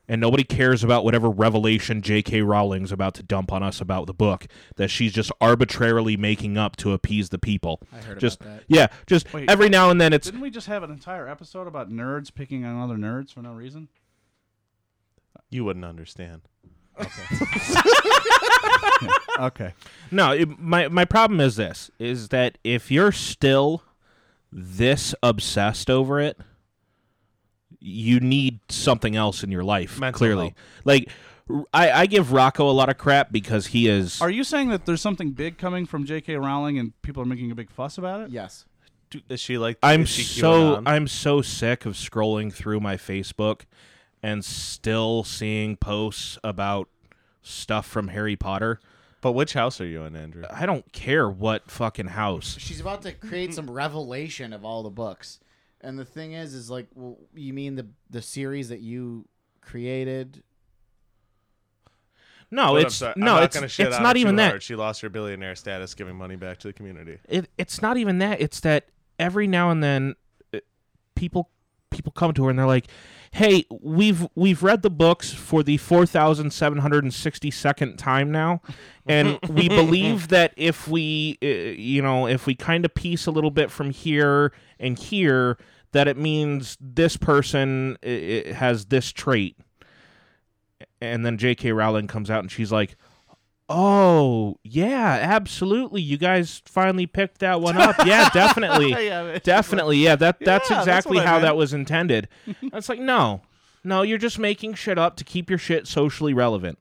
Speaker 9: And nobody cares about whatever revelation J.K. Rowling's about to dump on us about the book that she's just arbitrarily making up to appease the people. I
Speaker 5: heard about
Speaker 9: just,
Speaker 5: that.
Speaker 9: Yeah, just
Speaker 8: Wait.
Speaker 9: every now and then it's
Speaker 8: Didn't we just have an entire episode about nerds picking on other nerds for no reason?
Speaker 6: You wouldn't understand.
Speaker 8: Okay.
Speaker 9: No, it, my my problem is this: is that if you're still this obsessed over it, you need something else in your life.
Speaker 6: Mental
Speaker 9: clearly,
Speaker 6: health.
Speaker 9: like r- I, I give Rocco a lot of crap because he is.
Speaker 8: Are you saying that there's something big coming from J.K. Rowling and people are making a big fuss about it?
Speaker 5: Yes.
Speaker 6: Is she like?
Speaker 9: I'm
Speaker 6: is she
Speaker 9: so
Speaker 6: QAnon?
Speaker 9: I'm so sick of scrolling through my Facebook and still seeing posts about stuff from Harry Potter.
Speaker 6: But which house are you in, Andrew?
Speaker 9: I don't care what fucking house.
Speaker 5: She's about to create
Speaker 6: Mm-hmm.
Speaker 5: some revelation of all the books, and the thing is, is like, well, you mean the the series that you created?
Speaker 9: No,
Speaker 6: But I'm
Speaker 9: Oh, it's
Speaker 6: sorry, I'm
Speaker 9: no,
Speaker 6: not
Speaker 9: it's
Speaker 6: gonna shit
Speaker 9: it's
Speaker 6: on
Speaker 9: not
Speaker 6: her
Speaker 9: even
Speaker 6: too
Speaker 9: that.
Speaker 6: hard. She lost her billionaire status, giving money back to the community.
Speaker 9: it, it's not even that it's that every now and then uh, people people come to her and they're like hey we've we've read the books for the 4762nd time now and we believe that if we uh, you know if we kind of piece a little bit from here and here that it means this person i i has this trait and then J.K. Rowling comes out and she's like, "Oh yeah, absolutely. You guys finally picked that one up. Yeah, definitely, definitely. Yeah, that that's
Speaker 6: Yeah, that's
Speaker 9: exactly
Speaker 6: what I
Speaker 9: how that
Speaker 6: meant."
Speaker 9: was intended." It's like, no, no, you're just making shit up to keep your shit socially relevant.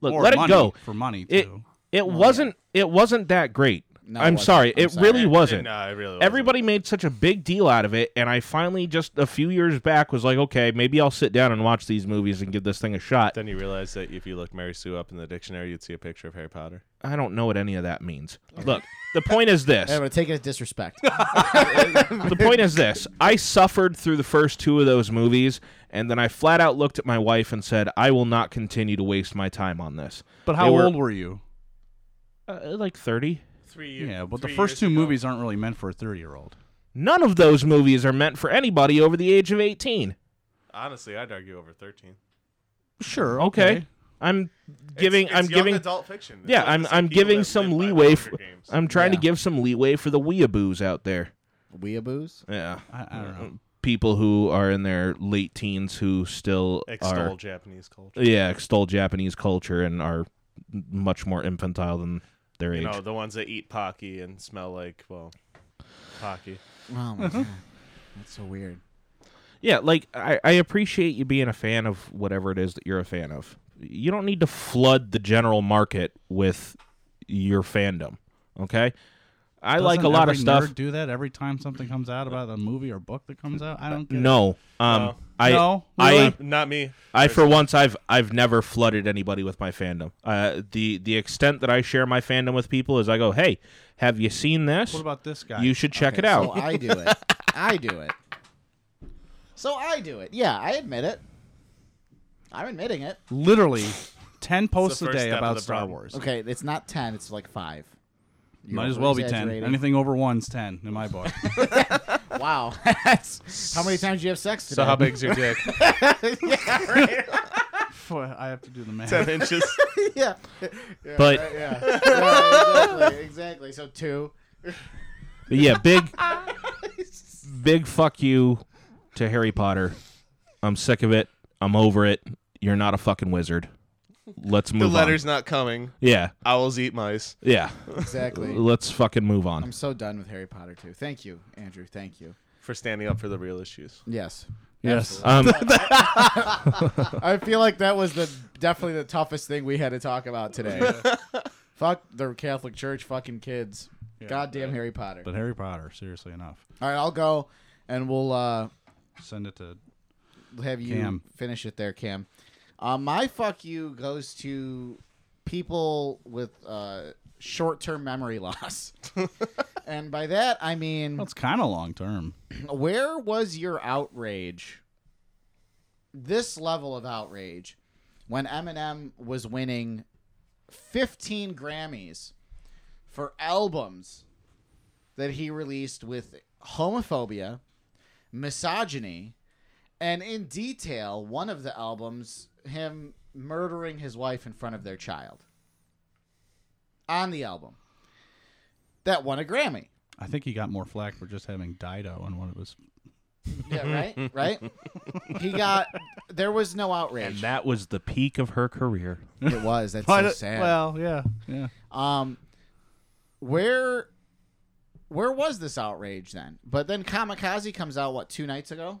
Speaker 9: Look,
Speaker 8: Or
Speaker 9: let
Speaker 8: money,
Speaker 9: it go.
Speaker 8: For money, too.
Speaker 9: It it wasn't it wasn't that great.
Speaker 5: No, it
Speaker 9: I'm
Speaker 5: wasn't.
Speaker 9: sorry,
Speaker 5: I'm
Speaker 9: it
Speaker 5: sorry.
Speaker 9: really wasn't.
Speaker 6: No, I really. wasn't.
Speaker 9: Everybody made such a big deal out of it, and I finally just a few years back was like, okay, maybe I'll sit down and watch these movies and give this thing a shot.
Speaker 6: Then you realize that if you looked Mary Sue up in the dictionary, you'd see a picture of Harry Potter.
Speaker 9: I don't know what any of that means. Look, the point is
Speaker 5: I'm
Speaker 9: this.
Speaker 5: gonna Eh, take it as disrespect.
Speaker 9: The point is this. I suffered through the first two of those movies, and then I flat out looked at my wife and said, I will not continue to waste my time on this.
Speaker 8: But
Speaker 9: They
Speaker 8: how
Speaker 9: were-
Speaker 8: old were you?
Speaker 9: Uh, like 30?
Speaker 6: Three
Speaker 8: Yeah, but the first two movies aren't really meant for a 30 year old.
Speaker 9: None of those movies are meant for anybody over the age of 18.
Speaker 6: Honestly, I'd argue over thirteen.
Speaker 8: Sure.
Speaker 9: Okay. I'm giving. I'm giving.
Speaker 6: adult fiction.
Speaker 9: yeah, I'm. I'm giving some leeway. f- I'm trying to give some leeway for the weeaboos out there.
Speaker 5: Weeaboos.
Speaker 9: Yeah.
Speaker 8: I, I don't know.
Speaker 9: People who are in their late teens who still
Speaker 6: extol
Speaker 9: are
Speaker 6: Japanese culture.
Speaker 9: yeah extol Japanese culture and are much more infantile than their
Speaker 6: You
Speaker 9: age.
Speaker 6: know, the ones that eat pocky and smell like well, pocky.
Speaker 5: Oh my
Speaker 6: Mm-hmm.
Speaker 5: god, that's so weird.
Speaker 9: yeah, like I, I appreciate you being a fan of whatever it is that you're a fan of. You don't need to flood the general market with your fandom. Okay, I like a
Speaker 8: Doesn't
Speaker 9: lot of
Speaker 8: every
Speaker 9: stuff.
Speaker 8: nerd do that every time something comes out about a movie or book that comes out. I don't. Get it.
Speaker 9: no, um,
Speaker 6: No.
Speaker 9: I
Speaker 8: No?
Speaker 9: I
Speaker 8: Really?
Speaker 6: Not me.
Speaker 9: I for once I've I've never flooded anybody with my fandom. Uh, the the extent that I share my fandom with people is I go, hey, have you seen this?
Speaker 8: What about this guy?
Speaker 9: you should check it out.
Speaker 5: So I do it. I do it. So I do it. Yeah, I admit it. I'm admitting it.
Speaker 8: literally ten posts a
Speaker 6: first
Speaker 8: day
Speaker 6: step of
Speaker 8: about
Speaker 6: the
Speaker 8: Star
Speaker 6: problem.
Speaker 8: Wars.
Speaker 5: Okay, it's not ten. It's like five. You're
Speaker 8: Might as well be ten.
Speaker 5: over-exaggerating.
Speaker 8: Anything over one's ten in my book.
Speaker 5: Wow. That's- how many times do you have sex today?
Speaker 6: So how big's your dick?
Speaker 8: I have to do the math.
Speaker 6: Ten inches.
Speaker 5: yeah.
Speaker 9: but
Speaker 5: Yeah. Yeah, exactly. Exactly. So two.
Speaker 9: But yeah, big, big fuck you to Harry Potter. I'm sick of it. I'm over it. You're not a fucking wizard. Let's move
Speaker 6: the
Speaker 9: on.
Speaker 6: letter's not coming.
Speaker 9: Yeah,
Speaker 6: Owls eat mice.
Speaker 9: yeah.
Speaker 5: Exactly.
Speaker 9: Let's fucking move on.
Speaker 5: I'm so done with Harry Potter too. Thank you, Andrew. Thank you.
Speaker 6: For standing up for the real issues.
Speaker 5: Yes.
Speaker 8: yes.
Speaker 9: Um,
Speaker 5: I feel like that was the definitely the toughest thing we had to talk about today. Fuck the Catholic Church, fucking kids. Goddamn Harry Potter.
Speaker 8: But Harry Potter, seriously enough.
Speaker 5: All right, I'll go and we'll uh,
Speaker 8: Send it to
Speaker 5: have you
Speaker 8: Cam.
Speaker 5: finish it there, Cam. Uh, my fuck you goes to people with uh, short term memory loss. and by that, I mean.
Speaker 8: well, it's kinda long term.
Speaker 5: where was your outrage? This level of outrage when Eminem was winning 15 Grammys for albums that he released with homophobia, misogyny, and in detail, one of the albums, him murdering his wife in front of their child on the album that won a Grammy.
Speaker 8: I think he got more flack for just having Dido on one of his
Speaker 5: Yeah, right, right. He got. There was no outrage.
Speaker 9: that was the peak of her career.
Speaker 5: it was. That's
Speaker 8: Why
Speaker 5: so
Speaker 8: do-
Speaker 5: sad.
Speaker 8: uh, Well, yeah, yeah.
Speaker 5: um, where, where was this outrage then? But then Kamikaze comes out what two nights ago.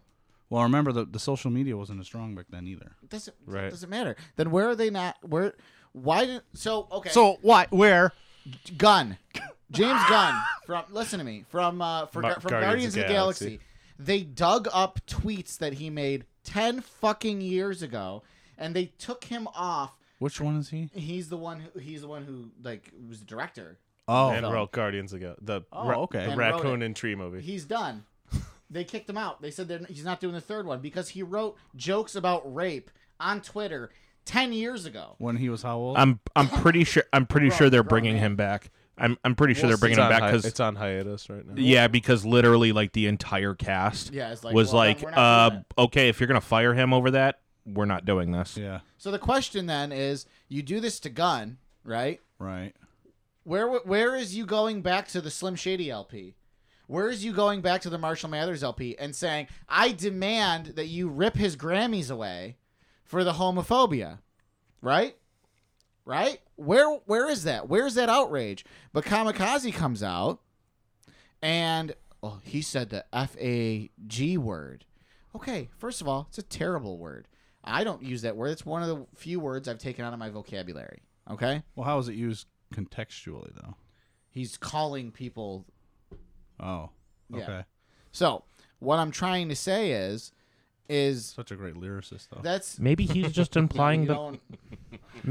Speaker 8: Well, remember the the social media wasn't as strong back then either.
Speaker 5: Doesn't
Speaker 6: Right.
Speaker 5: doesn't matter. Then where are they not? Where? Why did? So okay.
Speaker 8: So what? Where?
Speaker 5: Gunn, James Gunn from listen to me from uh, for,
Speaker 6: Mar-
Speaker 5: from Guardians, of the Galaxy.
Speaker 6: Galaxy.
Speaker 5: They dug up tweets that he made ten fucking years ago, and they took him off
Speaker 8: Which one is he?
Speaker 5: He's the one. Who, he's the one who like was the director.
Speaker 8: Oh,
Speaker 6: and
Speaker 5: Film.
Speaker 6: wrote Guardians ago. The
Speaker 8: Oh, okay.
Speaker 6: the
Speaker 8: And
Speaker 5: wrote
Speaker 6: raccoon
Speaker 5: it.
Speaker 6: and tree movie.
Speaker 5: He's done. They kicked him out. They said that he's not doing the third one because he wrote jokes about rape on Twitter ten years ago.
Speaker 8: when he was how old?
Speaker 9: I'm I'm pretty sure I'm pretty sure they're bringing him back. I'm I'm pretty sure they're bringing
Speaker 6: it's, on
Speaker 9: him back
Speaker 6: hi-
Speaker 9: because
Speaker 6: it's on hiatus right now.
Speaker 9: yeah, because literally like the entire cast
Speaker 5: Yeah, it's like,
Speaker 9: was
Speaker 5: well, then
Speaker 9: like,
Speaker 5: we're not doing
Speaker 9: uh, okay, if you're gonna fire him over that, we're not doing this.
Speaker 8: yeah,
Speaker 5: So the question then is, you do this to Gunn, right?
Speaker 8: right.
Speaker 5: Where w- where is you going back to the Slim Shady LP? Where is you going back to the Marshall Mathers LP and saying, I demand that you rip his Grammys away for the homophobia? Right? Right? Where where is that? Where's that outrage? But Kamikaze comes out and oh, he said the F A G word. Okay, first of all, it's a terrible word. I don't use that word. It's one of the few words I've taken out of my vocabulary. Okay?
Speaker 8: Well, how is it used contextually though?
Speaker 5: He's calling people
Speaker 8: Oh,
Speaker 5: Yeah.
Speaker 8: okay.
Speaker 5: So what I'm trying to say is, is
Speaker 8: Such a great lyricist though.
Speaker 5: that's
Speaker 9: Maybe he's just implying
Speaker 5: you
Speaker 9: that
Speaker 5: don't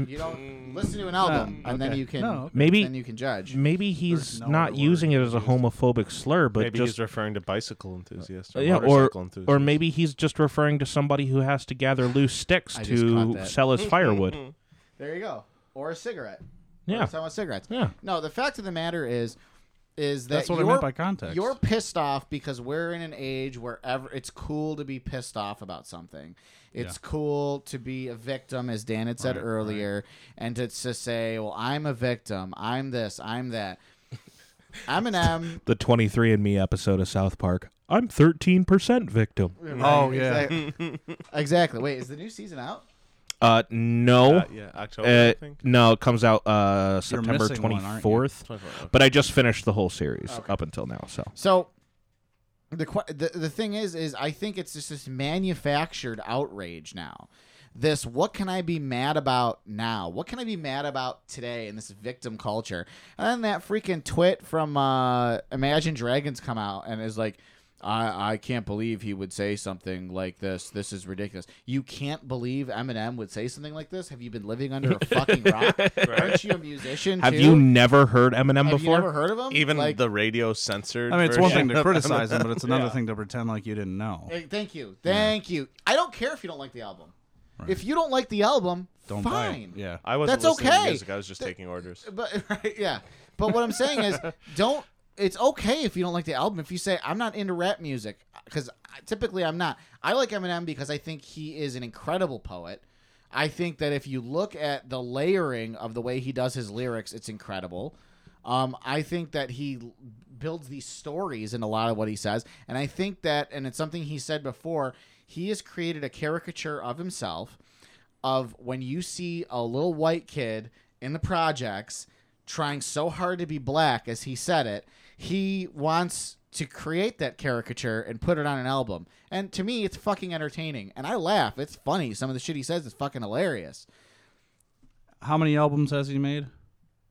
Speaker 5: you don't listen to an album
Speaker 8: Ah,
Speaker 5: and then
Speaker 8: okay.
Speaker 5: you can
Speaker 8: No, okay.
Speaker 9: Maybe-
Speaker 5: then you can judge.
Speaker 9: maybe he's
Speaker 8: no
Speaker 9: not
Speaker 8: other
Speaker 9: using it
Speaker 8: word
Speaker 9: as a homophobic slur, but
Speaker 6: maybe
Speaker 9: just
Speaker 6: he's referring to bicycle enthusiasts or
Speaker 9: yeah, or
Speaker 6: motorcycle enthusiasts.
Speaker 9: or maybe he's just referring to somebody who has to gather loose sticks
Speaker 5: I just caught
Speaker 9: to
Speaker 5: that.
Speaker 9: sell as firewood.
Speaker 5: There you go. Or a cigarette.
Speaker 9: yeah,
Speaker 5: Talking about cigarettes.
Speaker 9: Yeah.
Speaker 5: No, the fact of the matter is, is that
Speaker 8: That's what I
Speaker 5: you're-
Speaker 8: meant by context.
Speaker 5: You're pissed off because we're in an age where ever it's cool to be pissed off about something. It's cool to be a victim, as Dan had said earlier, and to, to say, "Well, I'm a victim. I'm this. I'm that." Eminem.
Speaker 9: the twenty three and Me episode of South Park. I'm thirteen percent victim.
Speaker 8: Oh yeah.
Speaker 5: Exactly. Wait, is the new season out?
Speaker 9: Uh, no,
Speaker 6: Uh, yeah, October. I
Speaker 9: Uh,
Speaker 6: think.
Speaker 9: no, it comes out uh September
Speaker 8: missing one,
Speaker 9: twenty
Speaker 8: aren't you?
Speaker 9: fourth. But I just finished the whole series up until now. So
Speaker 5: So the, que- the the thing is is I think it's just this manufactured outrage now. This what can I be mad about now? What can I be mad about today in this victim culture? And then that freaking twit from uh, Imagine Dragons come out and is like I, I can't believe he would say something like this. This is ridiculous. You can't believe Eminem would say something like this? Have you been living under a fucking rock? Aren't you a musician?
Speaker 9: have
Speaker 5: too?
Speaker 9: you never heard Eminem
Speaker 5: Have you
Speaker 9: before?
Speaker 5: never heard of him?
Speaker 6: Even
Speaker 5: Like-
Speaker 6: the radio censored.
Speaker 8: I mean, it's one
Speaker 6: version
Speaker 8: thing to
Speaker 6: of
Speaker 8: criticize him,
Speaker 6: Eminem.
Speaker 8: but it's another thing to pretend like you didn't know.
Speaker 5: Hey, thank you. Thank you. I don't care if you don't like the album. If you don't like the album,
Speaker 8: Don't buy it.
Speaker 5: fine.
Speaker 8: Yeah.
Speaker 6: I wasn't
Speaker 5: That's
Speaker 6: listening to
Speaker 5: okay.
Speaker 6: music. I was just taking orders.
Speaker 5: But right, yeah. But what I'm saying is, don't. It's okay if you don't like the album. If you say I'm not into rap music, because typically I'm not. I like Eminem because I think he is an incredible poet. I think that if you look at the layering of the way he does his lyrics, it's incredible. Um, I think that he l- builds these stories in a lot of what he says, and I think that, and it's something he said before. He has created a caricature of himself of when you see a little white kid in the projects trying so hard to be black as he said it he wants to create that caricature and put it on an album and to me it's fucking entertaining and i laugh it's funny some of the shit he says is fucking hilarious
Speaker 8: How many albums has he made?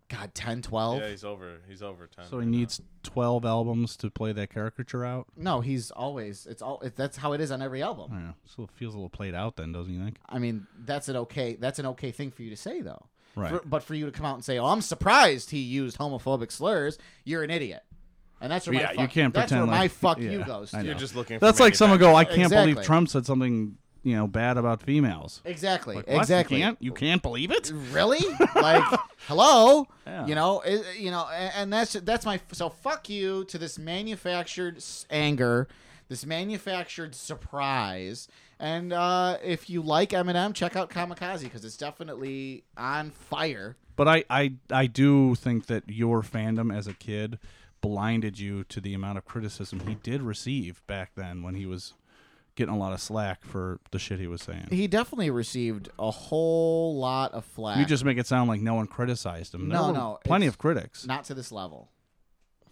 Speaker 5: god 10 12
Speaker 6: Yeah, he's over. He's over time.
Speaker 8: So he needs 12 albums to play that caricature out.
Speaker 5: no he's always it's all it, that's how it is on every album
Speaker 8: I don't know. So it feels a little played out then, doesn't you think?
Speaker 5: i mean that's an okay that's an okay thing for you to say though
Speaker 8: Right.
Speaker 5: For- but for you to come out and say oh i'm surprised he used homophobic slurs you're an idiot and that's where my
Speaker 8: yeah,
Speaker 5: fuck,
Speaker 8: you can't
Speaker 5: that's
Speaker 8: pretend
Speaker 5: where
Speaker 8: like
Speaker 5: my fuck
Speaker 8: yeah,
Speaker 5: you goes
Speaker 8: I
Speaker 5: to.
Speaker 8: know.
Speaker 6: You're just looking. For
Speaker 8: That's like someone go, I can't
Speaker 5: Exactly.
Speaker 8: believe Trump said something, you know, bad about females.
Speaker 5: Exactly.
Speaker 8: Like, what?
Speaker 5: exactly.
Speaker 8: You can't, you can't believe it?
Speaker 5: Really? like, hello.
Speaker 8: Yeah.
Speaker 5: You know. It, you know. And, and that's that's my so fuck you to this manufactured s- anger, this manufactured surprise. And uh, if you like Eminem, check out Kamikaze because it's definitely on fire.
Speaker 8: But I, I, I do think that your fandom as a kid blinded you to the amount of criticism he did receive back then when he was getting a lot of slack for the shit he was saying.
Speaker 5: He definitely received a whole lot of flack.
Speaker 8: you just make it sound like no one criticized him. There
Speaker 5: No,
Speaker 8: were
Speaker 5: no,
Speaker 8: plenty
Speaker 5: it's
Speaker 8: of critics.
Speaker 5: not to this level.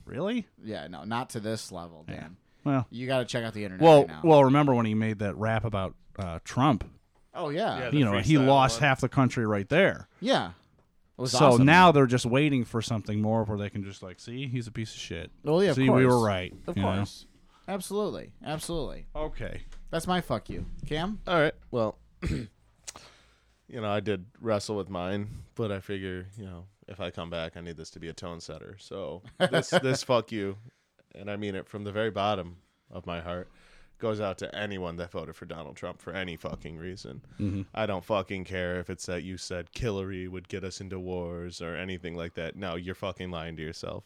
Speaker 8: really?
Speaker 5: Yeah, no, not to this level, Dan.
Speaker 8: Well,
Speaker 5: You got to check out the internet.
Speaker 8: well,
Speaker 5: right now.
Speaker 8: well. Remember when he made that rap about uh, Trump?
Speaker 5: Oh yeah, yeah.
Speaker 6: The
Speaker 8: You know, he
Speaker 6: freestyle
Speaker 8: lost
Speaker 6: one.
Speaker 8: half the country right there.
Speaker 5: It was
Speaker 8: So
Speaker 5: awesome.
Speaker 8: now they're just waiting for something more, where they can just like, see, he's a piece of shit.
Speaker 5: Well, yeah, of
Speaker 8: see, we
Speaker 5: course.
Speaker 8: were right.
Speaker 5: Of
Speaker 8: you know?
Speaker 5: course. Absolutely. Absolutely.
Speaker 8: Okay.
Speaker 5: That's my fuck you. Cam?
Speaker 6: All right. Well, you know, I did wrestle with mine, but I figure, you know, if I come back, I need this to be a tone setter. So this, this fuck you, and I mean it from the very bottom of my heart, goes out to anyone that voted for Donald Trump for any fucking reason. I don't fucking care if it's that you said Hillary would get us into wars or anything like that. No, you're fucking lying to yourself.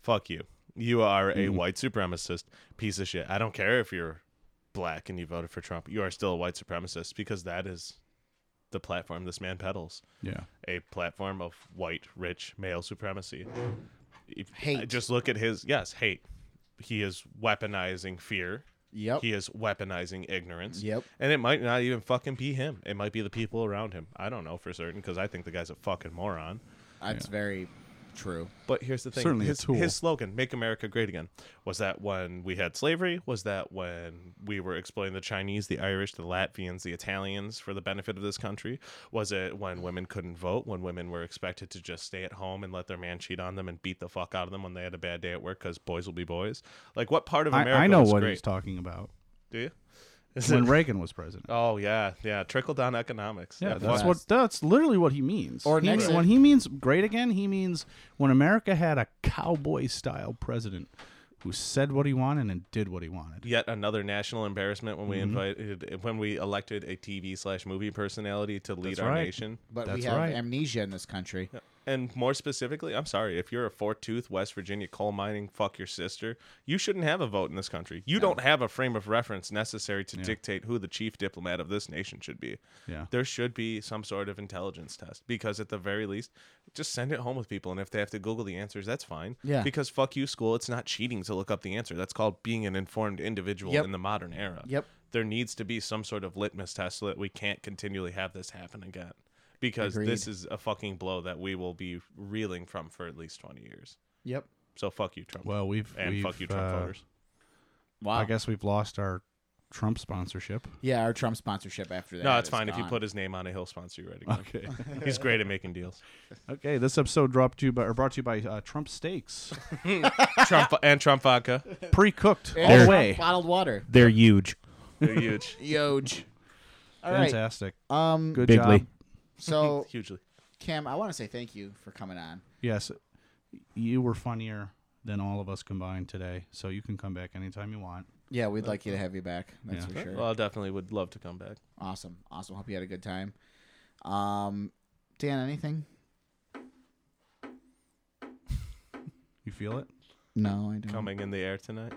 Speaker 6: Fuck you. You are a white supremacist piece of shit. I don't care if you're black and you voted for Trump, you are still a white supremacist because that is the platform this man peddles.
Speaker 8: Yeah.
Speaker 6: A platform of white, rich male supremacy. If-
Speaker 5: Hate.
Speaker 6: Just look at his, yes, hate. He is weaponizing fear.
Speaker 5: Yep.
Speaker 6: He is weaponizing ignorance.
Speaker 5: Yep.
Speaker 6: And it might not even fucking be him. It might be the people around him. I don't know for certain because I think the guy's a fucking moron.
Speaker 5: That's very true.
Speaker 6: But here's the thing:
Speaker 8: Certainly a
Speaker 6: his,
Speaker 8: tool.
Speaker 6: his slogan "Make America Great Again" was that when we had slavery, was that when we were exploiting the Chinese, the Irish, the Latvians, the Italians for the benefit of this country? Was it when women couldn't vote, when women were expected to just stay at home and let their man cheat on them and beat the fuck out of them when they had a bad day at work because boys will be boys? Like what part of
Speaker 8: I,
Speaker 6: America?
Speaker 8: I know
Speaker 6: was
Speaker 8: what
Speaker 6: great?
Speaker 8: he's talking about.
Speaker 6: Do you? Is
Speaker 8: When
Speaker 6: it-
Speaker 8: Reagan was president.
Speaker 6: oh yeah, yeah, trickle down economics.
Speaker 8: Yeah,
Speaker 6: That
Speaker 8: that's
Speaker 6: fuck-
Speaker 8: what that's literally what he means.
Speaker 5: Or
Speaker 8: He-
Speaker 5: Nixon.
Speaker 8: when he means great again, he means when America had a cowboy style president who said what he wanted and did what he wanted.
Speaker 6: yet another national embarrassment when we
Speaker 8: Mm-hmm.
Speaker 6: invited when we elected a TV slash movie personality to lead
Speaker 8: That's
Speaker 6: our
Speaker 8: right.
Speaker 6: nation.
Speaker 5: But we
Speaker 8: That's
Speaker 5: have
Speaker 8: right.
Speaker 5: amnesia in this country.
Speaker 6: And more specifically, I'm sorry, if you're a four tooth West Virginia coal mining fuck your sister, you shouldn't have a vote in this country. You don't have a frame of reference necessary to dictate who the chief diplomat of this nation should be.
Speaker 8: Yeah.
Speaker 6: There should be some sort of intelligence test because at the very least, just send it home with people and if they have to Google the answers, that's fine.
Speaker 5: Yeah.
Speaker 6: Because fuck you school, it's not cheating to look up the answer. That's called being an informed individual
Speaker 5: Yep.
Speaker 6: in the modern era.
Speaker 5: Yep.
Speaker 6: There needs to be some sort of litmus test so that we can't continually have this happen again. Because this
Speaker 5: Agreed.
Speaker 6: is a fucking blow that we will be reeling from for at least 20 years.
Speaker 5: Yep.
Speaker 6: So fuck you, Trump.
Speaker 8: Well, we've
Speaker 6: and
Speaker 8: we've,
Speaker 6: fuck you, Trump
Speaker 8: uh,
Speaker 6: voters.
Speaker 5: Wow.
Speaker 8: I guess we've lost our Trump sponsorship.
Speaker 5: yeah, our Trump sponsorship after that.
Speaker 6: No, it's
Speaker 5: is
Speaker 6: fine. If you
Speaker 5: gone.
Speaker 6: put his name on it, he'll sponsor you right again. He's great at making deals.
Speaker 8: Okay, this episode dropped to you by or brought to you by uh, Trump Steaks,
Speaker 6: Trump and Trump vodka.
Speaker 8: pre-cooked
Speaker 5: And
Speaker 8: all the
Speaker 5: Trump
Speaker 8: way.
Speaker 5: Oh, bottled water.
Speaker 9: They're huge.
Speaker 6: They're huge.
Speaker 5: Yoge. All right.
Speaker 8: Fantastic.
Speaker 5: Um
Speaker 8: Good
Speaker 9: Bigly.
Speaker 8: job.
Speaker 5: so
Speaker 6: Hugely.
Speaker 5: Cam, I want to say thank you for coming on.
Speaker 8: Yes, you were funnier than all of us combined today. So you can come back anytime you want.
Speaker 5: Yeah, we'd like you to have you back. That's
Speaker 8: Yeah.
Speaker 5: for sure.
Speaker 6: Well, I definitely would love to come back.
Speaker 5: Awesome. Awesome. Hope you had a good time. Um, Dan, anything?
Speaker 8: You feel it?
Speaker 5: No, I don't.
Speaker 6: Coming in the air tonight.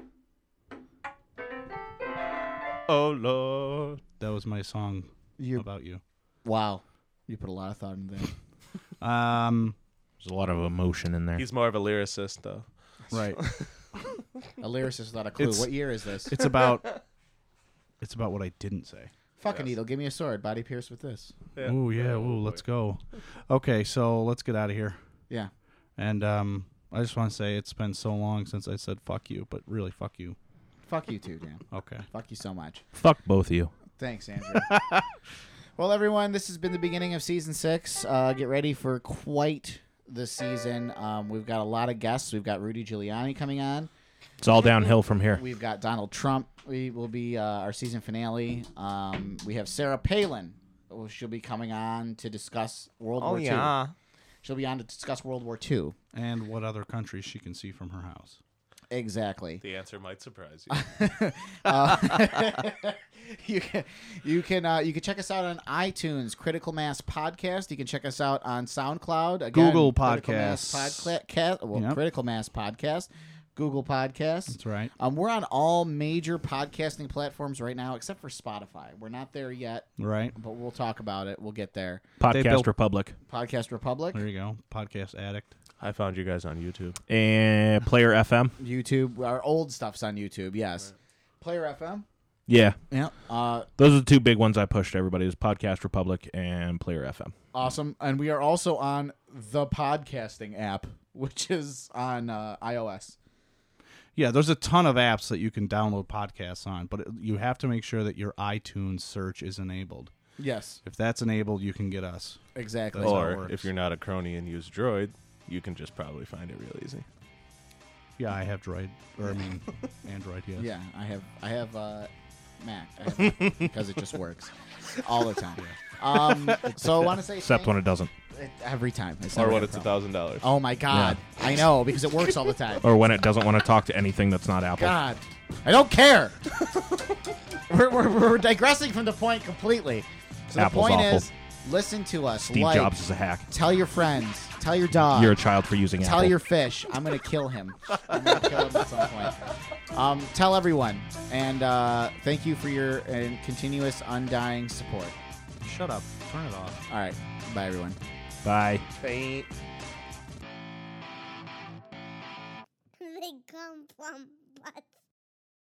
Speaker 6: Oh Lord.
Speaker 8: That was my song
Speaker 5: You
Speaker 8: about you.
Speaker 5: wow. You put a lot of thought into that.
Speaker 8: Um,
Speaker 9: There's a lot of emotion in there.
Speaker 6: He's more of a lyricist though.
Speaker 8: right.
Speaker 5: a lyricist without a clue.
Speaker 8: It's-
Speaker 5: what year is this?
Speaker 8: It's about it's about what I didn't say.
Speaker 5: Fuck a needle. Give me a sword. Body pierce with this.
Speaker 6: Yeah.
Speaker 8: Ooh yeah, ooh, let's go. Okay, so let's get out of here.
Speaker 5: Yeah.
Speaker 8: And um, I just want to say it's been so long since I said fuck you, but really fuck you.
Speaker 5: Fuck you too, Dan.
Speaker 8: Okay.
Speaker 5: Fuck you so much.
Speaker 9: Fuck both of you.
Speaker 5: Thanks, Andrew. well, everyone, this has been the beginning of season six. Uh, get ready for quite the season. Um, we've got a lot of guests. We've got Rudy Giuliani coming on.
Speaker 9: It's all downhill from here.
Speaker 5: We've got Donald Trump. We will be uh, our season finale. Um, we have Sarah Palin. who- She'll be coming on to discuss World
Speaker 8: Oh,
Speaker 5: War II. She'll be on to discuss World War II.
Speaker 8: And what other countries she can see from her house.
Speaker 5: Exactly.
Speaker 6: The answer might surprise you.
Speaker 5: Uh, you can you can uh, you can check us out on iTunes, Critical Mass Podcast. You can check us out on SoundCloud, again,
Speaker 8: Google
Speaker 5: Critical Mass
Speaker 8: Podcasts.
Speaker 5: Podca- well,
Speaker 8: Yep.
Speaker 5: Critical Mass Podcast, Google Podcasts.
Speaker 8: That's right.
Speaker 5: Um, we're on all major podcasting platforms right now, except for Spotify. We're not there yet,
Speaker 8: Right.
Speaker 5: but we'll talk about it. We'll get there.
Speaker 8: They
Speaker 9: Podcast
Speaker 8: built-
Speaker 9: Republic.
Speaker 5: Podcast Republic,
Speaker 8: There you go. Podcast addict.
Speaker 6: I found you guys on YouTube.
Speaker 9: And Player FM.
Speaker 5: YouTube. Our old stuff's on YouTube. Yes, Player FM.
Speaker 9: Yeah.
Speaker 5: Yeah. Uh,
Speaker 9: Those are the two big ones I pushed everybody is Podcast Republic and Player FM.
Speaker 5: awesome. And we are also on the podcasting app, which is on uh, iOS.
Speaker 8: Yeah, there's a ton of apps that you can download podcasts on, but it, you have to make sure that your iTunes search is enabled.
Speaker 5: Yes,
Speaker 8: If that's enabled, you can get us.
Speaker 5: exactly.
Speaker 8: That's how it
Speaker 6: or
Speaker 8: works.
Speaker 6: if you're not a crony and use Droid, you can just probably find it real easy.
Speaker 8: Yeah, I have Droid, or I mean, Android. Yes.
Speaker 5: Yeah, I have I have uh, Mac I have- because it just works all the time. Um, so I want to say
Speaker 9: Except when
Speaker 5: thank-
Speaker 9: it doesn't.
Speaker 5: every time. It's
Speaker 6: Or
Speaker 5: never
Speaker 6: what
Speaker 5: a
Speaker 6: it's a
Speaker 5: problem.
Speaker 6: thousand dollars.
Speaker 5: Oh my god, I know because it works all the time.
Speaker 9: Or when it doesn't want to talk to anything that's not Apple.
Speaker 5: God, I don't care. we're, we're, we're digressing from the point completely. So
Speaker 9: Apple's
Speaker 5: the point
Speaker 9: awful.
Speaker 5: is, listen to us.
Speaker 9: Steve
Speaker 5: like,
Speaker 9: Jobs is a hack.
Speaker 5: Tell your friends. Tell your dog.
Speaker 9: You're a child for using
Speaker 5: tell
Speaker 9: Apple.
Speaker 5: your fish. I'm gonna kill him. I'm gonna kill him at some point. Um, tell everyone, and uh, thank you for your uh, continuous, undying support.
Speaker 8: Shut up. Turn it off.
Speaker 5: All right, bye everyone.
Speaker 9: Bye.
Speaker 2: They come from butts.